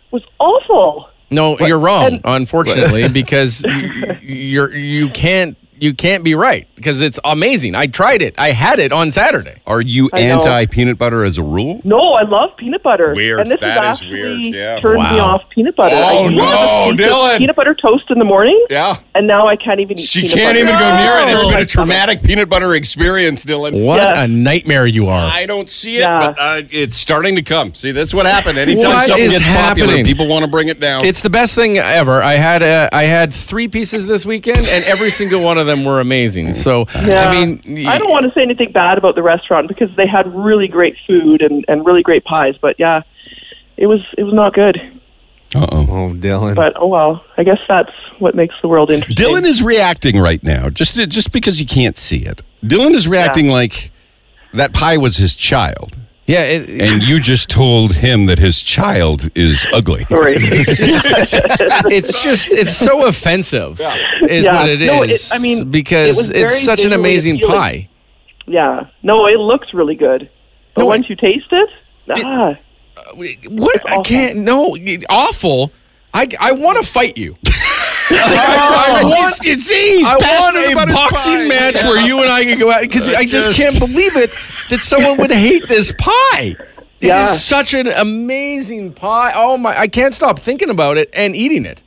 [SPEAKER 9] was awful.
[SPEAKER 3] No, you're wrong.
[SPEAKER 9] And-
[SPEAKER 3] unfortunately,
[SPEAKER 9] (laughs)
[SPEAKER 3] because y- you're you can't you can't be right because it's amazing. I tried it. I had it on Saturday.
[SPEAKER 2] Are you
[SPEAKER 9] I know.
[SPEAKER 2] anti peanut butter as a rule?
[SPEAKER 9] No, I love peanut butter.
[SPEAKER 2] Weird.
[SPEAKER 9] And this
[SPEAKER 2] That
[SPEAKER 9] has
[SPEAKER 2] is
[SPEAKER 9] actually
[SPEAKER 2] weird. Yeah.
[SPEAKER 9] turned me
[SPEAKER 3] Wow.
[SPEAKER 9] off peanut butter. I
[SPEAKER 2] Oh,
[SPEAKER 9] used
[SPEAKER 2] no,
[SPEAKER 9] to eat the
[SPEAKER 2] Dylan.
[SPEAKER 9] Peanut butter toast in the morning,
[SPEAKER 2] Yeah.
[SPEAKER 9] and now I can't even eat
[SPEAKER 2] She
[SPEAKER 9] peanut
[SPEAKER 2] can't
[SPEAKER 9] butter.
[SPEAKER 2] even go near it. It's
[SPEAKER 9] Oh,
[SPEAKER 2] been
[SPEAKER 9] my
[SPEAKER 2] a traumatic peanut butter experience, Dylan.
[SPEAKER 3] What
[SPEAKER 9] Yeah.
[SPEAKER 3] a nightmare you are.
[SPEAKER 2] I don't see it,
[SPEAKER 9] Yeah.
[SPEAKER 2] but uh, it's starting to come. See, that's what happened. Anytime
[SPEAKER 3] What
[SPEAKER 2] something
[SPEAKER 3] is
[SPEAKER 2] gets popular,
[SPEAKER 3] happening?
[SPEAKER 2] people want to bring it down.
[SPEAKER 3] It's the best thing ever. I had uh, I had three pieces this weekend, and every single one of them were amazing. So
[SPEAKER 9] Yeah.
[SPEAKER 3] I mean,
[SPEAKER 9] I don't want to say anything bad about the restaurant because they had really great food and, and really great pies. But yeah, it was it was not good.
[SPEAKER 2] Uh-oh.
[SPEAKER 4] Oh, Dylan.
[SPEAKER 9] But oh well, I guess that's what makes the world interesting.
[SPEAKER 2] Dylan is reacting right now, just just because you can't see it. Dylan is reacting like that pie was his child,
[SPEAKER 3] Yeah, it,
[SPEAKER 2] and you just told him that his child is ugly.
[SPEAKER 9] (laughs) Sorry.
[SPEAKER 3] it's just it's so offensive is
[SPEAKER 9] Yeah.
[SPEAKER 3] what it is
[SPEAKER 9] No, it- I mean, it
[SPEAKER 3] because
[SPEAKER 9] was
[SPEAKER 3] it's
[SPEAKER 9] very
[SPEAKER 3] such an
[SPEAKER 9] visually
[SPEAKER 3] amazing
[SPEAKER 9] appealing.
[SPEAKER 3] pie
[SPEAKER 9] yeah, no, it looks really good, but
[SPEAKER 3] No, uh,
[SPEAKER 9] once you taste it, ah,
[SPEAKER 3] what i can't no uh it- awful i i want to fight you (laughs) I, I want, I want
[SPEAKER 2] passionate about
[SPEAKER 3] a
[SPEAKER 2] his pie.
[SPEAKER 3] boxing match where you and I can go out because I just,
[SPEAKER 2] just-
[SPEAKER 3] can't believe it that someone would hate this pie. It is
[SPEAKER 9] Yeah.
[SPEAKER 3] such an amazing pie. Oh my! I can't stop thinking about it and eating it.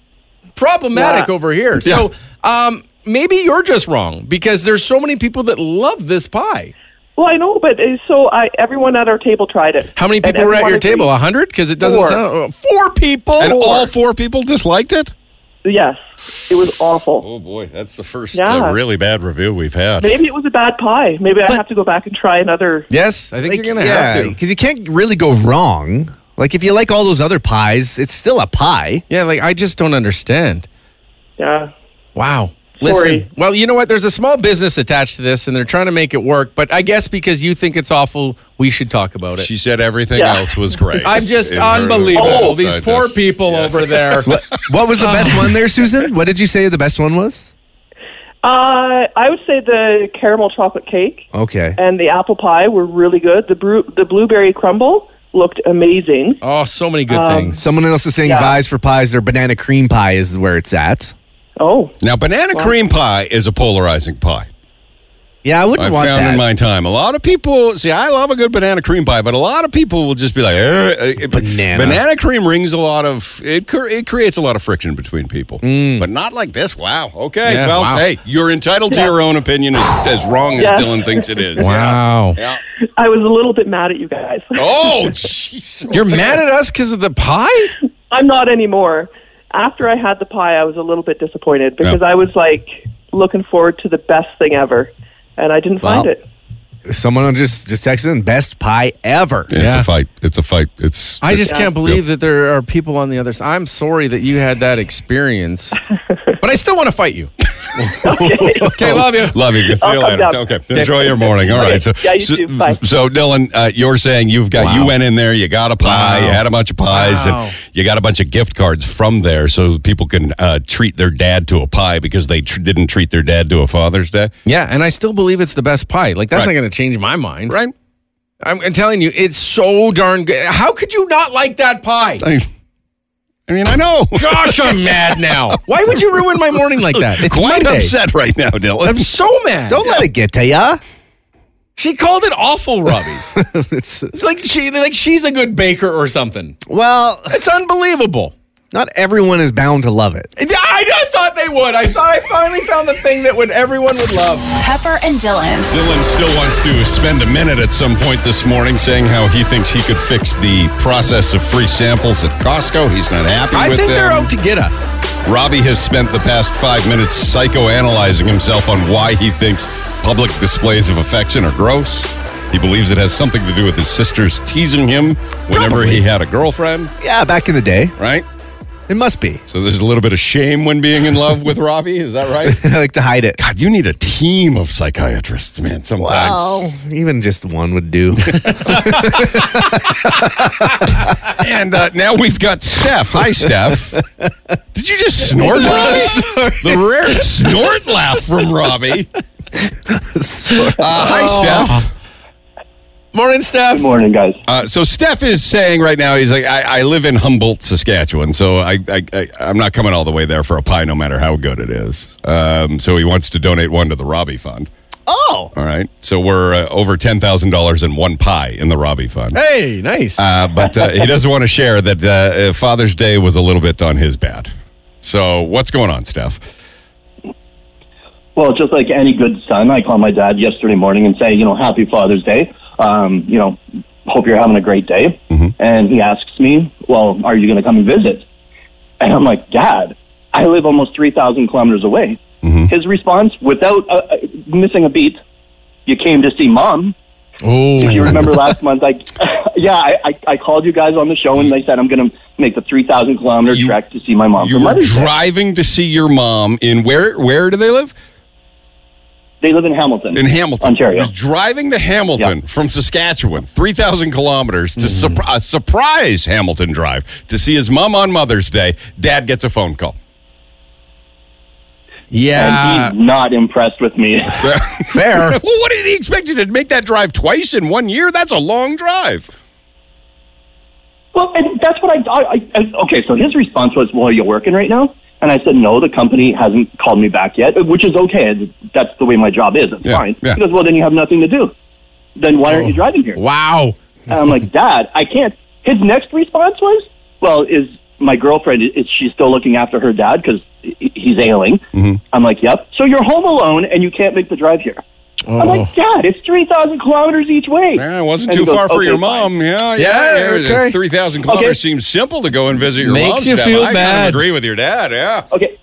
[SPEAKER 3] Problematic
[SPEAKER 9] Yeah.
[SPEAKER 3] over here. So um, maybe you're just wrong because there's so many people that love this pie.
[SPEAKER 9] well, I know, but uh, so I everyone at our table tried it.
[SPEAKER 3] How many
[SPEAKER 9] And
[SPEAKER 3] people were at
[SPEAKER 9] everyone
[SPEAKER 3] your table? A
[SPEAKER 9] agreed.
[SPEAKER 3] hundred? Because it doesn't
[SPEAKER 9] Four.
[SPEAKER 3] sound four people.
[SPEAKER 2] And all four people disliked it.
[SPEAKER 9] Yes, it was awful.
[SPEAKER 2] Oh boy, that's the first
[SPEAKER 9] Yeah.
[SPEAKER 2] uh, really bad review we've had.
[SPEAKER 9] Maybe it was a bad pie. Maybe I have to go back and try another.
[SPEAKER 3] Yes, I think you're gonna have to.
[SPEAKER 4] Because you can't really go wrong. Like, if you like all those other pies, it's still a pie.
[SPEAKER 3] Yeah, like I just don't understand.
[SPEAKER 9] Yeah.
[SPEAKER 3] Wow.
[SPEAKER 9] Sorry.
[SPEAKER 3] Listen, well, you know what? There's a small business attached to this, and they're trying to make it work. But I guess because you think it's awful, we should talk about it.
[SPEAKER 2] She said everything
[SPEAKER 9] Yeah.
[SPEAKER 2] else was great.
[SPEAKER 3] I'm just
[SPEAKER 2] In her-
[SPEAKER 3] unbelievable.
[SPEAKER 2] Oh,
[SPEAKER 3] These
[SPEAKER 2] I
[SPEAKER 3] poor
[SPEAKER 2] just-
[SPEAKER 3] people
[SPEAKER 2] yeah. (laughs)
[SPEAKER 3] over there.
[SPEAKER 4] What was the best one there, Susan? What did you say the best one was?
[SPEAKER 9] Uh, I would say the caramel chocolate cake
[SPEAKER 4] Okay.
[SPEAKER 9] and the apple pie were really good. The bru- the blueberry crumble looked amazing.
[SPEAKER 3] oh, so many good things.
[SPEAKER 4] Someone else is saying
[SPEAKER 9] Um, Yeah.
[SPEAKER 4] Vies for Pies or Banana Cream Pie is where it's at.
[SPEAKER 9] Oh,
[SPEAKER 2] Now, banana cream pie is a polarizing pie.
[SPEAKER 4] Yeah, I wouldn't
[SPEAKER 2] I
[SPEAKER 4] want
[SPEAKER 2] found
[SPEAKER 4] that.
[SPEAKER 2] in my time a lot of people see. I love a good banana cream pie, but a lot of people will just be like, "Eh, eh, eh."
[SPEAKER 4] Banana.
[SPEAKER 2] Banana cream rings a lot of it. cre- It creates a lot of friction between people,
[SPEAKER 4] Mm.
[SPEAKER 2] but not like this. Wow. Okay.
[SPEAKER 3] Yeah,
[SPEAKER 2] well,
[SPEAKER 3] wow.
[SPEAKER 2] hey, you're entitled to your own opinion as, as wrong as
[SPEAKER 9] Yeah.
[SPEAKER 2] Dylan thinks it is.
[SPEAKER 3] Wow.
[SPEAKER 2] Yeah.
[SPEAKER 9] I was a little bit mad at you guys. (laughs)
[SPEAKER 2] Oh, jeez.
[SPEAKER 3] You're mad at us because of the pie?
[SPEAKER 9] I'm not anymore. After I had the pie, I was a little bit disappointed because
[SPEAKER 2] Yeah.
[SPEAKER 9] I was like looking forward to the best thing ever, and I didn't find
[SPEAKER 4] Wow.
[SPEAKER 9] it.
[SPEAKER 4] Someone just just texted in best pie ever.
[SPEAKER 2] It's
[SPEAKER 3] Yeah.
[SPEAKER 2] a fight. It's a fight. It's.
[SPEAKER 3] I just can't believe
[SPEAKER 2] Yeah.
[SPEAKER 3] that there are people on the other side. I'm sorry that you had that
[SPEAKER 9] (laughs)
[SPEAKER 3] experience, but I still want to fight you. (laughs)
[SPEAKER 2] (laughs)
[SPEAKER 3] okay, love you.
[SPEAKER 2] Love you. See you
[SPEAKER 9] I'll come
[SPEAKER 2] later.
[SPEAKER 9] down.
[SPEAKER 2] Okay. Enjoy your morning. All right. So,
[SPEAKER 9] Yeah, you
[SPEAKER 2] so,
[SPEAKER 9] too. Bye.
[SPEAKER 2] so, Dylan, uh, you're saying you've got you went in there, you got a pie, you had a bunch of pies,
[SPEAKER 3] Wow.
[SPEAKER 2] and you got a bunch of gift cards from there, so people can uh, treat their dad to a pie because they tr- didn't treat their dad to a Father's Day.
[SPEAKER 3] Yeah, and I still believe it's the best pie. Like that's
[SPEAKER 2] Right.
[SPEAKER 3] not going to change my mind.
[SPEAKER 2] Right.
[SPEAKER 3] I'm, I'm telling you, it's so darn good. How could you not like that pie?
[SPEAKER 2] I, I mean, I know.
[SPEAKER 3] Gosh,
[SPEAKER 4] (laughs)
[SPEAKER 3] I'm mad now. Why would you ruin my morning like that? It's
[SPEAKER 2] Quite
[SPEAKER 3] Monday.
[SPEAKER 2] upset right now, Dylan.
[SPEAKER 3] I'm so mad.
[SPEAKER 4] Don't let it get to ya.
[SPEAKER 3] She called it awful, Robbie.
[SPEAKER 4] (laughs) It's uh,
[SPEAKER 3] It's like she like she's a good baker or something.
[SPEAKER 4] well,
[SPEAKER 3] It's unbelievable.
[SPEAKER 4] not everyone is bound to love it.
[SPEAKER 3] I, I thought they would. I thought I finally found the thing that would everyone would love.
[SPEAKER 5] Pepper and Dylan.
[SPEAKER 2] Dylan still wants to spend a minute at some point this morning saying how he thinks he could fix the process of free samples at Costco. He's not happy
[SPEAKER 3] I
[SPEAKER 2] with
[SPEAKER 3] think
[SPEAKER 2] them.
[SPEAKER 3] they're out to get us.
[SPEAKER 2] Robbie has spent the past five minutes psychoanalyzing himself on why he thinks public displays of affection are gross. He believes it has something to do with his sisters teasing him whenever he had a girlfriend,
[SPEAKER 4] Yeah, back in the day,
[SPEAKER 2] right?
[SPEAKER 4] it must be.
[SPEAKER 2] So there's a little bit of shame when being in love with Robbie. Is that right?
[SPEAKER 4] (laughs) I like to hide it.
[SPEAKER 2] God, you need a team of psychiatrists, man, sometimes.
[SPEAKER 4] even just one would do.
[SPEAKER 2] (laughs) And uh, now we've got Steph. Hi, Steph.
[SPEAKER 4] (laughs)
[SPEAKER 2] Did you
[SPEAKER 3] (laughs)
[SPEAKER 2] just snort, Robbie? The rare snort laugh
[SPEAKER 4] (laughs)
[SPEAKER 2] from Robbie. Uh, hi,
[SPEAKER 3] Oh.
[SPEAKER 4] Oh.
[SPEAKER 2] Steph.
[SPEAKER 3] Morning, Steph.
[SPEAKER 11] Morning, guys.
[SPEAKER 2] Uh, so Steph is saying right now, he's like, I, I live in Humboldt, Saskatchewan, so I, I, I, I'm not coming all the way there for a pie, no matter how good it is. Um, so he wants to donate one to the Robbie Fund.
[SPEAKER 4] oh,
[SPEAKER 2] All right, so we're uh, over ten thousand dollars in one pie in the Robbie Fund.
[SPEAKER 3] Hey, nice.
[SPEAKER 2] Uh, but uh, he doesn't want to share that uh, uh, Father's Day was a little bit on his bad. So what's going on, Steph?
[SPEAKER 11] Well, just like any good son, I called my dad yesterday morning and say, you know, Happy Father's Day. Um, you know, hope you're having a great day.
[SPEAKER 2] Mm-hmm.
[SPEAKER 11] And he asks me, well, are you going to come and visit? And I'm like, Dad, I live almost 3,000 kilometers away.
[SPEAKER 2] Mm-hmm.
[SPEAKER 11] His response, without uh, uh, missing a beat, you came to see mom.
[SPEAKER 3] oh,
[SPEAKER 11] If you remember last month, I, (laughs) yeah, I, I, I called you guys on the show and I said I'm going to make the 3,000 kilometer
[SPEAKER 2] You-
[SPEAKER 11] trek to see my mom.
[SPEAKER 2] You
[SPEAKER 11] for
[SPEAKER 2] were
[SPEAKER 11] Mother's Day.
[SPEAKER 2] driving to see your mom in where? Where do they live?
[SPEAKER 11] They live in Hamilton.
[SPEAKER 2] In Hamilton,
[SPEAKER 11] Ontario.
[SPEAKER 2] He was driving to Hamilton from Saskatchewan, three thousand kilometers to
[SPEAKER 11] Mm-hmm.
[SPEAKER 2] surpri- a surprise Hamilton drive to see his mom on Mother's Day. Dad gets a phone call. (laughs)
[SPEAKER 3] yeah.
[SPEAKER 11] and he's not impressed with me. (laughs)
[SPEAKER 3] Fair.
[SPEAKER 2] well, what did he expect you to make that drive twice in one year? That's a long drive.
[SPEAKER 11] well, and that's what I, I, I. Okay, so his response was, "Well, are you working right now?" And I said, "No, the company hasn't called me back yet, which is okay. That's the way my job is. It's
[SPEAKER 2] Yeah,
[SPEAKER 11] fine."
[SPEAKER 2] yeah. Oh,
[SPEAKER 11] He goes, "Well, then you have nothing to do. Then why aren't you driving here?"
[SPEAKER 3] Wow.
[SPEAKER 11] And I'm like, "Dad, I can't." His next response was, "Well, is my girlfriend is she still looking after her dad because he's ailing?"
[SPEAKER 2] Mm-hmm.
[SPEAKER 11] I'm like, "Yep." So you're home alone and you can't make the drive here. I'm like,
[SPEAKER 2] Oh.
[SPEAKER 11] "Dad, it's three thousand kilometers each way."
[SPEAKER 2] Yeah, it wasn't
[SPEAKER 11] And
[SPEAKER 2] too
[SPEAKER 11] he goes,
[SPEAKER 2] far for
[SPEAKER 11] "Okay,
[SPEAKER 2] your
[SPEAKER 11] fine."
[SPEAKER 2] mom. Yeah,
[SPEAKER 3] Yeah, okay.
[SPEAKER 2] Three thousand kilometers
[SPEAKER 11] Okay.
[SPEAKER 2] seems simple to go and visit your
[SPEAKER 3] Makes
[SPEAKER 2] mom.
[SPEAKER 3] you feel
[SPEAKER 2] I kind of
[SPEAKER 3] bad.
[SPEAKER 2] agree with your dad. Yeah.
[SPEAKER 11] Okay.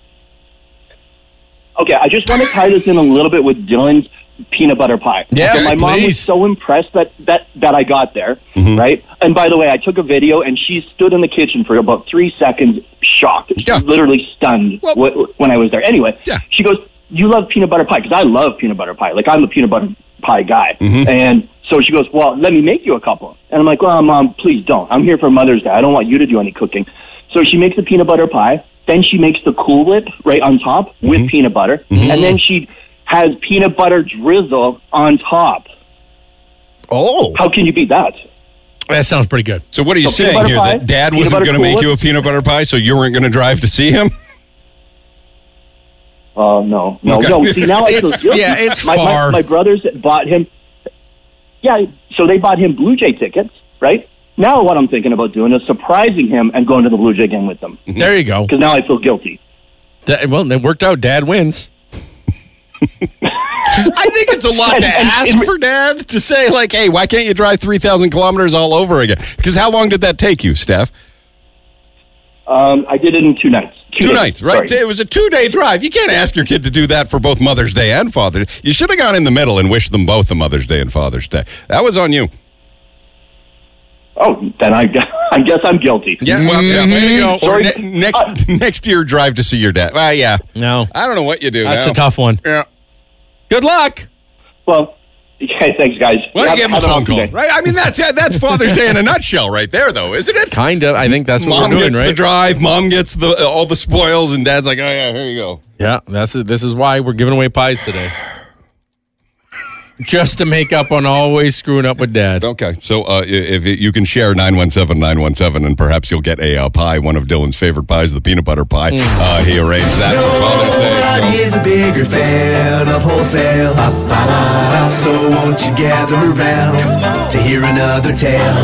[SPEAKER 11] Okay, I just want to tie this in a little bit with Dylan's peanut butter pie.
[SPEAKER 3] Yes,
[SPEAKER 11] So my mom
[SPEAKER 3] please.
[SPEAKER 11] was so impressed that that that I got there,
[SPEAKER 2] Mm-hmm.
[SPEAKER 11] right? And by the way, I took a video, and she stood in the kitchen for about three seconds, shocked, She
[SPEAKER 2] Yeah.
[SPEAKER 11] was literally stunned
[SPEAKER 2] Well-
[SPEAKER 11] wh- when I was there. Anyway,
[SPEAKER 2] Yeah.
[SPEAKER 11] she goes, "You love peanut butter pie because I love peanut butter pie. Like I'm a peanut butter pie guy."
[SPEAKER 2] Mm-hmm.
[SPEAKER 11] And so she goes, "Well, let me make you a couple." And I'm like, "Well, mom, please don't. I'm here for Mother's Day. I don't want you to do any cooking." So she makes the peanut butter pie. Then she makes the Cool Whip right on top
[SPEAKER 8] Mm-hmm.
[SPEAKER 11] with peanut butter, and then she has peanut butter drizzle on top.
[SPEAKER 4] oh,
[SPEAKER 11] How can you beat that?
[SPEAKER 3] That sounds pretty good.
[SPEAKER 2] So what are you
[SPEAKER 11] So peanut
[SPEAKER 2] saying
[SPEAKER 11] butter
[SPEAKER 2] here?
[SPEAKER 11] pie,
[SPEAKER 2] That dad
[SPEAKER 11] peanut
[SPEAKER 2] wasn't
[SPEAKER 11] butter
[SPEAKER 2] going to make
[SPEAKER 11] cooler.
[SPEAKER 2] you a peanut butter pie, so you weren't going to drive to see him?
[SPEAKER 11] Uh, no, no,
[SPEAKER 8] Okay.
[SPEAKER 11] no.
[SPEAKER 2] (laughs)
[SPEAKER 11] See, now I
[SPEAKER 8] (laughs)
[SPEAKER 11] feel
[SPEAKER 8] It's-
[SPEAKER 11] guilty.
[SPEAKER 8] yeah, it's
[SPEAKER 11] my,
[SPEAKER 8] far.
[SPEAKER 11] My, my brothers bought him. Yeah, so they bought him Blue Jay tickets, right? Now what I'm thinking about doing is surprising him and going to the Blue Jay game with them.
[SPEAKER 3] There you go.
[SPEAKER 11] Because now I feel guilty.
[SPEAKER 3] Da- well, it worked out. Dad wins.
[SPEAKER 2] I think it's a lot to ask for dad to say, like, hey, why can't you drive 3,000 kilometers all over again? Because how long did that take you, Steph?
[SPEAKER 11] Um, I did it in two nights.
[SPEAKER 2] Two,
[SPEAKER 11] days,
[SPEAKER 2] nights, right?
[SPEAKER 11] sorry.
[SPEAKER 2] It was a two day drive. You can't ask your kid to do that for both Mother's Day and Father's Day. You should have gone in the middle and wished them both a Mother's Day and Father's Day. That was on you.
[SPEAKER 11] Oh, then I, (laughs) I guess I'm guilty.
[SPEAKER 2] Yeah, well, yeah, way to go. Or
[SPEAKER 11] Sorry.
[SPEAKER 2] ne- next, (laughs) next year, drive to see your dad. Well, yeah.
[SPEAKER 3] No,
[SPEAKER 2] I don't know what you do.
[SPEAKER 3] that's
[SPEAKER 2] now.
[SPEAKER 3] a tough one.
[SPEAKER 2] Yeah.
[SPEAKER 3] Good luck.
[SPEAKER 11] Well, (laughs) okay, thanks, guys.
[SPEAKER 2] Why don't you
[SPEAKER 11] Have-
[SPEAKER 2] give him a
[SPEAKER 11] have an
[SPEAKER 2] phone
[SPEAKER 11] awesome
[SPEAKER 2] call?
[SPEAKER 11] day.
[SPEAKER 2] Right? I mean, that's yeah, that's Father's Day in a nutshell, right there, though, isn't it?
[SPEAKER 3] Kind of. I think that's what
[SPEAKER 2] Mom
[SPEAKER 3] we're doing,
[SPEAKER 2] gets the
[SPEAKER 3] right?
[SPEAKER 2] drive. Mom gets the uh, all the spoils, and Dad's like, "Oh yeah, here you go."
[SPEAKER 3] yeah, that's it. This is why we're giving away pies today. Just to make up on always screwing up with dad.
[SPEAKER 2] Okay, so uh, i- if it, you can share 917-917, and perhaps you'll get a uh, pie, one of Dylan's favorite pies, the peanut butter pie.
[SPEAKER 3] Mm.
[SPEAKER 2] Uh, he arranged that for Father's Day. so-
[SPEAKER 8] Nobody is a bigger fan of wholesale. Ba-ba-da-da. So won't you gather around to hear another tale?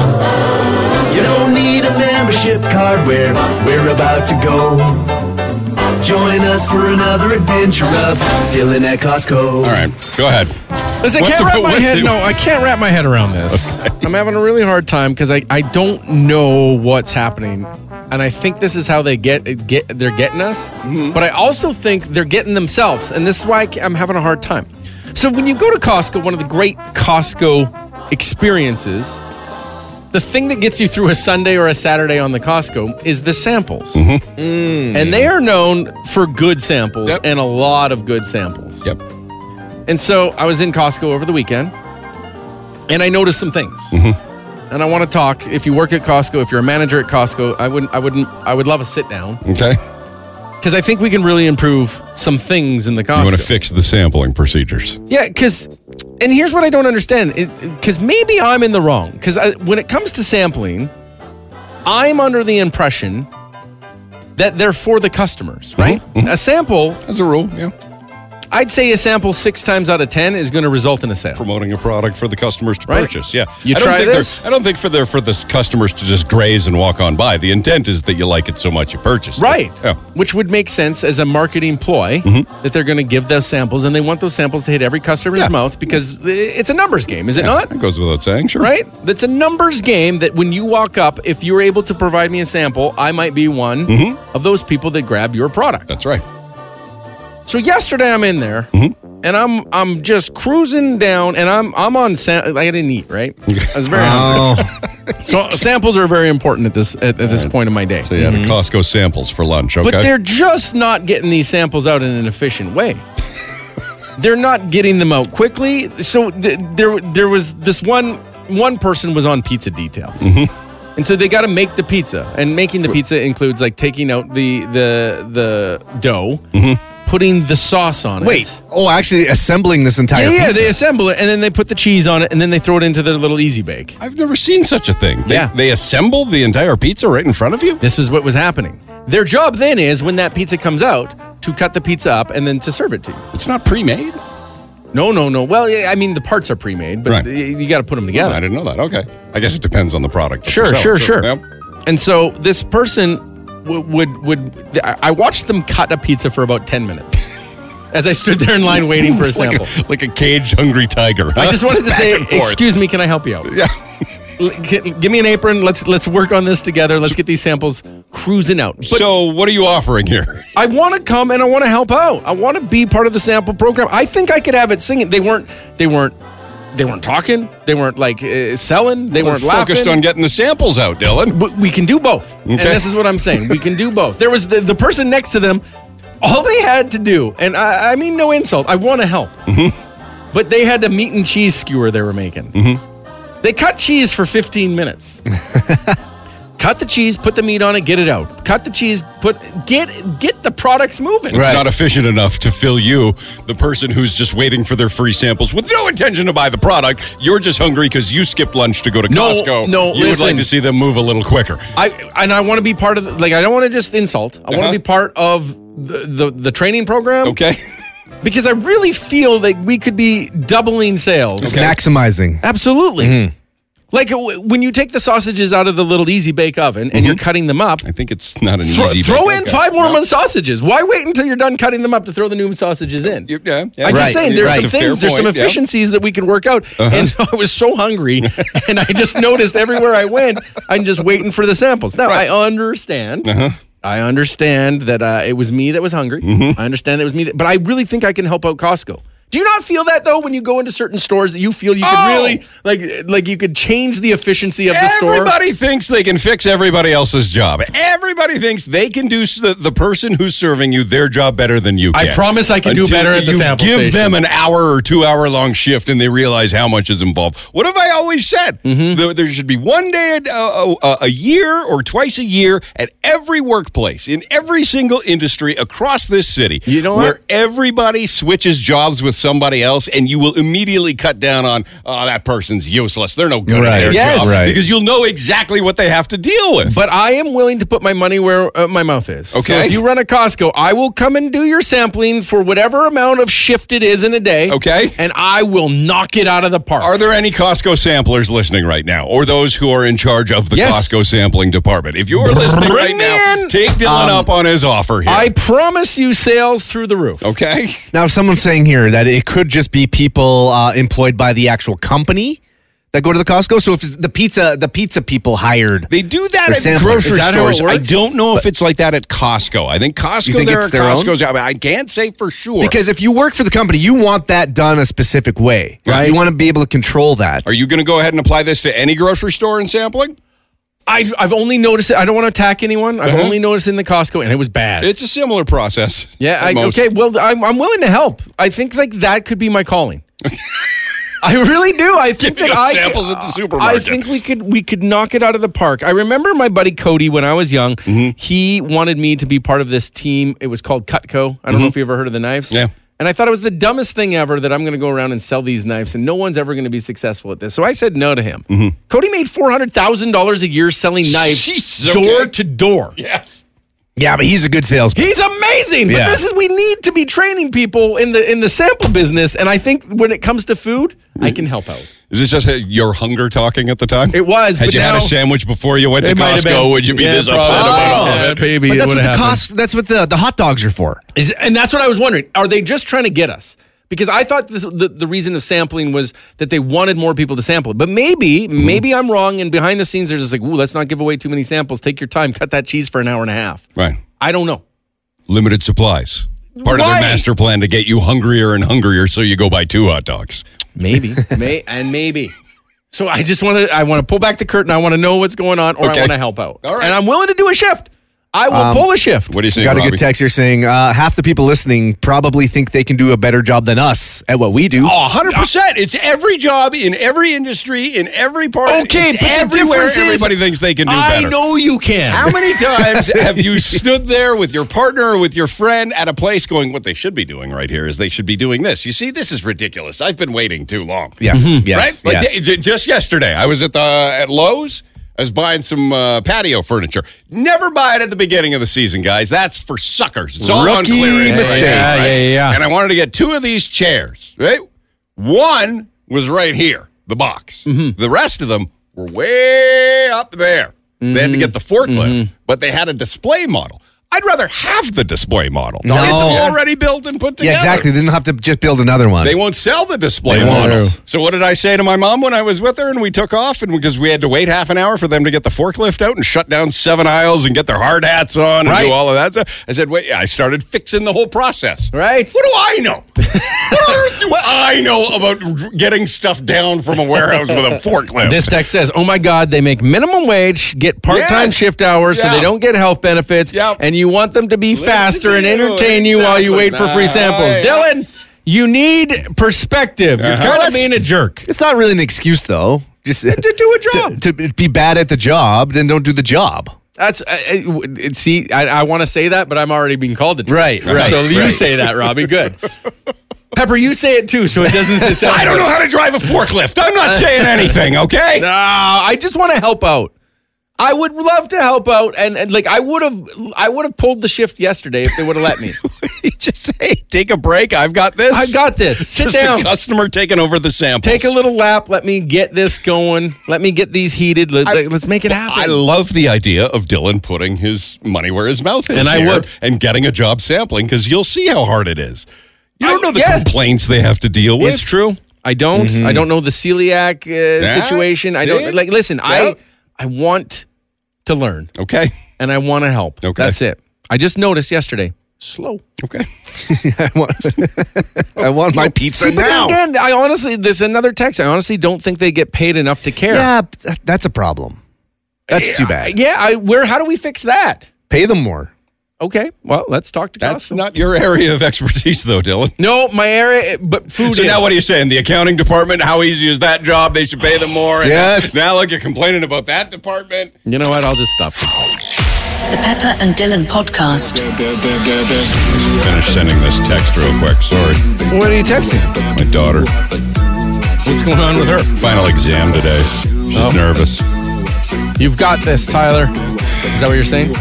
[SPEAKER 8] You don't need a membership card where we're about to go. Join us for another adventure of Dylan at
[SPEAKER 2] All
[SPEAKER 8] Costco.
[SPEAKER 2] right, go ahead.
[SPEAKER 3] Listen, I
[SPEAKER 2] What's
[SPEAKER 3] can't
[SPEAKER 2] the-
[SPEAKER 3] wrap my
[SPEAKER 2] (laughs) what-
[SPEAKER 3] head. No, I can't wrap my head around this. I'm having a really hard time because I, I don't know what's happening, and I think this is how they get get they're getting us.
[SPEAKER 12] Mm-hmm.
[SPEAKER 3] But I also think they're getting themselves, and this is why I ca- I'm having a hard time. So when you go to Costco, one of the great Costco experiences, the thing that gets you through a Sunday or a Saturday on the Costco is the samples, and they are known for good samples
[SPEAKER 2] Mm-hmm. Yep.
[SPEAKER 3] and a lot of good samples.
[SPEAKER 2] Yep.
[SPEAKER 3] And so I was in Costco over the weekend and I noticed some things.
[SPEAKER 2] Mm-hmm.
[SPEAKER 3] And I want to talk. If you work at Costco, if you're a manager at Costco, I wouldn't, I wouldn't, I would love a sit down
[SPEAKER 2] Okay.
[SPEAKER 3] because I think we can really improve some things in the
[SPEAKER 2] You
[SPEAKER 3] Costco.
[SPEAKER 2] want to fix the sampling procedures.
[SPEAKER 3] yeah, because, and here's what I don't understand because maybe I'm in the wrong. Because when it comes to sampling, I'm under the impression that they're for the customers, right? A sample,
[SPEAKER 2] Mm-hmm, As a rule, yeah.
[SPEAKER 3] I'd say a sample six times out of 10 is going to result in a sale.
[SPEAKER 2] Promoting a product for the customers to
[SPEAKER 3] Right.
[SPEAKER 2] purchase. Yeah.
[SPEAKER 3] You
[SPEAKER 2] I don't
[SPEAKER 3] try
[SPEAKER 2] think they're-
[SPEAKER 3] this?
[SPEAKER 2] I don't think for they for the s- customers to just graze and walk on by. The intent is that you like it so much you purchase it.
[SPEAKER 3] Right.
[SPEAKER 2] Yeah.
[SPEAKER 3] Which would make sense as a marketing ploy that they're going to give those samples and they want those samples to hit every customer's
[SPEAKER 2] Mm-hmm. Yeah.
[SPEAKER 3] mouth because it's a numbers game, is it not?
[SPEAKER 2] That goes without saying, sure.
[SPEAKER 3] Right? That's a numbers game that when you walk up, if you're able to provide me a sample, I might be one of those people that grab your product.
[SPEAKER 2] Mm-hmm. That's right. Mm-hmm.
[SPEAKER 3] So yesterday I'm in there and I'm I'm just cruising down and I'm I'm on sam- I didn't
[SPEAKER 2] (laughs)
[SPEAKER 3] eat, right? I was very hungry. (laughs) So samples are very important at this at, at this point in my day.
[SPEAKER 2] Oh. So you had a Costco samples for lunch. Okay.
[SPEAKER 3] Mm-hmm. But they're just not getting these samples out in an
[SPEAKER 2] (laughs)
[SPEAKER 3] efficient way. they're not getting them out quickly. So th- there, there was this one. One person was on pizza detail,
[SPEAKER 2] Mm-hmm.
[SPEAKER 3] and so they got to make the pizza. And making the pizza includes like taking out the the the dough,
[SPEAKER 2] Mm-hmm.
[SPEAKER 3] putting the sauce on it.
[SPEAKER 4] Wait. Oh, actually assembling this entire
[SPEAKER 3] Yeah, yeah,
[SPEAKER 4] pizza.
[SPEAKER 3] they assemble it and then they put the cheese on it and then they throw it into their little easy bake.
[SPEAKER 2] I've never seen such a thing. They,
[SPEAKER 3] Yeah.
[SPEAKER 2] They assemble the entire pizza right in front of you?
[SPEAKER 3] This is what was happening. Their job then is when that pizza comes out to cut the pizza up and then to serve it to you.
[SPEAKER 2] It's not pre made?
[SPEAKER 3] No, no, no. Well, yeah, I mean, the parts are pre-made, but
[SPEAKER 2] Right.
[SPEAKER 3] y- you got to put them
[SPEAKER 2] Yeah. I
[SPEAKER 3] together.
[SPEAKER 2] didn't know that. Okay. I guess it depends on the product. that
[SPEAKER 3] Sure,
[SPEAKER 2] they're
[SPEAKER 3] sure,
[SPEAKER 2] selling.
[SPEAKER 3] sure.
[SPEAKER 2] Yeah.
[SPEAKER 3] And so this person w- would would I I watched them cut a pizza for about ten minutes (laughs) as I stood there in line waiting for a
[SPEAKER 2] (laughs) Like
[SPEAKER 3] sample.
[SPEAKER 2] a, like a caged hungry tiger.
[SPEAKER 3] I just wanted to
[SPEAKER 2] Back
[SPEAKER 3] say,
[SPEAKER 2] and forth.
[SPEAKER 3] excuse me, can I help you out?
[SPEAKER 2] (laughs) Yeah.
[SPEAKER 3] L- g- give me an apron. Let's let's work on this together. Let's get these samples cruising out. But
[SPEAKER 2] so, what are you offering here?
[SPEAKER 3] I want to come and I want to help out. I want to be part of the sample program. I think I could have it singing. They weren't. They weren't. They weren't talking. They weren't like uh, selling. They weren't
[SPEAKER 2] focused
[SPEAKER 3] laughing.
[SPEAKER 2] on getting the samples out, Dylan.
[SPEAKER 3] But we can do both. And
[SPEAKER 2] Okay.
[SPEAKER 3] this is what I'm saying. We can do both. There was the, the person next to them, all they had to do, and I, I mean no insult, I want to help.
[SPEAKER 2] Mm-hmm.
[SPEAKER 3] But they had a meat
[SPEAKER 2] Mm-hmm.
[SPEAKER 3] and
[SPEAKER 2] (laughs)
[SPEAKER 3] cheese skewer they were making. They cut cheese for 15 minutes. Cut the cheese, put the meat on it, get it out. Cut the cheese, put get get the products moving.
[SPEAKER 2] It's not efficient enough to fill you, the person who's just waiting for their free samples with no intention to buy the product. You're just hungry because you skipped lunch to go to
[SPEAKER 3] No,
[SPEAKER 2] Costco.
[SPEAKER 3] no,
[SPEAKER 2] you would like
[SPEAKER 3] listen.
[SPEAKER 2] to see them move a little quicker.
[SPEAKER 3] I and I want to be part of the, like I don't want to just insult. I want
[SPEAKER 2] Uh-huh.
[SPEAKER 3] to be part of the, the the training program.
[SPEAKER 2] Okay.
[SPEAKER 3] (laughs) Because I really feel that we could be doubling sales.
[SPEAKER 4] Maximizing. Mm-hmm.
[SPEAKER 3] Absolutely. Like w- when you take the sausages out of the little easy bake oven and you're cutting them up,
[SPEAKER 2] Mm-hmm. I think it's not an
[SPEAKER 3] thro-
[SPEAKER 2] easy.
[SPEAKER 3] throw in five more sausages. Why wait until you're done cutting them up to throw the new sausages in?
[SPEAKER 2] Yeah, yeah.
[SPEAKER 3] I'm
[SPEAKER 4] Right.
[SPEAKER 3] just saying, there's
[SPEAKER 4] Right.
[SPEAKER 3] some
[SPEAKER 2] It's a fair
[SPEAKER 3] things, there's some
[SPEAKER 2] point, yeah. Uh-huh.
[SPEAKER 3] efficiencies that we could work out. And (laughs) so I was
[SPEAKER 2] (laughs)
[SPEAKER 3] so hungry, and I just noticed everywhere I went, I'm just waiting for the samples. Now I understand.
[SPEAKER 2] Uh-huh.
[SPEAKER 3] I understand that uh, it was me that was hungry.
[SPEAKER 2] Mm-hmm.
[SPEAKER 3] I understand it was me, that, but I really think I can help out Costco. Do you not feel that though when you go into certain stores that you feel you
[SPEAKER 2] Oh!
[SPEAKER 3] could really like like you could change the efficiency of the store?
[SPEAKER 2] Everybody thinks they can fix everybody else's job. Everybody thinks they can do s- the, the person who's serving you their job better than you
[SPEAKER 3] I
[SPEAKER 2] can.
[SPEAKER 3] promise I can do
[SPEAKER 2] Until
[SPEAKER 3] better at the
[SPEAKER 2] you
[SPEAKER 3] sample
[SPEAKER 2] Give
[SPEAKER 3] station.
[SPEAKER 2] them an hour or two hour long shift and they realize how much is involved. What have I always said?
[SPEAKER 3] Mm-hmm.
[SPEAKER 2] There, there should be one day a, a, a- a year or twice a year at every workplace, in every single industry across this city,
[SPEAKER 3] You know what?
[SPEAKER 2] where everybody switches jobs with somebody else and you will immediately cut down on, oh, that person's useless. They're no good at
[SPEAKER 4] Right.
[SPEAKER 2] their
[SPEAKER 3] Yes.
[SPEAKER 2] job.
[SPEAKER 4] Right.
[SPEAKER 2] Because you'll know exactly what they have to deal with.
[SPEAKER 3] But I am willing to put my money where uh, my mouth is. So
[SPEAKER 2] Okay.
[SPEAKER 3] if you run a Costco, I will come and do your sampling for whatever amount of shift it is in a day.
[SPEAKER 2] Okay.
[SPEAKER 3] And I will knock it out of the park.
[SPEAKER 2] Are there any Costco samplers listening right now, or those who are in charge of the
[SPEAKER 3] Yes.
[SPEAKER 2] Costco sampling department? If you're listening
[SPEAKER 3] (laughs) Bring
[SPEAKER 2] right
[SPEAKER 3] me
[SPEAKER 2] now,
[SPEAKER 3] in.
[SPEAKER 2] take Dylan up on his offer here.
[SPEAKER 3] I promise you sales through the roof.
[SPEAKER 2] okay. (laughs)
[SPEAKER 4] Now, if someone's saying here that it could just be people uh, employed by the actual company that go to the Costco. So if it's the pizza, the pizza people hired,
[SPEAKER 2] They do that
[SPEAKER 4] For
[SPEAKER 2] at
[SPEAKER 4] samplers.
[SPEAKER 2] grocery
[SPEAKER 4] Is that how it
[SPEAKER 2] stores. I
[SPEAKER 4] works?
[SPEAKER 2] don't know if it's like that at Costco. I think Costco
[SPEAKER 4] You think
[SPEAKER 2] there
[SPEAKER 4] it's
[SPEAKER 2] are
[SPEAKER 4] their own?
[SPEAKER 2] Costco's. I, mean, I can't say for sure.
[SPEAKER 4] because if you work for the company, you want that done a specific way.
[SPEAKER 2] Right.
[SPEAKER 4] You want to be able to control that.
[SPEAKER 2] are you going to go ahead and apply this to any grocery store in sampling?
[SPEAKER 3] I've, I've only noticed it. I don't want to attack anyone. I've
[SPEAKER 2] Uh-huh.
[SPEAKER 3] only noticed it in the Costco, and it was bad.
[SPEAKER 2] It's a similar process.
[SPEAKER 3] yeah.
[SPEAKER 2] at
[SPEAKER 3] I,
[SPEAKER 2] most.
[SPEAKER 3] okay. Well, I'm, I'm willing to help. I think like that could be
[SPEAKER 2] (laughs)
[SPEAKER 3] my calling. I really do. I think
[SPEAKER 2] Giving
[SPEAKER 3] that
[SPEAKER 2] out
[SPEAKER 3] I uh,
[SPEAKER 2] samples at the
[SPEAKER 3] I
[SPEAKER 2] supermarket.
[SPEAKER 3] think we could we could knock it out of the park. I remember my buddy Cody when I was young.
[SPEAKER 2] Mm-hmm.
[SPEAKER 3] He wanted me to be part of this team. It was called Cutco. I don't know if you ever heard of the knives.
[SPEAKER 2] Mm-hmm. Yeah.
[SPEAKER 3] And I thought it was the dumbest thing ever that I'm going to go around and sell these knives, and no one's ever going to be successful at this. So I said no to him. Cody made four hundred thousand dollars a year selling knives
[SPEAKER 2] Jeez, okay.
[SPEAKER 3] door to door.
[SPEAKER 2] Yes.
[SPEAKER 4] yeah, but he's a good salesman.
[SPEAKER 3] He's amazing, but
[SPEAKER 4] Yeah.
[SPEAKER 3] this is we need to be training people in the in the sample business. And I think when it comes to food, I can help out.
[SPEAKER 2] Is this just uh, your hunger talking at the time?
[SPEAKER 3] It was,
[SPEAKER 2] Had
[SPEAKER 3] but
[SPEAKER 2] you had
[SPEAKER 3] now-
[SPEAKER 2] a sandwich before you went to
[SPEAKER 3] It might have
[SPEAKER 2] Costco,
[SPEAKER 3] been.
[SPEAKER 2] would you be
[SPEAKER 3] Yeah,
[SPEAKER 2] this
[SPEAKER 3] probably. Uh,
[SPEAKER 2] upset about all of
[SPEAKER 3] Yeah,
[SPEAKER 2] it?
[SPEAKER 3] baby,
[SPEAKER 4] but
[SPEAKER 3] it
[SPEAKER 4] that's what
[SPEAKER 3] would've
[SPEAKER 4] the
[SPEAKER 3] happened.
[SPEAKER 4] cost. That's what the, the hot dogs are for.
[SPEAKER 3] Is, and that's what I was wondering. Are they just trying to get us? Because I thought this, the, the reason of sampling was that they wanted more people to sample. But maybe,
[SPEAKER 4] Mm-hmm.
[SPEAKER 3] maybe I'm wrong. And behind the scenes, they're just like, ooh, let's not give away too many samples. Take your time. Cut that cheese for an hour and a half.
[SPEAKER 2] Right.
[SPEAKER 3] I don't know.
[SPEAKER 2] limited supplies. Part of
[SPEAKER 3] Right.
[SPEAKER 2] their master plan to get you hungrier and hungrier, so you go buy two hot dogs. (laughs)
[SPEAKER 3] Maybe. May, and maybe. So I just want to, I want to pull back the curtain. I want to know what's going on or
[SPEAKER 2] Okay.
[SPEAKER 3] I want to help out.
[SPEAKER 2] All right. Um,
[SPEAKER 3] And I'm willing to do a shift. I will pull a shift.
[SPEAKER 2] What do you think?
[SPEAKER 4] Um, Got a
[SPEAKER 2] Robbie?
[SPEAKER 4] good text here saying uh, half the people listening probably think they can do a better job than us at what we do.
[SPEAKER 2] Oh, 100%. It's every job in every industry, in every part.
[SPEAKER 3] Okay,
[SPEAKER 2] it's
[SPEAKER 3] but the
[SPEAKER 2] everywhere
[SPEAKER 3] difference is
[SPEAKER 2] everybody thinks they can do
[SPEAKER 3] I
[SPEAKER 2] better.
[SPEAKER 3] know you can.
[SPEAKER 2] How
[SPEAKER 3] (laughs)
[SPEAKER 2] many times have you stood there with your partner or with your friend at a place going, what they should be doing right here is they should be doing this. You see, this is ridiculous. I've been waiting too long. Mm-hmm.
[SPEAKER 4] Yes, yes,
[SPEAKER 2] right? Like
[SPEAKER 4] yes.
[SPEAKER 2] j- just yesterday, I was at the at Lowe's. I was buying some uh, patio furniture. Never buy it at the beginning of the season, guys. That's for suckers. It's all on
[SPEAKER 4] Rookie
[SPEAKER 2] clearance.
[SPEAKER 4] mistake.
[SPEAKER 3] Yeah, yeah, yeah.
[SPEAKER 2] And I wanted to get two of these chairs. Right, one was right here, the box.
[SPEAKER 4] Mm-hmm.
[SPEAKER 2] The rest of them were way up there. They had to
[SPEAKER 4] Mm-hmm.
[SPEAKER 2] get the forklift, but they had a display model. I'd rather have the display model.
[SPEAKER 4] No.
[SPEAKER 2] It's already built and put together.
[SPEAKER 4] yeah, exactly. They didn't have to just build another one.
[SPEAKER 2] They won't sell the display
[SPEAKER 4] They won't.
[SPEAKER 2] model. So what did I say to my mom when I was with her and we took off and because we had to wait half an hour for them to get the forklift out and shut down seven aisles and get their hard hats on and
[SPEAKER 3] Right.
[SPEAKER 2] do all of that stuff? I said, wait, I started fixing the whole process.
[SPEAKER 3] Right.
[SPEAKER 2] What do I
[SPEAKER 3] (laughs)
[SPEAKER 2] know? what on earth do I know about getting stuff down from a warehouse with a forklift?
[SPEAKER 3] This text says, "Oh my God, they make minimum wage, get part-time
[SPEAKER 2] Yes.
[SPEAKER 3] shift hours,
[SPEAKER 2] Yeah.
[SPEAKER 3] so they don't get health benefits,
[SPEAKER 2] Yep.
[SPEAKER 3] and you want them to be
[SPEAKER 2] to
[SPEAKER 3] faster and
[SPEAKER 2] you.
[SPEAKER 3] entertain you while you wait for free
[SPEAKER 2] Exactly.
[SPEAKER 3] samples." Dylan, you need perspective. You're
[SPEAKER 2] Uh-huh.
[SPEAKER 3] kind
[SPEAKER 2] Well,
[SPEAKER 3] of being a jerk.
[SPEAKER 4] it's not really an excuse though
[SPEAKER 3] (laughs)
[SPEAKER 4] Just to do a job. To, be bad at the job, then don't do the job.
[SPEAKER 3] That's I- I- it- see, I, I want to say that, but I'm already being called it. Right,
[SPEAKER 4] right,
[SPEAKER 3] So you
[SPEAKER 4] right.
[SPEAKER 3] say that, Robbie. Good. Pepper, you say it too, so
[SPEAKER 2] (laughs)
[SPEAKER 3] it doesn't. sound
[SPEAKER 2] I don't know how to drive a forklift. I'm not saying anything,
[SPEAKER 3] (laughs)
[SPEAKER 2] okay?
[SPEAKER 3] No, I just want to help out. I would love to help out, and, and like I would have, I would have pulled the shift yesterday if they would have let
[SPEAKER 2] (laughs)
[SPEAKER 3] me.
[SPEAKER 2] just hey, take a break. I've got this.
[SPEAKER 3] I
[SPEAKER 2] (laughs)
[SPEAKER 3] got this. Sit
[SPEAKER 2] Just
[SPEAKER 3] down.
[SPEAKER 2] a customer taking over the sample.
[SPEAKER 3] Take a little lap. Let me get this going. Let me get these heated. Let, us make it happen.
[SPEAKER 2] I love the idea of Dylan putting his money where his mouth is,
[SPEAKER 3] And I
[SPEAKER 2] here
[SPEAKER 3] would.
[SPEAKER 2] and getting a job sampling because you'll see how hard it is. You don't know the
[SPEAKER 3] yeah.
[SPEAKER 2] complaints they have to deal with. Mm-hmm.
[SPEAKER 3] It's true. I don't. I don't know the celiac uh,
[SPEAKER 2] Yeah,
[SPEAKER 3] situation. I
[SPEAKER 2] see?
[SPEAKER 3] don't like. Listen,
[SPEAKER 2] Yeah.
[SPEAKER 3] I I want to learn
[SPEAKER 2] Okay.
[SPEAKER 3] and I want to help.
[SPEAKER 2] Okay.
[SPEAKER 3] That's it. I just noticed yesterday. Slow.
[SPEAKER 2] Okay.
[SPEAKER 4] I want, I want my pizza
[SPEAKER 3] See, but then
[SPEAKER 4] now.
[SPEAKER 3] again, I honestly, there's another text. I honestly don't think they get paid enough to care.
[SPEAKER 4] Yeah, but that- that's a problem. That's too bad.
[SPEAKER 3] Yeah. I, where? How do we fix that?
[SPEAKER 4] Pay them more.
[SPEAKER 3] Okay. Well, let's talk to
[SPEAKER 2] That's
[SPEAKER 3] Costco.
[SPEAKER 2] not your area of (laughs) expertise, though, Dylan.
[SPEAKER 3] No, my area, but food.
[SPEAKER 2] So
[SPEAKER 3] is.
[SPEAKER 2] now, what are you saying? The accounting department? How easy is that job? They should pay them more. And
[SPEAKER 4] Yes.
[SPEAKER 2] Now, look, you're complaining about that department.
[SPEAKER 3] You know what? I'll just stop.
[SPEAKER 8] The Pepper and Dylan podcast.
[SPEAKER 2] Finish sending this text real quick. Sorry,
[SPEAKER 3] What are you texting?
[SPEAKER 2] my daughter.
[SPEAKER 3] What's going on with her? Oh.
[SPEAKER 2] Final exam today. She's nervous.
[SPEAKER 3] You've got this, Tyler. Is that what you're saying?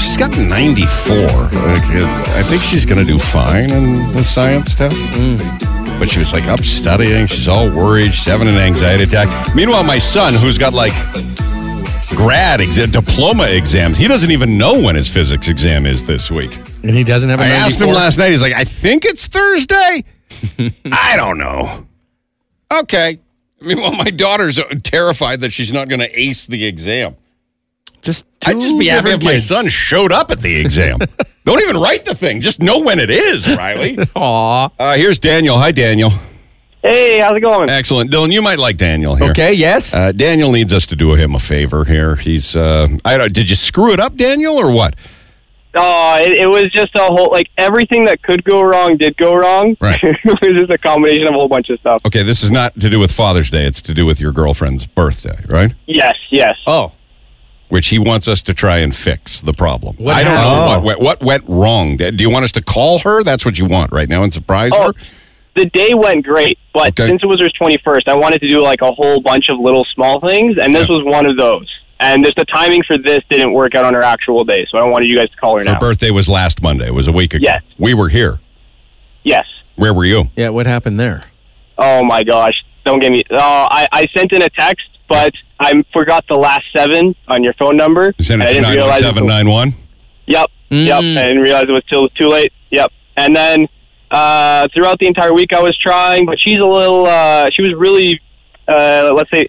[SPEAKER 2] She's got 94. Like, uh, I think she's going to do fine in the science test.
[SPEAKER 3] Mm.
[SPEAKER 2] But she was like up studying. She's all worried. She's having an anxiety attack. Meanwhile, my son, who's got like grad exam, diploma exams, he doesn't even know when his physics exam is this week.
[SPEAKER 3] And he doesn't have a
[SPEAKER 2] I asked him
[SPEAKER 3] 94?
[SPEAKER 2] last night. He's like, I think it's Thursday. (laughs) I don't know. Okay. Meanwhile, my daughter's terrified that she's not going to ace the exam.
[SPEAKER 3] Just
[SPEAKER 2] I'd just be
[SPEAKER 3] two
[SPEAKER 2] happy if
[SPEAKER 3] different
[SPEAKER 2] my
[SPEAKER 3] kids.
[SPEAKER 2] son showed up at the
[SPEAKER 3] (laughs)
[SPEAKER 2] exam. Don't even write the thing. Just know when it is, Riley.
[SPEAKER 3] (laughs) Aw.
[SPEAKER 2] Uh, here's Daniel. Hi, Daniel.
[SPEAKER 12] Hey, how's it going?
[SPEAKER 2] Excellent. Dylan, you might like Daniel here.
[SPEAKER 3] Okay. Yes.
[SPEAKER 2] Uh, Daniel needs us to do him a favor here. He's, uh, I don't, did you screw it up, Daniel, or what?
[SPEAKER 12] Uh, it, it was just a whole like everything that could go wrong did go wrong.
[SPEAKER 2] Right.
[SPEAKER 12] (laughs) it was just a combination of a whole bunch of stuff.
[SPEAKER 2] Okay, this is not to do with Father's Day. It's to do with your girlfriend's birthday, right?
[SPEAKER 12] Yes, yes.
[SPEAKER 4] Oh,
[SPEAKER 2] Which he wants us to try and fix the problem.
[SPEAKER 3] (laughs) What
[SPEAKER 2] I don't know
[SPEAKER 4] happened?
[SPEAKER 2] what, went- what went wrong. Do you want us to call her? That's what you want right now and surprise
[SPEAKER 12] Oh,
[SPEAKER 2] her?
[SPEAKER 12] the day went great, but
[SPEAKER 2] Okay.
[SPEAKER 12] since it was her 21st, I wanted to do like a whole bunch of little small things, and this
[SPEAKER 2] Yeah.
[SPEAKER 12] was one of those. And just the timing for this didn't work out on her actual day, so I wanted you guys to call her
[SPEAKER 2] Her
[SPEAKER 12] now.
[SPEAKER 2] birthday was last Monday. It was a week ago.
[SPEAKER 12] Yes.
[SPEAKER 2] We were here.
[SPEAKER 12] yes.
[SPEAKER 2] Where were you?
[SPEAKER 3] yeah. What happened there?
[SPEAKER 12] Oh my gosh! Don't get me. Oh, I, I sent in a text, but I forgot the last seven on your phone number.
[SPEAKER 2] You
[SPEAKER 12] and
[SPEAKER 2] sent it
[SPEAKER 12] I
[SPEAKER 2] to
[SPEAKER 12] didn't realize. it was-
[SPEAKER 2] 91791.
[SPEAKER 12] Yep.
[SPEAKER 3] Mm.
[SPEAKER 12] Yep. I didn't realize it was till too late. Yep. And then uh, throughout the entire week, I was trying, but she's a little. Uh, she was really, uh, let's say,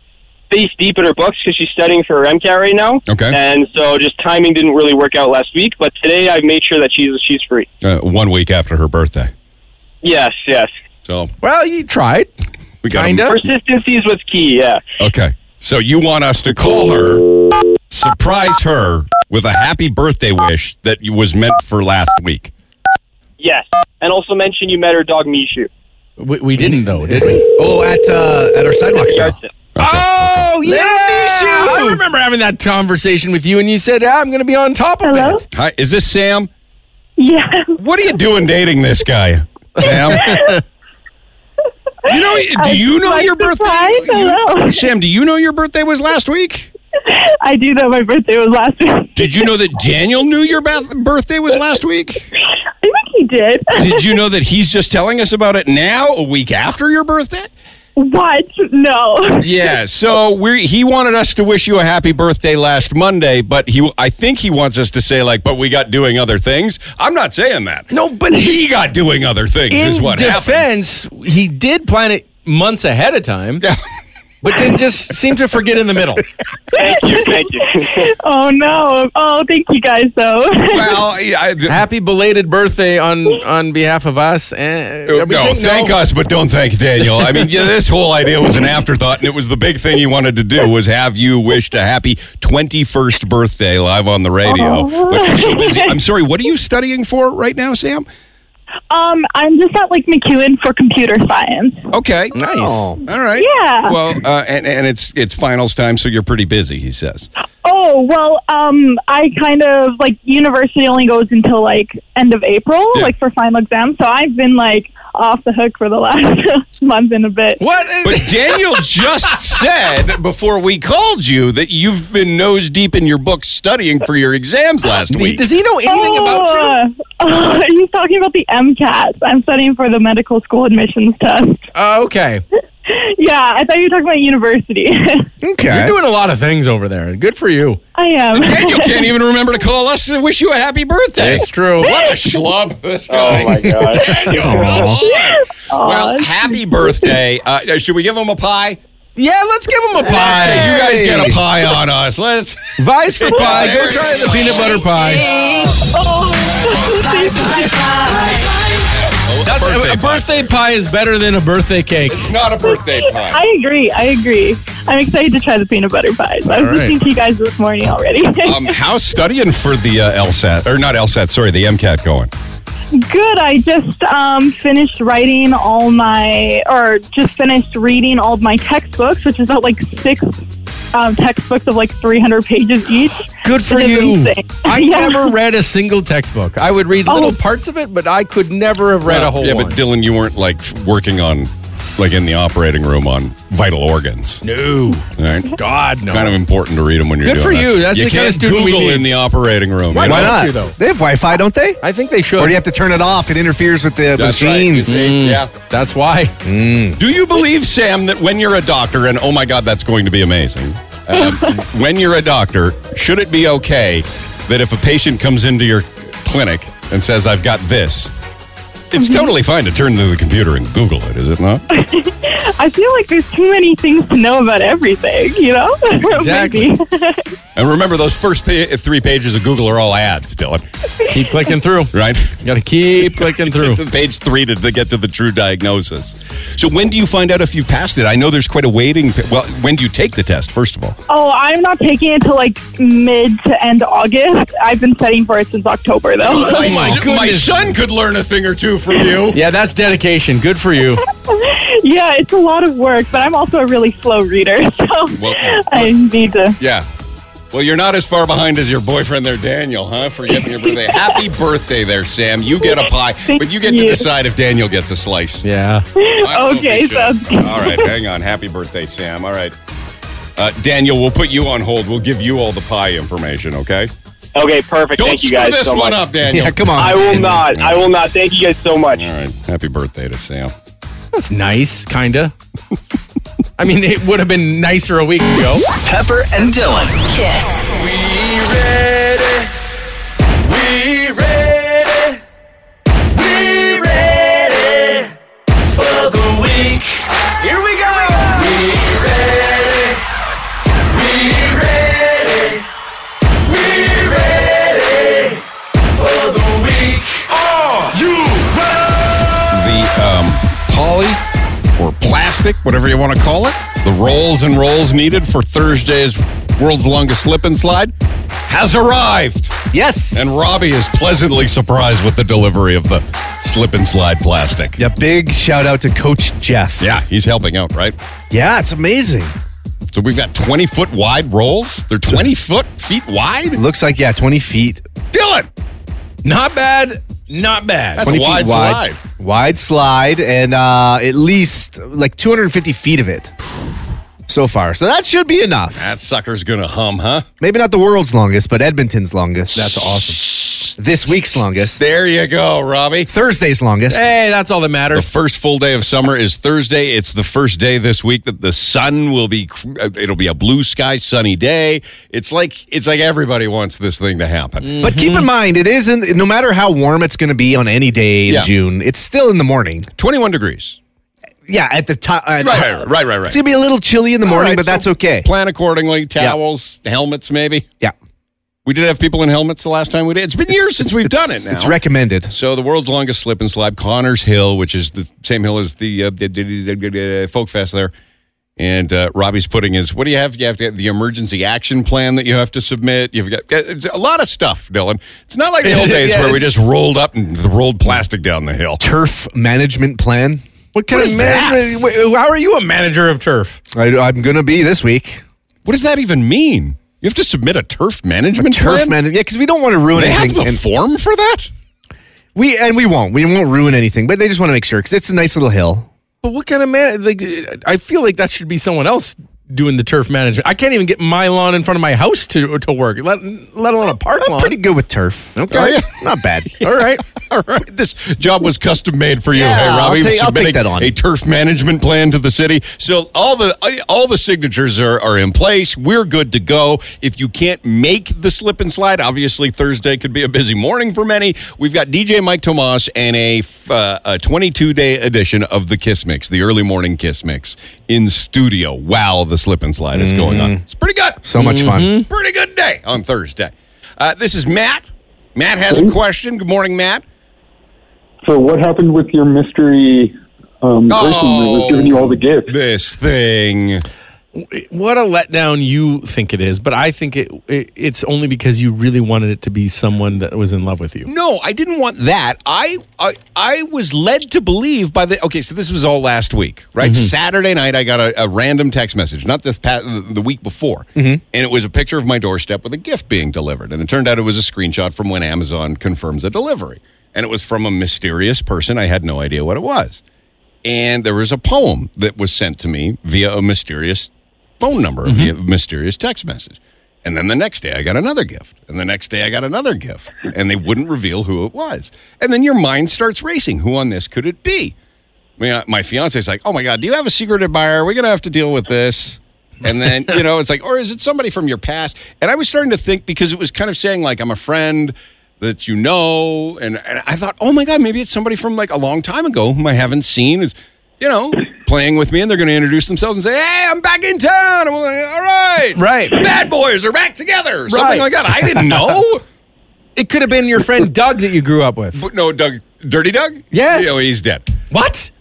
[SPEAKER 12] face deep in her books because she's studying for her MCAT right now.
[SPEAKER 2] Okay.
[SPEAKER 12] And so, just timing didn't really work out last week. But today, I made sure that she's she's free.
[SPEAKER 2] Uh, one week after her birthday.
[SPEAKER 12] Yes. Yes.
[SPEAKER 2] So
[SPEAKER 3] Well, you tried.
[SPEAKER 2] we got
[SPEAKER 3] Kinda.
[SPEAKER 12] Persistency is what's key. Yeah.
[SPEAKER 2] Okay. So you want us to call her, surprise her with a happy birthday wish that you- was meant for last week.
[SPEAKER 12] Yes. And also mention you met her dog Mishu.
[SPEAKER 3] We, we didn't though, did we?
[SPEAKER 4] oh, at uh, at our sidewalk sale.
[SPEAKER 3] Oh yeah. I remember having that conversation with you, and you said "Ah, I'm going to be on top of
[SPEAKER 13] Hello?
[SPEAKER 3] it.
[SPEAKER 2] Hi, is this Sam?
[SPEAKER 13] Yeah.
[SPEAKER 2] What are you doing dating this guy,
[SPEAKER 12] (laughs)
[SPEAKER 2] Sam? you
[SPEAKER 13] (laughs)
[SPEAKER 2] know, do you know
[SPEAKER 13] like
[SPEAKER 2] your birthday?
[SPEAKER 13] surprise? Hello.
[SPEAKER 2] Sam, do you know your birthday was last week?
[SPEAKER 13] I do know my birthday was last week.
[SPEAKER 2] Did you know that Daniel knew your bath- birthday was last week?
[SPEAKER 13] I think he did.
[SPEAKER 2] Did you know that he's just telling us about it now, a week after your birthday?
[SPEAKER 13] what? No.
[SPEAKER 2] Yeah. So we he wanted us to wish you a happy birthday last Monday, but he I think he wants us to say like, but we got doing other things. I'm not saying that.
[SPEAKER 3] No, but
[SPEAKER 2] He got doing other things is
[SPEAKER 3] in
[SPEAKER 2] what happened.
[SPEAKER 3] defense, he did plan it months ahead of time,
[SPEAKER 2] Yeah.
[SPEAKER 3] but then just seemed to forget in the middle.
[SPEAKER 12] Thank you. Thank you.
[SPEAKER 13] (laughs)
[SPEAKER 12] (laughs)
[SPEAKER 13] Oh, no. Oh, thank you guys, though.
[SPEAKER 2] Well, I, I-
[SPEAKER 3] Happy belated birthday on on behalf of us. And
[SPEAKER 2] no, Oh, thank us, but don't thank Daniel. I mean, yeah, this whole idea was an afterthought, and it was the big thing he wanted to do was have you wished a happy 21st
[SPEAKER 3] Oh.
[SPEAKER 13] Oh. (laughs)
[SPEAKER 2] birthday live on the radio. But you're so busy. I'm sorry, what are you studying for right now, Sam?
[SPEAKER 13] (laughs) Um, I'm just at like McEwen for computer science.
[SPEAKER 2] Okay. Nice. all right.
[SPEAKER 13] Yeah.
[SPEAKER 2] Well, uh, and and it's it's finals time, so you're pretty busy. He says.
[SPEAKER 13] Oh well, um, I kind of like university only goes until like end of April, like for final exams. So I've been like off the hook for the (laughs) last month and a bit.
[SPEAKER 3] What?
[SPEAKER 2] But
[SPEAKER 3] (laughs)
[SPEAKER 2] Daniel just said before we called you that you've been nose deep in your book studying for your exams last week.
[SPEAKER 13] (laughs) about you? Oh, he's talking about the MCATs. I'm studying for the medical school admissions test. (laughs)
[SPEAKER 3] Oh, okay.
[SPEAKER 13] Yeah, I thought you were talking about university. (laughs)
[SPEAKER 3] Okay. You're doing a lot of things over there. Good for you.
[SPEAKER 13] I am.
[SPEAKER 2] Daniel can't even remember to call us to wish you a happy birthday.
[SPEAKER 3] It's true.
[SPEAKER 2] What a schlub (laughs) this guy.
[SPEAKER 3] Oh, my God.
[SPEAKER 2] (laughs) Daniel, come
[SPEAKER 13] (laughs)
[SPEAKER 2] on. Well, happy birthday. Uh, should we give him a pie?
[SPEAKER 3] Yeah, let's give him a
[SPEAKER 2] pie.
[SPEAKER 3] Hey.
[SPEAKER 2] You guys get a pie on us. Let's
[SPEAKER 3] (laughs) Vice for pie. Go try the peanut butter pie.
[SPEAKER 13] Oh. (laughs)
[SPEAKER 3] That's, a, a birthday pie is better than a birthday cake. It's
[SPEAKER 2] not a birthday
[SPEAKER 13] I agree. I agree. I'm excited to try the peanut butter pies. I was
[SPEAKER 2] All right.
[SPEAKER 13] listening to you guys this morning already.
[SPEAKER 2] Um, how's studying for the uh, LSAT or not LSAT? Sorry, the MCAT going.
[SPEAKER 13] (laughs) Good. I just um, finished writing all my, or just finished reading all of my textbooks, which is about like six um, textbooks of like 300 pages each.
[SPEAKER 3] (gasps) Good for
[SPEAKER 13] It is
[SPEAKER 3] you.
[SPEAKER 13] insane.
[SPEAKER 3] I
[SPEAKER 13] (laughs) Yeah. Oh.
[SPEAKER 3] never read a single textbook. I would read little parts of it, but I could never have read
[SPEAKER 2] Uh,
[SPEAKER 3] a whole
[SPEAKER 2] yeah,
[SPEAKER 3] one.
[SPEAKER 2] but Dylan, you weren't like working on, like in the operating room on vital organs.
[SPEAKER 3] No.
[SPEAKER 2] Right?
[SPEAKER 3] God, no.
[SPEAKER 2] Kind of important to read them when you're
[SPEAKER 3] Good
[SPEAKER 2] doing
[SPEAKER 3] for
[SPEAKER 2] that.
[SPEAKER 3] you. That's
[SPEAKER 2] you
[SPEAKER 3] the kind
[SPEAKER 2] can't
[SPEAKER 3] of student we
[SPEAKER 2] Google
[SPEAKER 3] need.
[SPEAKER 2] in the operating room.
[SPEAKER 4] Why,
[SPEAKER 2] you know?
[SPEAKER 4] not? They have Wi-Fi, don't they?
[SPEAKER 3] I think they should.
[SPEAKER 4] Or do you have to turn it off? It interferes with the machines.
[SPEAKER 3] Mm. That's why.
[SPEAKER 2] Do you believe, Sam, that when you're a doctor, and oh my God, that's going to be amazing,
[SPEAKER 3] (laughs)
[SPEAKER 2] um, when you're a doctor, should it be okay that if a patient comes into your clinic and says, I've got this, it's
[SPEAKER 3] Mm-hmm.
[SPEAKER 2] totally fine to turn to the computer and Google it, is it not?
[SPEAKER 13] I feel like there's too many things to know about everything, you know? (laughs)
[SPEAKER 2] Exactly.
[SPEAKER 13] Maybe.
[SPEAKER 2] And remember, those first pa- three pages of Google are all ads, Dylan.
[SPEAKER 3] Keep clicking through.
[SPEAKER 2] Right?
[SPEAKER 3] Got to keep
[SPEAKER 2] (laughs)
[SPEAKER 3] clicking through.
[SPEAKER 2] Page three to, to get to the true diagnosis. So, when do you find out if you passed it? I know there's quite a waiting. pe- well, when do you take the test, first of all?
[SPEAKER 13] (laughs) oh, I'm not taking it till like mid to end August. I've been studying for it since October,
[SPEAKER 3] Oh
[SPEAKER 13] though. (laughs)
[SPEAKER 2] my son could learn a thing or two from you.
[SPEAKER 3] (laughs) Yeah, that's dedication. Good for you.
[SPEAKER 13] yeah, it's a lot of work, but I'm also a really slow reader, (laughs) so
[SPEAKER 2] Well-
[SPEAKER 13] I need to.
[SPEAKER 2] Yeah. Well, you're not as far behind as your boyfriend there, Daniel, huh? For getting your birthday. Happy birthday there, Sam. You get a pie, but you get to
[SPEAKER 13] you.
[SPEAKER 2] decide if Daniel gets a slice.
[SPEAKER 3] Yeah.
[SPEAKER 13] okay, sounds good.
[SPEAKER 2] All right, hang on. Happy birthday, Sam. All right. Uh, Daniel, we'll put you on hold. We'll give you all the pie information, okay?
[SPEAKER 12] Okay, perfect.
[SPEAKER 2] Don't
[SPEAKER 12] Thank you
[SPEAKER 2] screw
[SPEAKER 12] guys
[SPEAKER 2] this
[SPEAKER 12] so
[SPEAKER 2] one
[SPEAKER 12] much.
[SPEAKER 4] (laughs)
[SPEAKER 2] up, Daniel. Yeah, come on.
[SPEAKER 12] I will not. I will not. Thank you guys so much.
[SPEAKER 2] All right. Happy birthday to Sam.
[SPEAKER 3] That's nice, kinda. (laughs) I mean, it would have been nicer a week ago.
[SPEAKER 8] Pepper and Dylan.
[SPEAKER 5] Kiss.
[SPEAKER 8] We ready. We ready. We ready for the week. Here we go. We ready. We ready. We ready for the week. Are you ready?
[SPEAKER 2] the um, poly or plastic, whatever you want to call it, the rolls and rolls needed for Thursday's world's longest slip and slide has arrived.
[SPEAKER 4] Yes.
[SPEAKER 2] And Robbie is pleasantly surprised with the delivery of the slip and slide plastic.
[SPEAKER 4] Yeah, big shout out to Coach Jeff.
[SPEAKER 2] Yeah, he's helping out, right?
[SPEAKER 4] Yeah, it's amazing.
[SPEAKER 2] So we've got 20 foot wide rolls. They're 20 foot feet wide?
[SPEAKER 4] Looks like, yeah, 20 feet.
[SPEAKER 2] Dylan!
[SPEAKER 3] Not bad. Not bad.
[SPEAKER 2] That's a
[SPEAKER 4] 20 feet
[SPEAKER 2] wide slide.
[SPEAKER 4] Wide slide, and uh, at least like 250 feet of it so far. So that should be enough.
[SPEAKER 2] That sucker's going to hum, huh?
[SPEAKER 4] Maybe not the world's longest, but Edmonton's longest. That's awesome. This week's longest.
[SPEAKER 2] There you go, Robbie.
[SPEAKER 4] Thursday's longest.
[SPEAKER 3] Hey, that's all that matters.
[SPEAKER 2] The first full day of summer is Thursday. It's the first day this week that the sun will be. uh, It'll be a blue sky, sunny day. It's like it's like everybody wants this thing to happen.
[SPEAKER 4] But
[SPEAKER 3] Mm-hmm.
[SPEAKER 4] keep in mind, it isn't, no matter how warm it's going to be on any day in
[SPEAKER 2] Yeah.
[SPEAKER 4] June, it's still in the morning.
[SPEAKER 2] 21 degrees.
[SPEAKER 4] Yeah, at the time. Right, It's
[SPEAKER 2] Right, right, right, right.
[SPEAKER 4] going to be a little chilly in the morning, but that's okay.
[SPEAKER 2] Plan accordingly. Towels, helmets, maybe.
[SPEAKER 4] Yeah.
[SPEAKER 2] We did have people in helmets the last time we did. It's been years since we've done it. Now
[SPEAKER 4] It's recommended.
[SPEAKER 2] So the world's longest slip and slide, Connors Hill, which is the same hill as the uh, the- the- the- the- the- the Folk uh, Fest there, And uh, Robbie's putting his, what do you have? You have to get the emergency action plan that you have to submit. You've got uh, it's a lot of stuff, Dylan. It's not
[SPEAKER 4] (laughs)
[SPEAKER 2] like the old days
[SPEAKER 4] Yeah,
[SPEAKER 2] where we
[SPEAKER 4] it's-
[SPEAKER 2] just rolled up and rolled plastic down the hill.
[SPEAKER 4] turf management plan.
[SPEAKER 3] What kind
[SPEAKER 4] What
[SPEAKER 3] of
[SPEAKER 4] is
[SPEAKER 3] management? wait, How are you a manager of turf?
[SPEAKER 4] I, I'm going to be this week.
[SPEAKER 2] What does that even mean? You have to submit a turf management
[SPEAKER 4] turf
[SPEAKER 2] plan?
[SPEAKER 4] management. Yeah, because we don't want to ruin
[SPEAKER 2] They have
[SPEAKER 4] anything.
[SPEAKER 2] the form for that.
[SPEAKER 4] We and we won't. We won't ruin anything. But they just want to make sure because it's a nice little hill.
[SPEAKER 3] But what kind of man? Like, I feel like that should be someone else doing the turf management. I can't even get my lawn in front of my house to to work. Let let alone a park lawn.
[SPEAKER 4] Pretty good with turf.
[SPEAKER 3] Okay.
[SPEAKER 4] All right. not bad.
[SPEAKER 3] (laughs) All
[SPEAKER 4] (laughs)
[SPEAKER 3] right.
[SPEAKER 2] All right. This job was custom made for you,
[SPEAKER 4] Yeah,
[SPEAKER 2] hey,
[SPEAKER 4] I'll
[SPEAKER 2] Robbie.
[SPEAKER 4] take- I'll
[SPEAKER 2] Submitting
[SPEAKER 4] take that on.
[SPEAKER 2] A turf management plan to the city. So all the all the signatures are, are in place. We're good to go. If you can't make the slip and slide, obviously Thursday could be a busy morning for many. We've got DJ Mike Tomas and a f- uh, a 22 day edition of the Kiss Mix, the early morning Kiss Mix in studio. Wow, the slip and slide is going
[SPEAKER 4] Mm-hmm.
[SPEAKER 2] on. It's pretty
[SPEAKER 8] (laughs)
[SPEAKER 2] good.
[SPEAKER 4] So much fun.
[SPEAKER 8] Mm-hmm.
[SPEAKER 2] Pretty good day on Thursday. Uh, this is Matt. Matt has a question. Good morning, Matt.
[SPEAKER 14] So what happened with your mystery um, person that was
[SPEAKER 2] Oh.
[SPEAKER 14] giving you all the gifts?
[SPEAKER 2] This thing.
[SPEAKER 3] What a letdown you think it is, but I think it, it it's only because you really wanted it to be someone that was in love with you.
[SPEAKER 2] No, I didn't want that. I I, I was led to believe by the okay. So this was all last week, right? Saturday night, I got a, a random text message, not this pa- the week before,
[SPEAKER 8] Mm-hmm.
[SPEAKER 2] and it was a picture of my doorstep with a gift being delivered, and it turned out it was a screenshot from when Amazon confirms a delivery, and it was from a mysterious person. I had no idea what it was, and there was a poem that was sent to me via a mysterious phone number, via a mysterious text message. And then the next day, I got another gift. And the next day, I got another gift. And they wouldn't reveal who it was. And then your mind starts racing. Who on this could it be? I mean, I- my fiance's like, oh my God, do you have a secret admirer? We're going to have to deal with this. And then, you know, it's like, or is it somebody from your past? And I was starting to think because it was kind of saying, like, I'm a friend that you know. And, and I thought, oh my God, maybe it's somebody from like a long time ago whom I haven't seen is, you know, playing with me. And they're going to introduce themselves and say, hey, I'm back in town. I'm like, all right.
[SPEAKER 3] Right.
[SPEAKER 2] The bad boys are back together. Something
[SPEAKER 3] Right.
[SPEAKER 2] like that. I didn't
[SPEAKER 3] (laughs)
[SPEAKER 2] know.
[SPEAKER 3] It could have been your friend Doug that you grew up with.
[SPEAKER 2] but no, Doug, Dirty Doug?
[SPEAKER 3] Yes.
[SPEAKER 2] Oh, he's dead.
[SPEAKER 3] What?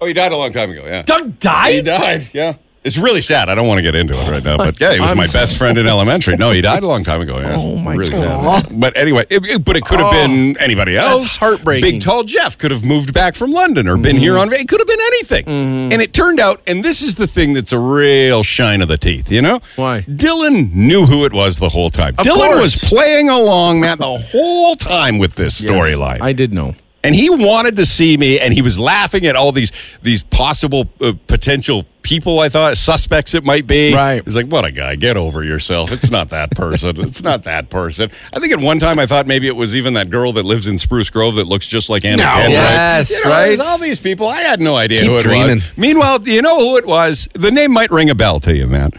[SPEAKER 2] Oh, he died a long time ago. Yeah.
[SPEAKER 3] Doug
[SPEAKER 2] He
[SPEAKER 3] died?
[SPEAKER 2] died. Yeah. It's really sad. I don't want to get into it right now, but yeah, he was
[SPEAKER 3] I'm
[SPEAKER 2] my best friend in elementary. No, he died a long time ago. Yeah.
[SPEAKER 3] Oh, my
[SPEAKER 2] really
[SPEAKER 3] God.
[SPEAKER 2] Sad. But anyway, it, it- but it could have
[SPEAKER 3] Oh,
[SPEAKER 2] been anybody
[SPEAKER 3] that's
[SPEAKER 2] else.
[SPEAKER 3] heartbreaking. Mm-hmm.
[SPEAKER 2] Big tall Jeff could have moved back from London or been here on. It could have been anything. And it turned out, and this is the thing that's a real shine of the teeth. You know
[SPEAKER 3] Why?
[SPEAKER 2] Dylan knew who it was the whole time.
[SPEAKER 3] Of
[SPEAKER 2] Dylan
[SPEAKER 3] course.
[SPEAKER 2] was playing along that
[SPEAKER 3] (laughs)
[SPEAKER 2] the whole time with this storyline.
[SPEAKER 3] I did know.
[SPEAKER 2] and he wanted to see me and he was laughing at all these these possible uh, potential people i thought suspects it might be
[SPEAKER 3] Right.
[SPEAKER 2] he's like what a guy get over yourself it's not that person it's not that person i think at one time i thought maybe it was even that girl that lives in spruce grove that looks just like anna
[SPEAKER 3] No.
[SPEAKER 2] Kendrick.
[SPEAKER 3] Yes,
[SPEAKER 2] You know,
[SPEAKER 3] right.
[SPEAKER 2] there's all these people i had no idea
[SPEAKER 4] Keep
[SPEAKER 2] who it
[SPEAKER 4] dreaming.
[SPEAKER 2] was meanwhile do you know who it was the name might ring a bell to you man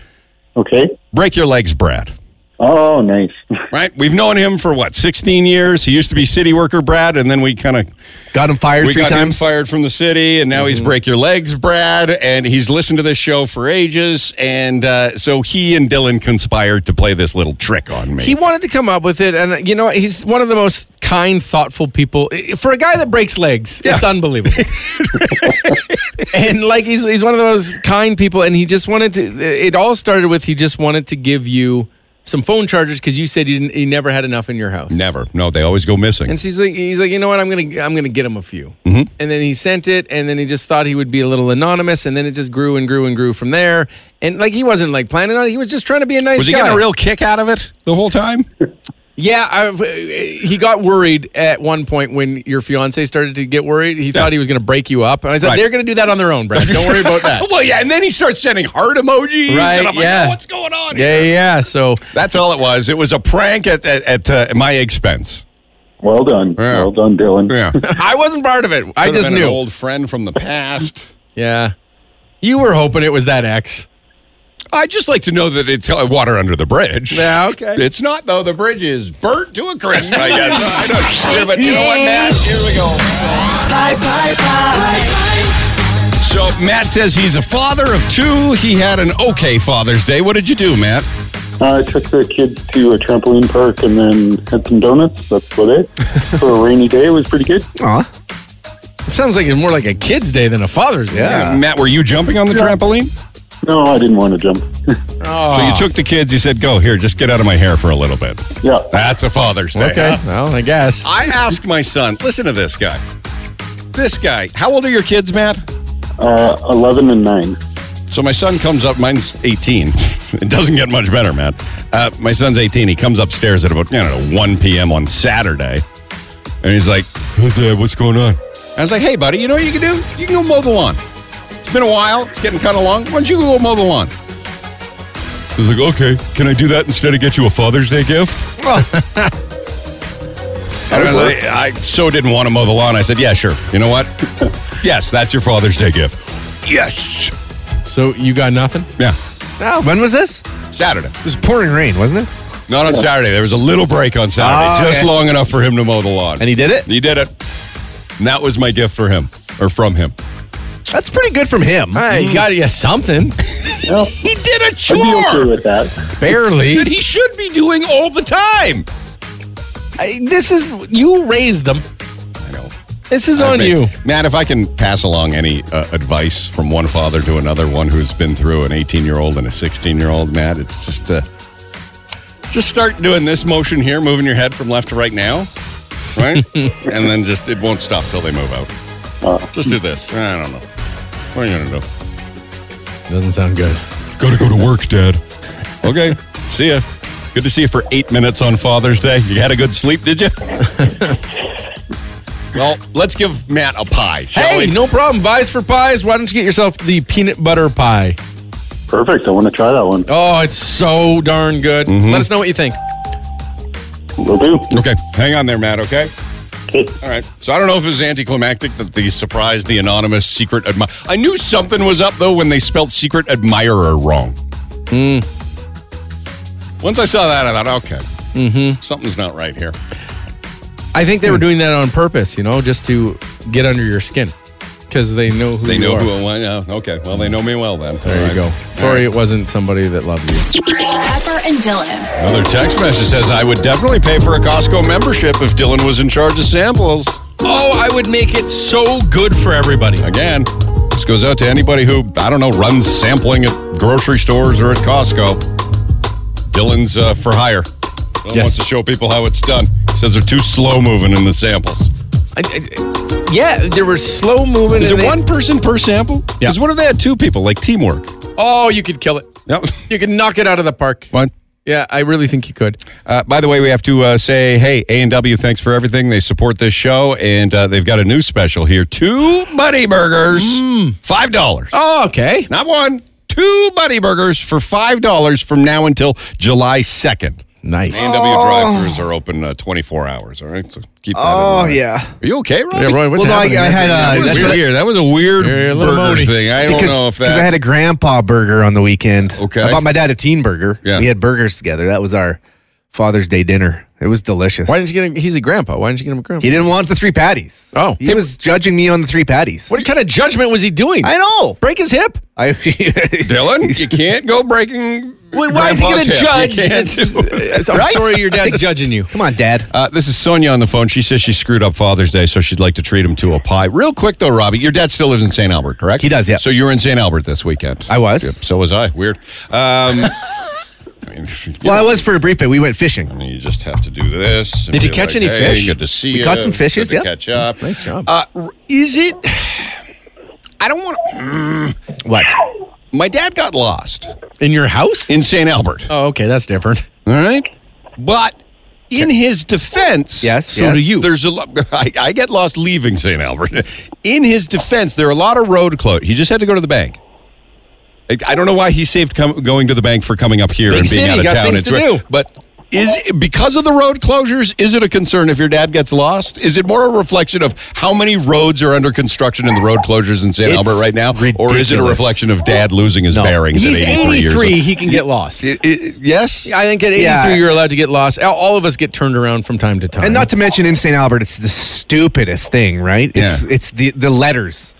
[SPEAKER 14] Okay.
[SPEAKER 2] break your legs brad
[SPEAKER 14] Oh, nice.
[SPEAKER 2] right we've known him for what 16 years he used to be city worker brad and then we kind of
[SPEAKER 4] Got him fired
[SPEAKER 2] we
[SPEAKER 4] three
[SPEAKER 2] got
[SPEAKER 4] times.
[SPEAKER 2] him fired from the city, and now
[SPEAKER 3] Mm-hmm.
[SPEAKER 2] he's break your legs, Brad. And he's listened to this show for ages, and uh, so he and Dylan conspired to play this little trick on me.
[SPEAKER 3] He wanted to come up with it, and uh, you know he's one of the most kind, thoughtful people. I- For a guy that breaks legs, it's
[SPEAKER 2] Yeah. (laughs)
[SPEAKER 3] unbelievable. and like he's he's one of those kind people, and he just wanted to. uh, It all started with he just wanted to give you some phone chargers because you said you, didn't, you never had enough in your house.
[SPEAKER 2] Never, no, they always go missing. Mm-hmm.
[SPEAKER 3] And so he's like, he's like, you know what? I'm gonna, I'm gonna get him a few. And then he sent it, and then he just thought he would be a little anonymous, and then it just grew and grew and grew from there. And like he wasn't like planning on it; he was just trying to be a nice
[SPEAKER 2] was he
[SPEAKER 3] guy.
[SPEAKER 2] getting a real kick out of it the whole time?
[SPEAKER 3] yeah, I've, he got worried at one point when your fiance started to get worried. He thought he was gonna break you up, and I said,
[SPEAKER 2] Right.
[SPEAKER 3] they're gonna do that on their own, Brad. Don't worry
[SPEAKER 2] (laughs)
[SPEAKER 3] about that.
[SPEAKER 2] well, yeah, and then he starts sending heart emojis.
[SPEAKER 3] Right,
[SPEAKER 2] and I'm like,
[SPEAKER 3] yeah.
[SPEAKER 2] "Oh, what's going on?
[SPEAKER 3] yeah, yeah,
[SPEAKER 2] here?"
[SPEAKER 3] yeah. So
[SPEAKER 2] That's all it was. It was a prank at at, at uh, my expense.
[SPEAKER 14] Well done.
[SPEAKER 2] Yeah.
[SPEAKER 14] Well done, Dylan.
[SPEAKER 2] Yeah,
[SPEAKER 3] (laughs) I wasn't part of it. I
[SPEAKER 2] Could've
[SPEAKER 3] just
[SPEAKER 2] been an
[SPEAKER 3] knew.
[SPEAKER 2] old friend from the past.
[SPEAKER 3] (laughs) yeah, you were hoping it was that ex.
[SPEAKER 2] I just like to know that it's uh, water under the bridge.
[SPEAKER 3] Yeah, okay.
[SPEAKER 2] It's not though. The bridge is burnt to a
[SPEAKER 3] (laughs)
[SPEAKER 2] crisp. I guess. (laughs) I don't care, but you know what, Matt? Here we go.
[SPEAKER 8] Bye, bye, bye.
[SPEAKER 2] So Matt says he's a father of two. He had an okay Father's Day. What did you do, Matt?
[SPEAKER 14] (laughs) I took the kids to a trampoline park and then had some donuts. That's about
[SPEAKER 2] (laughs)
[SPEAKER 14] it. For a rainy day, it was pretty good.
[SPEAKER 4] Aw.
[SPEAKER 3] It sounds like it's more like a kid's day than a father's day.
[SPEAKER 2] Matt, were you jumping on the trampoline?
[SPEAKER 14] No, I didn't want to jump.
[SPEAKER 2] So
[SPEAKER 3] Ah.
[SPEAKER 2] you took the kids, you said, go here, just get out of my hair for a little bit.
[SPEAKER 14] Yeah.
[SPEAKER 2] That's a Father's Day.
[SPEAKER 3] Okay, well, I guess.
[SPEAKER 2] I asked my son, listen to this guy. This guy, how old are your kids, Matt?
[SPEAKER 14] Uh, 11 and 9.
[SPEAKER 2] So my son comes up, mine's 18. (laughs) it doesn't get much better, Matt. Uh, my son's 18. He comes upstairs at about, I don't know, 1 p.m. on Saturday. And he's like, "Hey, Dad, what's going on? I was like, hey, buddy, you know what you can do? You can go mow the lawn. It's been a while. It's getting kind of long. Why don't you go mow the lawn? He's like, okay, can I do that instead of get you a Father's Day gift?
[SPEAKER 3] (laughs)
[SPEAKER 2] And I, was like, I so didn't want to mow the lawn. I said, yeah, sure. You know what? (laughs) yes, that's your Father's Day gift. Yes.
[SPEAKER 3] So you got nothing?
[SPEAKER 2] Yeah.
[SPEAKER 4] Oh, when was this?
[SPEAKER 2] Saturday.
[SPEAKER 4] It was pouring rain, wasn't it?
[SPEAKER 2] Not on Saturday. There was a little break on Saturday,
[SPEAKER 4] Ah,
[SPEAKER 2] just
[SPEAKER 4] okay.
[SPEAKER 2] long enough for him to mow the lawn. And
[SPEAKER 4] he did it?
[SPEAKER 2] He did it. And that was my gift for him, or from him.
[SPEAKER 4] That's pretty good from him.
[SPEAKER 3] Hey, you got you something. (laughs)
[SPEAKER 2] He did a
[SPEAKER 14] I'd be okay
[SPEAKER 2] chore
[SPEAKER 14] with that.
[SPEAKER 3] Barely.
[SPEAKER 2] that he should be doing all the time.
[SPEAKER 3] I- this is you raised them.
[SPEAKER 2] I know.
[SPEAKER 3] This is on
[SPEAKER 2] I've
[SPEAKER 3] you.
[SPEAKER 2] been- Matt, if I can pass along any uh, advice from one father to another one who's been through an 18 year old and a 16 year old, Matt, it's just uh, just start doing this motion here, moving your head from left to right now,
[SPEAKER 3] (laughs)
[SPEAKER 2] right? and then just it won't stop till they move out. Just do this. I don't know. What are you gonna do?
[SPEAKER 3] Doesn't sound good.
[SPEAKER 2] Gotta go to work, Dad. okay. See ya. Good to see you for eight minutes on Father's Day. You had a good sleep, did you? (laughs) well, let's give Matt a pie, shall we?
[SPEAKER 3] Hey, no problem. Buys for pies. Why don't you get yourself the peanut butter pie?
[SPEAKER 14] Perfect. I want to try that one.
[SPEAKER 3] Oh, it's so darn good. Let us know what you think.
[SPEAKER 14] Will do.
[SPEAKER 2] Okay, hang on there, Matt. Okay.
[SPEAKER 14] Okay.
[SPEAKER 2] All right. So I don't know if it was anticlimactic that they surprised the anonymous secret admirer. I knew something was up though when they spelled secret admirer wrong.
[SPEAKER 3] Hmm.
[SPEAKER 2] Once I saw that, I thought, okay, mm-hmm. something's not right here.
[SPEAKER 3] I think they were doing that on purpose, you know, just to get under your skin because they know who
[SPEAKER 2] They
[SPEAKER 3] you
[SPEAKER 2] know
[SPEAKER 3] are.
[SPEAKER 2] who. Well, yeah, okay. Well, they know me well then.
[SPEAKER 3] there you go. Sorry, it wasn't somebody that loved you.
[SPEAKER 5] Pepper and Dylan.
[SPEAKER 2] Another text message says, "I would definitely pay for a Costco membership if Dylan was in charge of samples."
[SPEAKER 3] Oh, I would make it so good for everybody.
[SPEAKER 2] Again, this goes out to anybody who, I don't know, runs sampling at grocery stores or at Costco. Dylan's uh, for hire. Dylan
[SPEAKER 3] Yes.
[SPEAKER 2] wants to show people how it's done. Says they're too slow moving in the samples.
[SPEAKER 3] I, I- yeah, there were slow moving.
[SPEAKER 2] Is it
[SPEAKER 3] and they-
[SPEAKER 2] one person per sample?
[SPEAKER 3] Yeah.
[SPEAKER 2] Because what if they had two people, like teamwork?
[SPEAKER 3] Oh, you could kill it.
[SPEAKER 2] Yep.
[SPEAKER 3] You could knock it out of the park.
[SPEAKER 2] Fine.
[SPEAKER 3] Yeah, I really think you could.
[SPEAKER 2] Uh, by the way, we have to uh, say, hey, A&W, thanks for everything. They support this show, and uh, they've got a new special here. Two Buddy Burgers, $5.
[SPEAKER 3] Mm. Oh, okay.
[SPEAKER 2] Not one, two Buddy Burgers for $5 from now until July 2nd.
[SPEAKER 3] Nice.
[SPEAKER 2] A&W drive-thrus are open uh, 24 hours. All right, so keep that in
[SPEAKER 4] Oh,
[SPEAKER 2] mind.
[SPEAKER 4] yeah.
[SPEAKER 2] Are you okay, Robbie?
[SPEAKER 3] Yeah, Roy, what's
[SPEAKER 4] Well, no, I-
[SPEAKER 3] happening?
[SPEAKER 4] I had, uh,
[SPEAKER 2] that was
[SPEAKER 4] that's
[SPEAKER 2] weird.
[SPEAKER 4] what I-
[SPEAKER 2] that was a weird
[SPEAKER 3] You're
[SPEAKER 2] burger
[SPEAKER 3] a little moody.
[SPEAKER 2] thing. I don't
[SPEAKER 4] Because
[SPEAKER 2] know if
[SPEAKER 4] because
[SPEAKER 2] that.
[SPEAKER 4] I had a grandpa burger on the weekend.
[SPEAKER 2] Okay.
[SPEAKER 4] I bought my dad a teen burger.
[SPEAKER 2] Yeah.
[SPEAKER 4] We had burgers together. That was our Father's Day dinner. It was delicious.
[SPEAKER 3] Why didn't you get him? He's a grandpa. Why didn't you get him a grandpa?
[SPEAKER 4] he didn't want the three patties.
[SPEAKER 3] Oh.
[SPEAKER 4] He was judging me on the three patties.
[SPEAKER 3] what kind of judgment was he doing?
[SPEAKER 4] I know.
[SPEAKER 3] Break his hip.
[SPEAKER 4] (laughs) I,
[SPEAKER 2] Dylan, you can't go breaking.
[SPEAKER 3] Wait, why is
[SPEAKER 2] Grandpa's
[SPEAKER 3] he going to
[SPEAKER 2] hip.
[SPEAKER 3] judge?
[SPEAKER 2] You can't
[SPEAKER 3] It's just-
[SPEAKER 2] do it.
[SPEAKER 3] it's- (laughs) I'm sorry your dad's judging you.
[SPEAKER 4] Come on, Dad.
[SPEAKER 2] Uh, this is Sonia on the phone. She says she screwed up Father's Day, so she'd like to treat him to a pie. Real quick, though, Robbie, your dad still lives in St. Albert, correct?
[SPEAKER 4] He does, yeah.
[SPEAKER 2] So you're in St. Albert this weekend.
[SPEAKER 4] I was.
[SPEAKER 2] Yep, so was I.
[SPEAKER 4] (laughs)
[SPEAKER 2] Weird. Um, I mean, you
[SPEAKER 4] Well,
[SPEAKER 2] know.
[SPEAKER 4] I was for a brief bit. We went fishing.
[SPEAKER 2] And you just have to do this. and
[SPEAKER 3] Did you
[SPEAKER 2] be
[SPEAKER 3] catch any
[SPEAKER 2] hey,
[SPEAKER 3] fish?
[SPEAKER 2] Good to see
[SPEAKER 4] We
[SPEAKER 2] you.
[SPEAKER 4] caught some fishes,
[SPEAKER 2] Good
[SPEAKER 4] yeah.
[SPEAKER 2] to catch up.
[SPEAKER 3] Nice job.
[SPEAKER 2] Uh, r- is it? I don't want. to...
[SPEAKER 4] What?
[SPEAKER 2] My dad got lost
[SPEAKER 3] Mm, In your house?
[SPEAKER 2] in St. Albert.
[SPEAKER 3] oh, okay. That's different.
[SPEAKER 2] All right, but in his defense,
[SPEAKER 4] Yes, So yes. do you.
[SPEAKER 2] There's a lot. I, I get lost leaving St. Albert. In his defense, there are a lot of road closed. He just had to go to the bank. I- I don't know why he saved com- going to the bank for coming up here
[SPEAKER 3] Big
[SPEAKER 2] and being
[SPEAKER 3] city,
[SPEAKER 2] out of
[SPEAKER 3] got
[SPEAKER 2] town.
[SPEAKER 3] things to do.
[SPEAKER 2] But is because of the road closures, is it a concern if your dad gets lost? Is it more a reflection of how many roads are under construction and the road closures in St.
[SPEAKER 4] It's
[SPEAKER 2] Albert right now, or is it a
[SPEAKER 4] ridiculous.
[SPEAKER 2] reflection of dad losing his
[SPEAKER 4] No.
[SPEAKER 2] bearings
[SPEAKER 3] He's
[SPEAKER 2] at 83,
[SPEAKER 3] 83.
[SPEAKER 2] years old?
[SPEAKER 3] He can get lost.
[SPEAKER 2] I- I- yes.
[SPEAKER 3] I think at 83,
[SPEAKER 4] Yeah.
[SPEAKER 3] you're allowed to get lost. All- All of us get turned around from time to time.
[SPEAKER 4] And not to mention in St. Albert, it's the stupidest thing, right? It's
[SPEAKER 2] Yeah.
[SPEAKER 4] it's the the letters.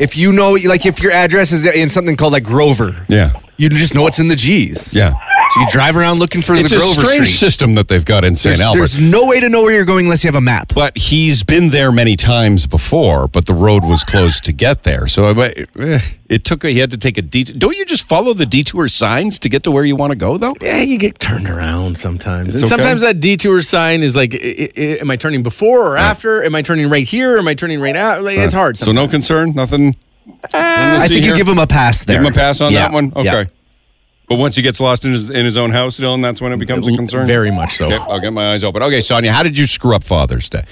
[SPEAKER 4] If you know, like, if your address is in something called like Grover,
[SPEAKER 2] Yeah.
[SPEAKER 4] you just know it's in the G's.
[SPEAKER 2] Yeah.
[SPEAKER 4] So You drive around looking for
[SPEAKER 2] it's
[SPEAKER 4] the
[SPEAKER 2] a
[SPEAKER 4] Grover
[SPEAKER 2] strange
[SPEAKER 4] Street.
[SPEAKER 2] system that they've got in St.
[SPEAKER 4] There's,
[SPEAKER 2] Albert.
[SPEAKER 4] there's no way to know where you're going unless you have a map.
[SPEAKER 2] But he's been there many times before, but the road was closed to get there. So I- eh, it took, a, he had to take a detour. Don't you just follow the detour signs to get to where you want to go, though?
[SPEAKER 3] Yeah, you get turned around sometimes.
[SPEAKER 2] It's
[SPEAKER 3] and
[SPEAKER 2] okay.
[SPEAKER 3] sometimes that detour sign is like, I- I- am I turning before or after? Am I turning right here? Am I turning right out? Like, It's hard.
[SPEAKER 2] So no (laughs) concern, nothing.
[SPEAKER 4] I think you give him a pass there.
[SPEAKER 2] Give him a pass on
[SPEAKER 4] Yeah,
[SPEAKER 2] that one? Okay.
[SPEAKER 4] yeah.
[SPEAKER 2] But once he gets lost in his, in his own house, Dylan, that's when it becomes a concern?
[SPEAKER 3] Very much so.
[SPEAKER 2] Okay, I'll get my eyes open. Okay, Sonia, how did you screw up Father's Day?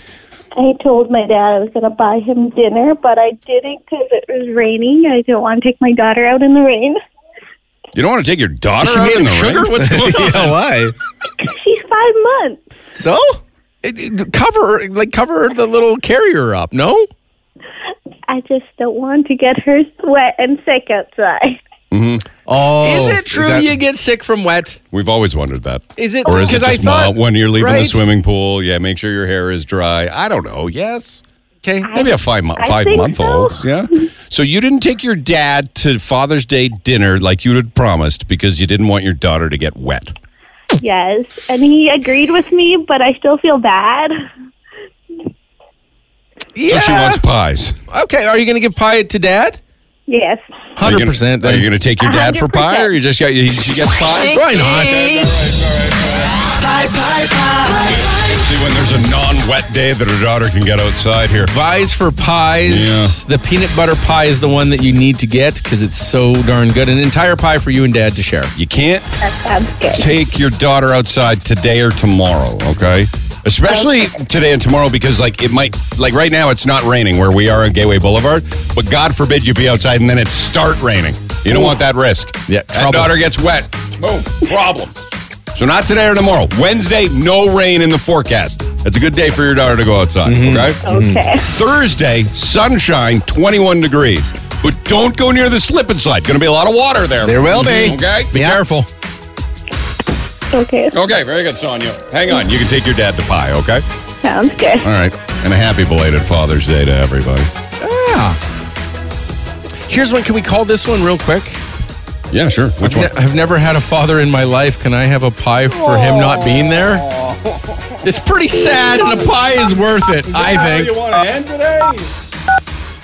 [SPEAKER 15] I told my dad I was going to buy him dinner, but I didn't because it was raining. I don't want to take my daughter out in the rain. (laughs)
[SPEAKER 2] You don't want to take your daughter
[SPEAKER 3] She
[SPEAKER 2] out
[SPEAKER 3] made
[SPEAKER 2] in
[SPEAKER 3] him
[SPEAKER 2] the
[SPEAKER 3] sugar?
[SPEAKER 2] rain? (laughs)
[SPEAKER 3] What's going on?
[SPEAKER 4] yeah, why?
[SPEAKER 15] She's five months.
[SPEAKER 4] So?
[SPEAKER 3] It- it- cover, like, cover the little carrier up,
[SPEAKER 2] Oh,
[SPEAKER 3] no?
[SPEAKER 15] I just don't want to get her sweat and sick outside.
[SPEAKER 4] Oh.
[SPEAKER 3] is it true
[SPEAKER 2] Mm-hmm. that-
[SPEAKER 3] you get sick from wet?
[SPEAKER 2] We've always wondered that.
[SPEAKER 3] Is it-
[SPEAKER 2] Or is it
[SPEAKER 3] because I
[SPEAKER 2] just mild-
[SPEAKER 3] thought-
[SPEAKER 2] when you're leaving the
[SPEAKER 3] right?
[SPEAKER 2] swimming pool? Yeah, make sure your hair is dry. I don't know. Yes.
[SPEAKER 3] Okay.
[SPEAKER 2] Maybe a five mo-
[SPEAKER 15] I
[SPEAKER 2] five
[SPEAKER 15] think
[SPEAKER 2] month old.
[SPEAKER 15] (laughs)
[SPEAKER 2] Yeah. So you didn't take your dad to Father's Day dinner like you had promised because you didn't want your daughter to get wet.
[SPEAKER 15] Yes. And he agreed with me, but I still feel bad.
[SPEAKER 3] Yeah.
[SPEAKER 2] So she wants pies.
[SPEAKER 3] okay, are you going to give pie to dad?
[SPEAKER 15] Yes.
[SPEAKER 2] Are you gonna-
[SPEAKER 3] 100%
[SPEAKER 2] Are
[SPEAKER 3] then.
[SPEAKER 2] you going to take your dad for pie, or you just got you, she gets pie?
[SPEAKER 3] Why not?
[SPEAKER 8] Pie, pie, pie.
[SPEAKER 2] See when there's a non-wet day that her daughter can get outside here.
[SPEAKER 3] Pies for pies.
[SPEAKER 2] Yeah.
[SPEAKER 3] The peanut butter pie is the one that you need to get because it's so darn good. An entire pie for you and dad to share.
[SPEAKER 2] You can't
[SPEAKER 15] That sounds good.
[SPEAKER 2] take your daughter outside today or tomorrow, okay? Especially today and tomorrow because like it might like right now it's not raining where we are on Gateway Boulevard, but God forbid you be outside and then it start raining. You don't want that risk.
[SPEAKER 3] Yeah,
[SPEAKER 2] That
[SPEAKER 3] trouble.
[SPEAKER 2] daughter gets wet. Boom. Problem. So not today or tomorrow. Wednesday, no rain in the forecast. That's a good day for your daughter to go outside,
[SPEAKER 3] Mm-hmm.
[SPEAKER 2] okay?
[SPEAKER 15] Okay.
[SPEAKER 2] Thursday, sunshine, 21 degrees. But don't go near the slip and slide. Going to be a lot of water there. Mm-hmm,
[SPEAKER 4] There will be.
[SPEAKER 2] Okay?
[SPEAKER 3] Be careful.
[SPEAKER 15] Okay.
[SPEAKER 2] Okay, very good, Sonia. Hang on. You can take your dad to pie, okay?
[SPEAKER 15] Sounds good.
[SPEAKER 2] All right. And a happy belated Father's Day to everybody.
[SPEAKER 3] Here's one. Can we call this one real quick?
[SPEAKER 2] Yeah, sure. Which
[SPEAKER 3] Ne- I've never had a father in my life. Can I have a pie for him not being there? It's pretty sad, and a pie is worth it, I think.
[SPEAKER 2] want to end today?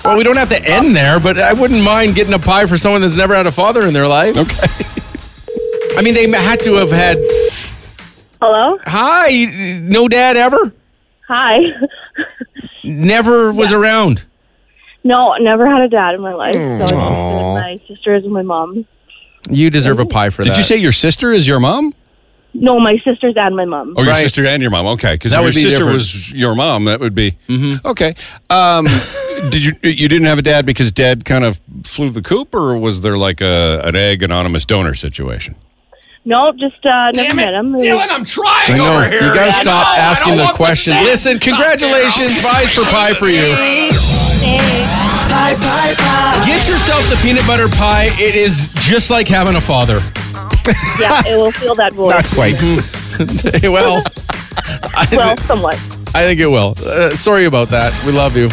[SPEAKER 3] Well, we don't have to end there, but I wouldn't mind getting a pie for someone that's never had a father in their life.
[SPEAKER 2] Okay.
[SPEAKER 3] I mean, they had to have had,
[SPEAKER 15] Hello?
[SPEAKER 3] hi, no dad ever?
[SPEAKER 15] Hi.
[SPEAKER 3] Never was around.
[SPEAKER 15] No, never had a dad in my life. So I'm just with my sisters and my mom.
[SPEAKER 3] You deserve a pie for
[SPEAKER 2] Did
[SPEAKER 3] that.
[SPEAKER 2] you say your sister is your mom?
[SPEAKER 15] No, my sisters and my mom.
[SPEAKER 2] Oh, your
[SPEAKER 3] Right.
[SPEAKER 2] sister and your mom. Okay, because if
[SPEAKER 3] That
[SPEAKER 2] your
[SPEAKER 3] would be
[SPEAKER 2] sister
[SPEAKER 3] different.
[SPEAKER 2] was
[SPEAKER 3] Mm-hmm.
[SPEAKER 2] your mom, that would be okay.
[SPEAKER 3] (laughs)
[SPEAKER 2] Um, did you you didn't have a dad because dad kind of flew the coop, or was there like a an egg anonymous donor situation?
[SPEAKER 15] No, just uh, never met him.
[SPEAKER 2] I'm trying
[SPEAKER 3] I know. You got to stop asking the question. Listen, congratulations. Pies for pie for you.
[SPEAKER 8] Pie, pie, pie.
[SPEAKER 3] Get yourself the peanut butter pie. It is just like having a father.
[SPEAKER 15] yeah, it will fill that void.
[SPEAKER 2] (laughs)
[SPEAKER 4] Not quite.
[SPEAKER 3] (laughs) well,
[SPEAKER 15] well, somewhat.
[SPEAKER 3] I think it will. Uh, sorry about that. We love you.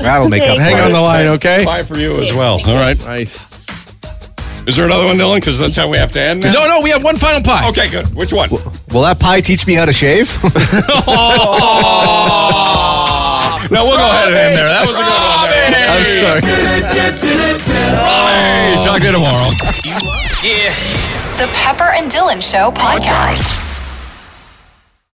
[SPEAKER 4] That'll make up.
[SPEAKER 15] Thanks.
[SPEAKER 3] Hang
[SPEAKER 4] for
[SPEAKER 3] on
[SPEAKER 4] it.
[SPEAKER 3] the line, okay?
[SPEAKER 2] Bye for you as well. All right.
[SPEAKER 3] Nice.
[SPEAKER 2] Is there another one, Dylan? Because that's how we have to end. Now?
[SPEAKER 3] No, no, we have one final pie.
[SPEAKER 2] Okay, good. Which one?
[SPEAKER 4] Will that pie teach me how to (laughs) shave?
[SPEAKER 2] (laughs) No, we'll go ahead and end there. That was a good one. There.
[SPEAKER 4] I'm sorry.
[SPEAKER 2] Hey, talk to you tomorrow.
[SPEAKER 5] The Pepper and Dylan Show podcast.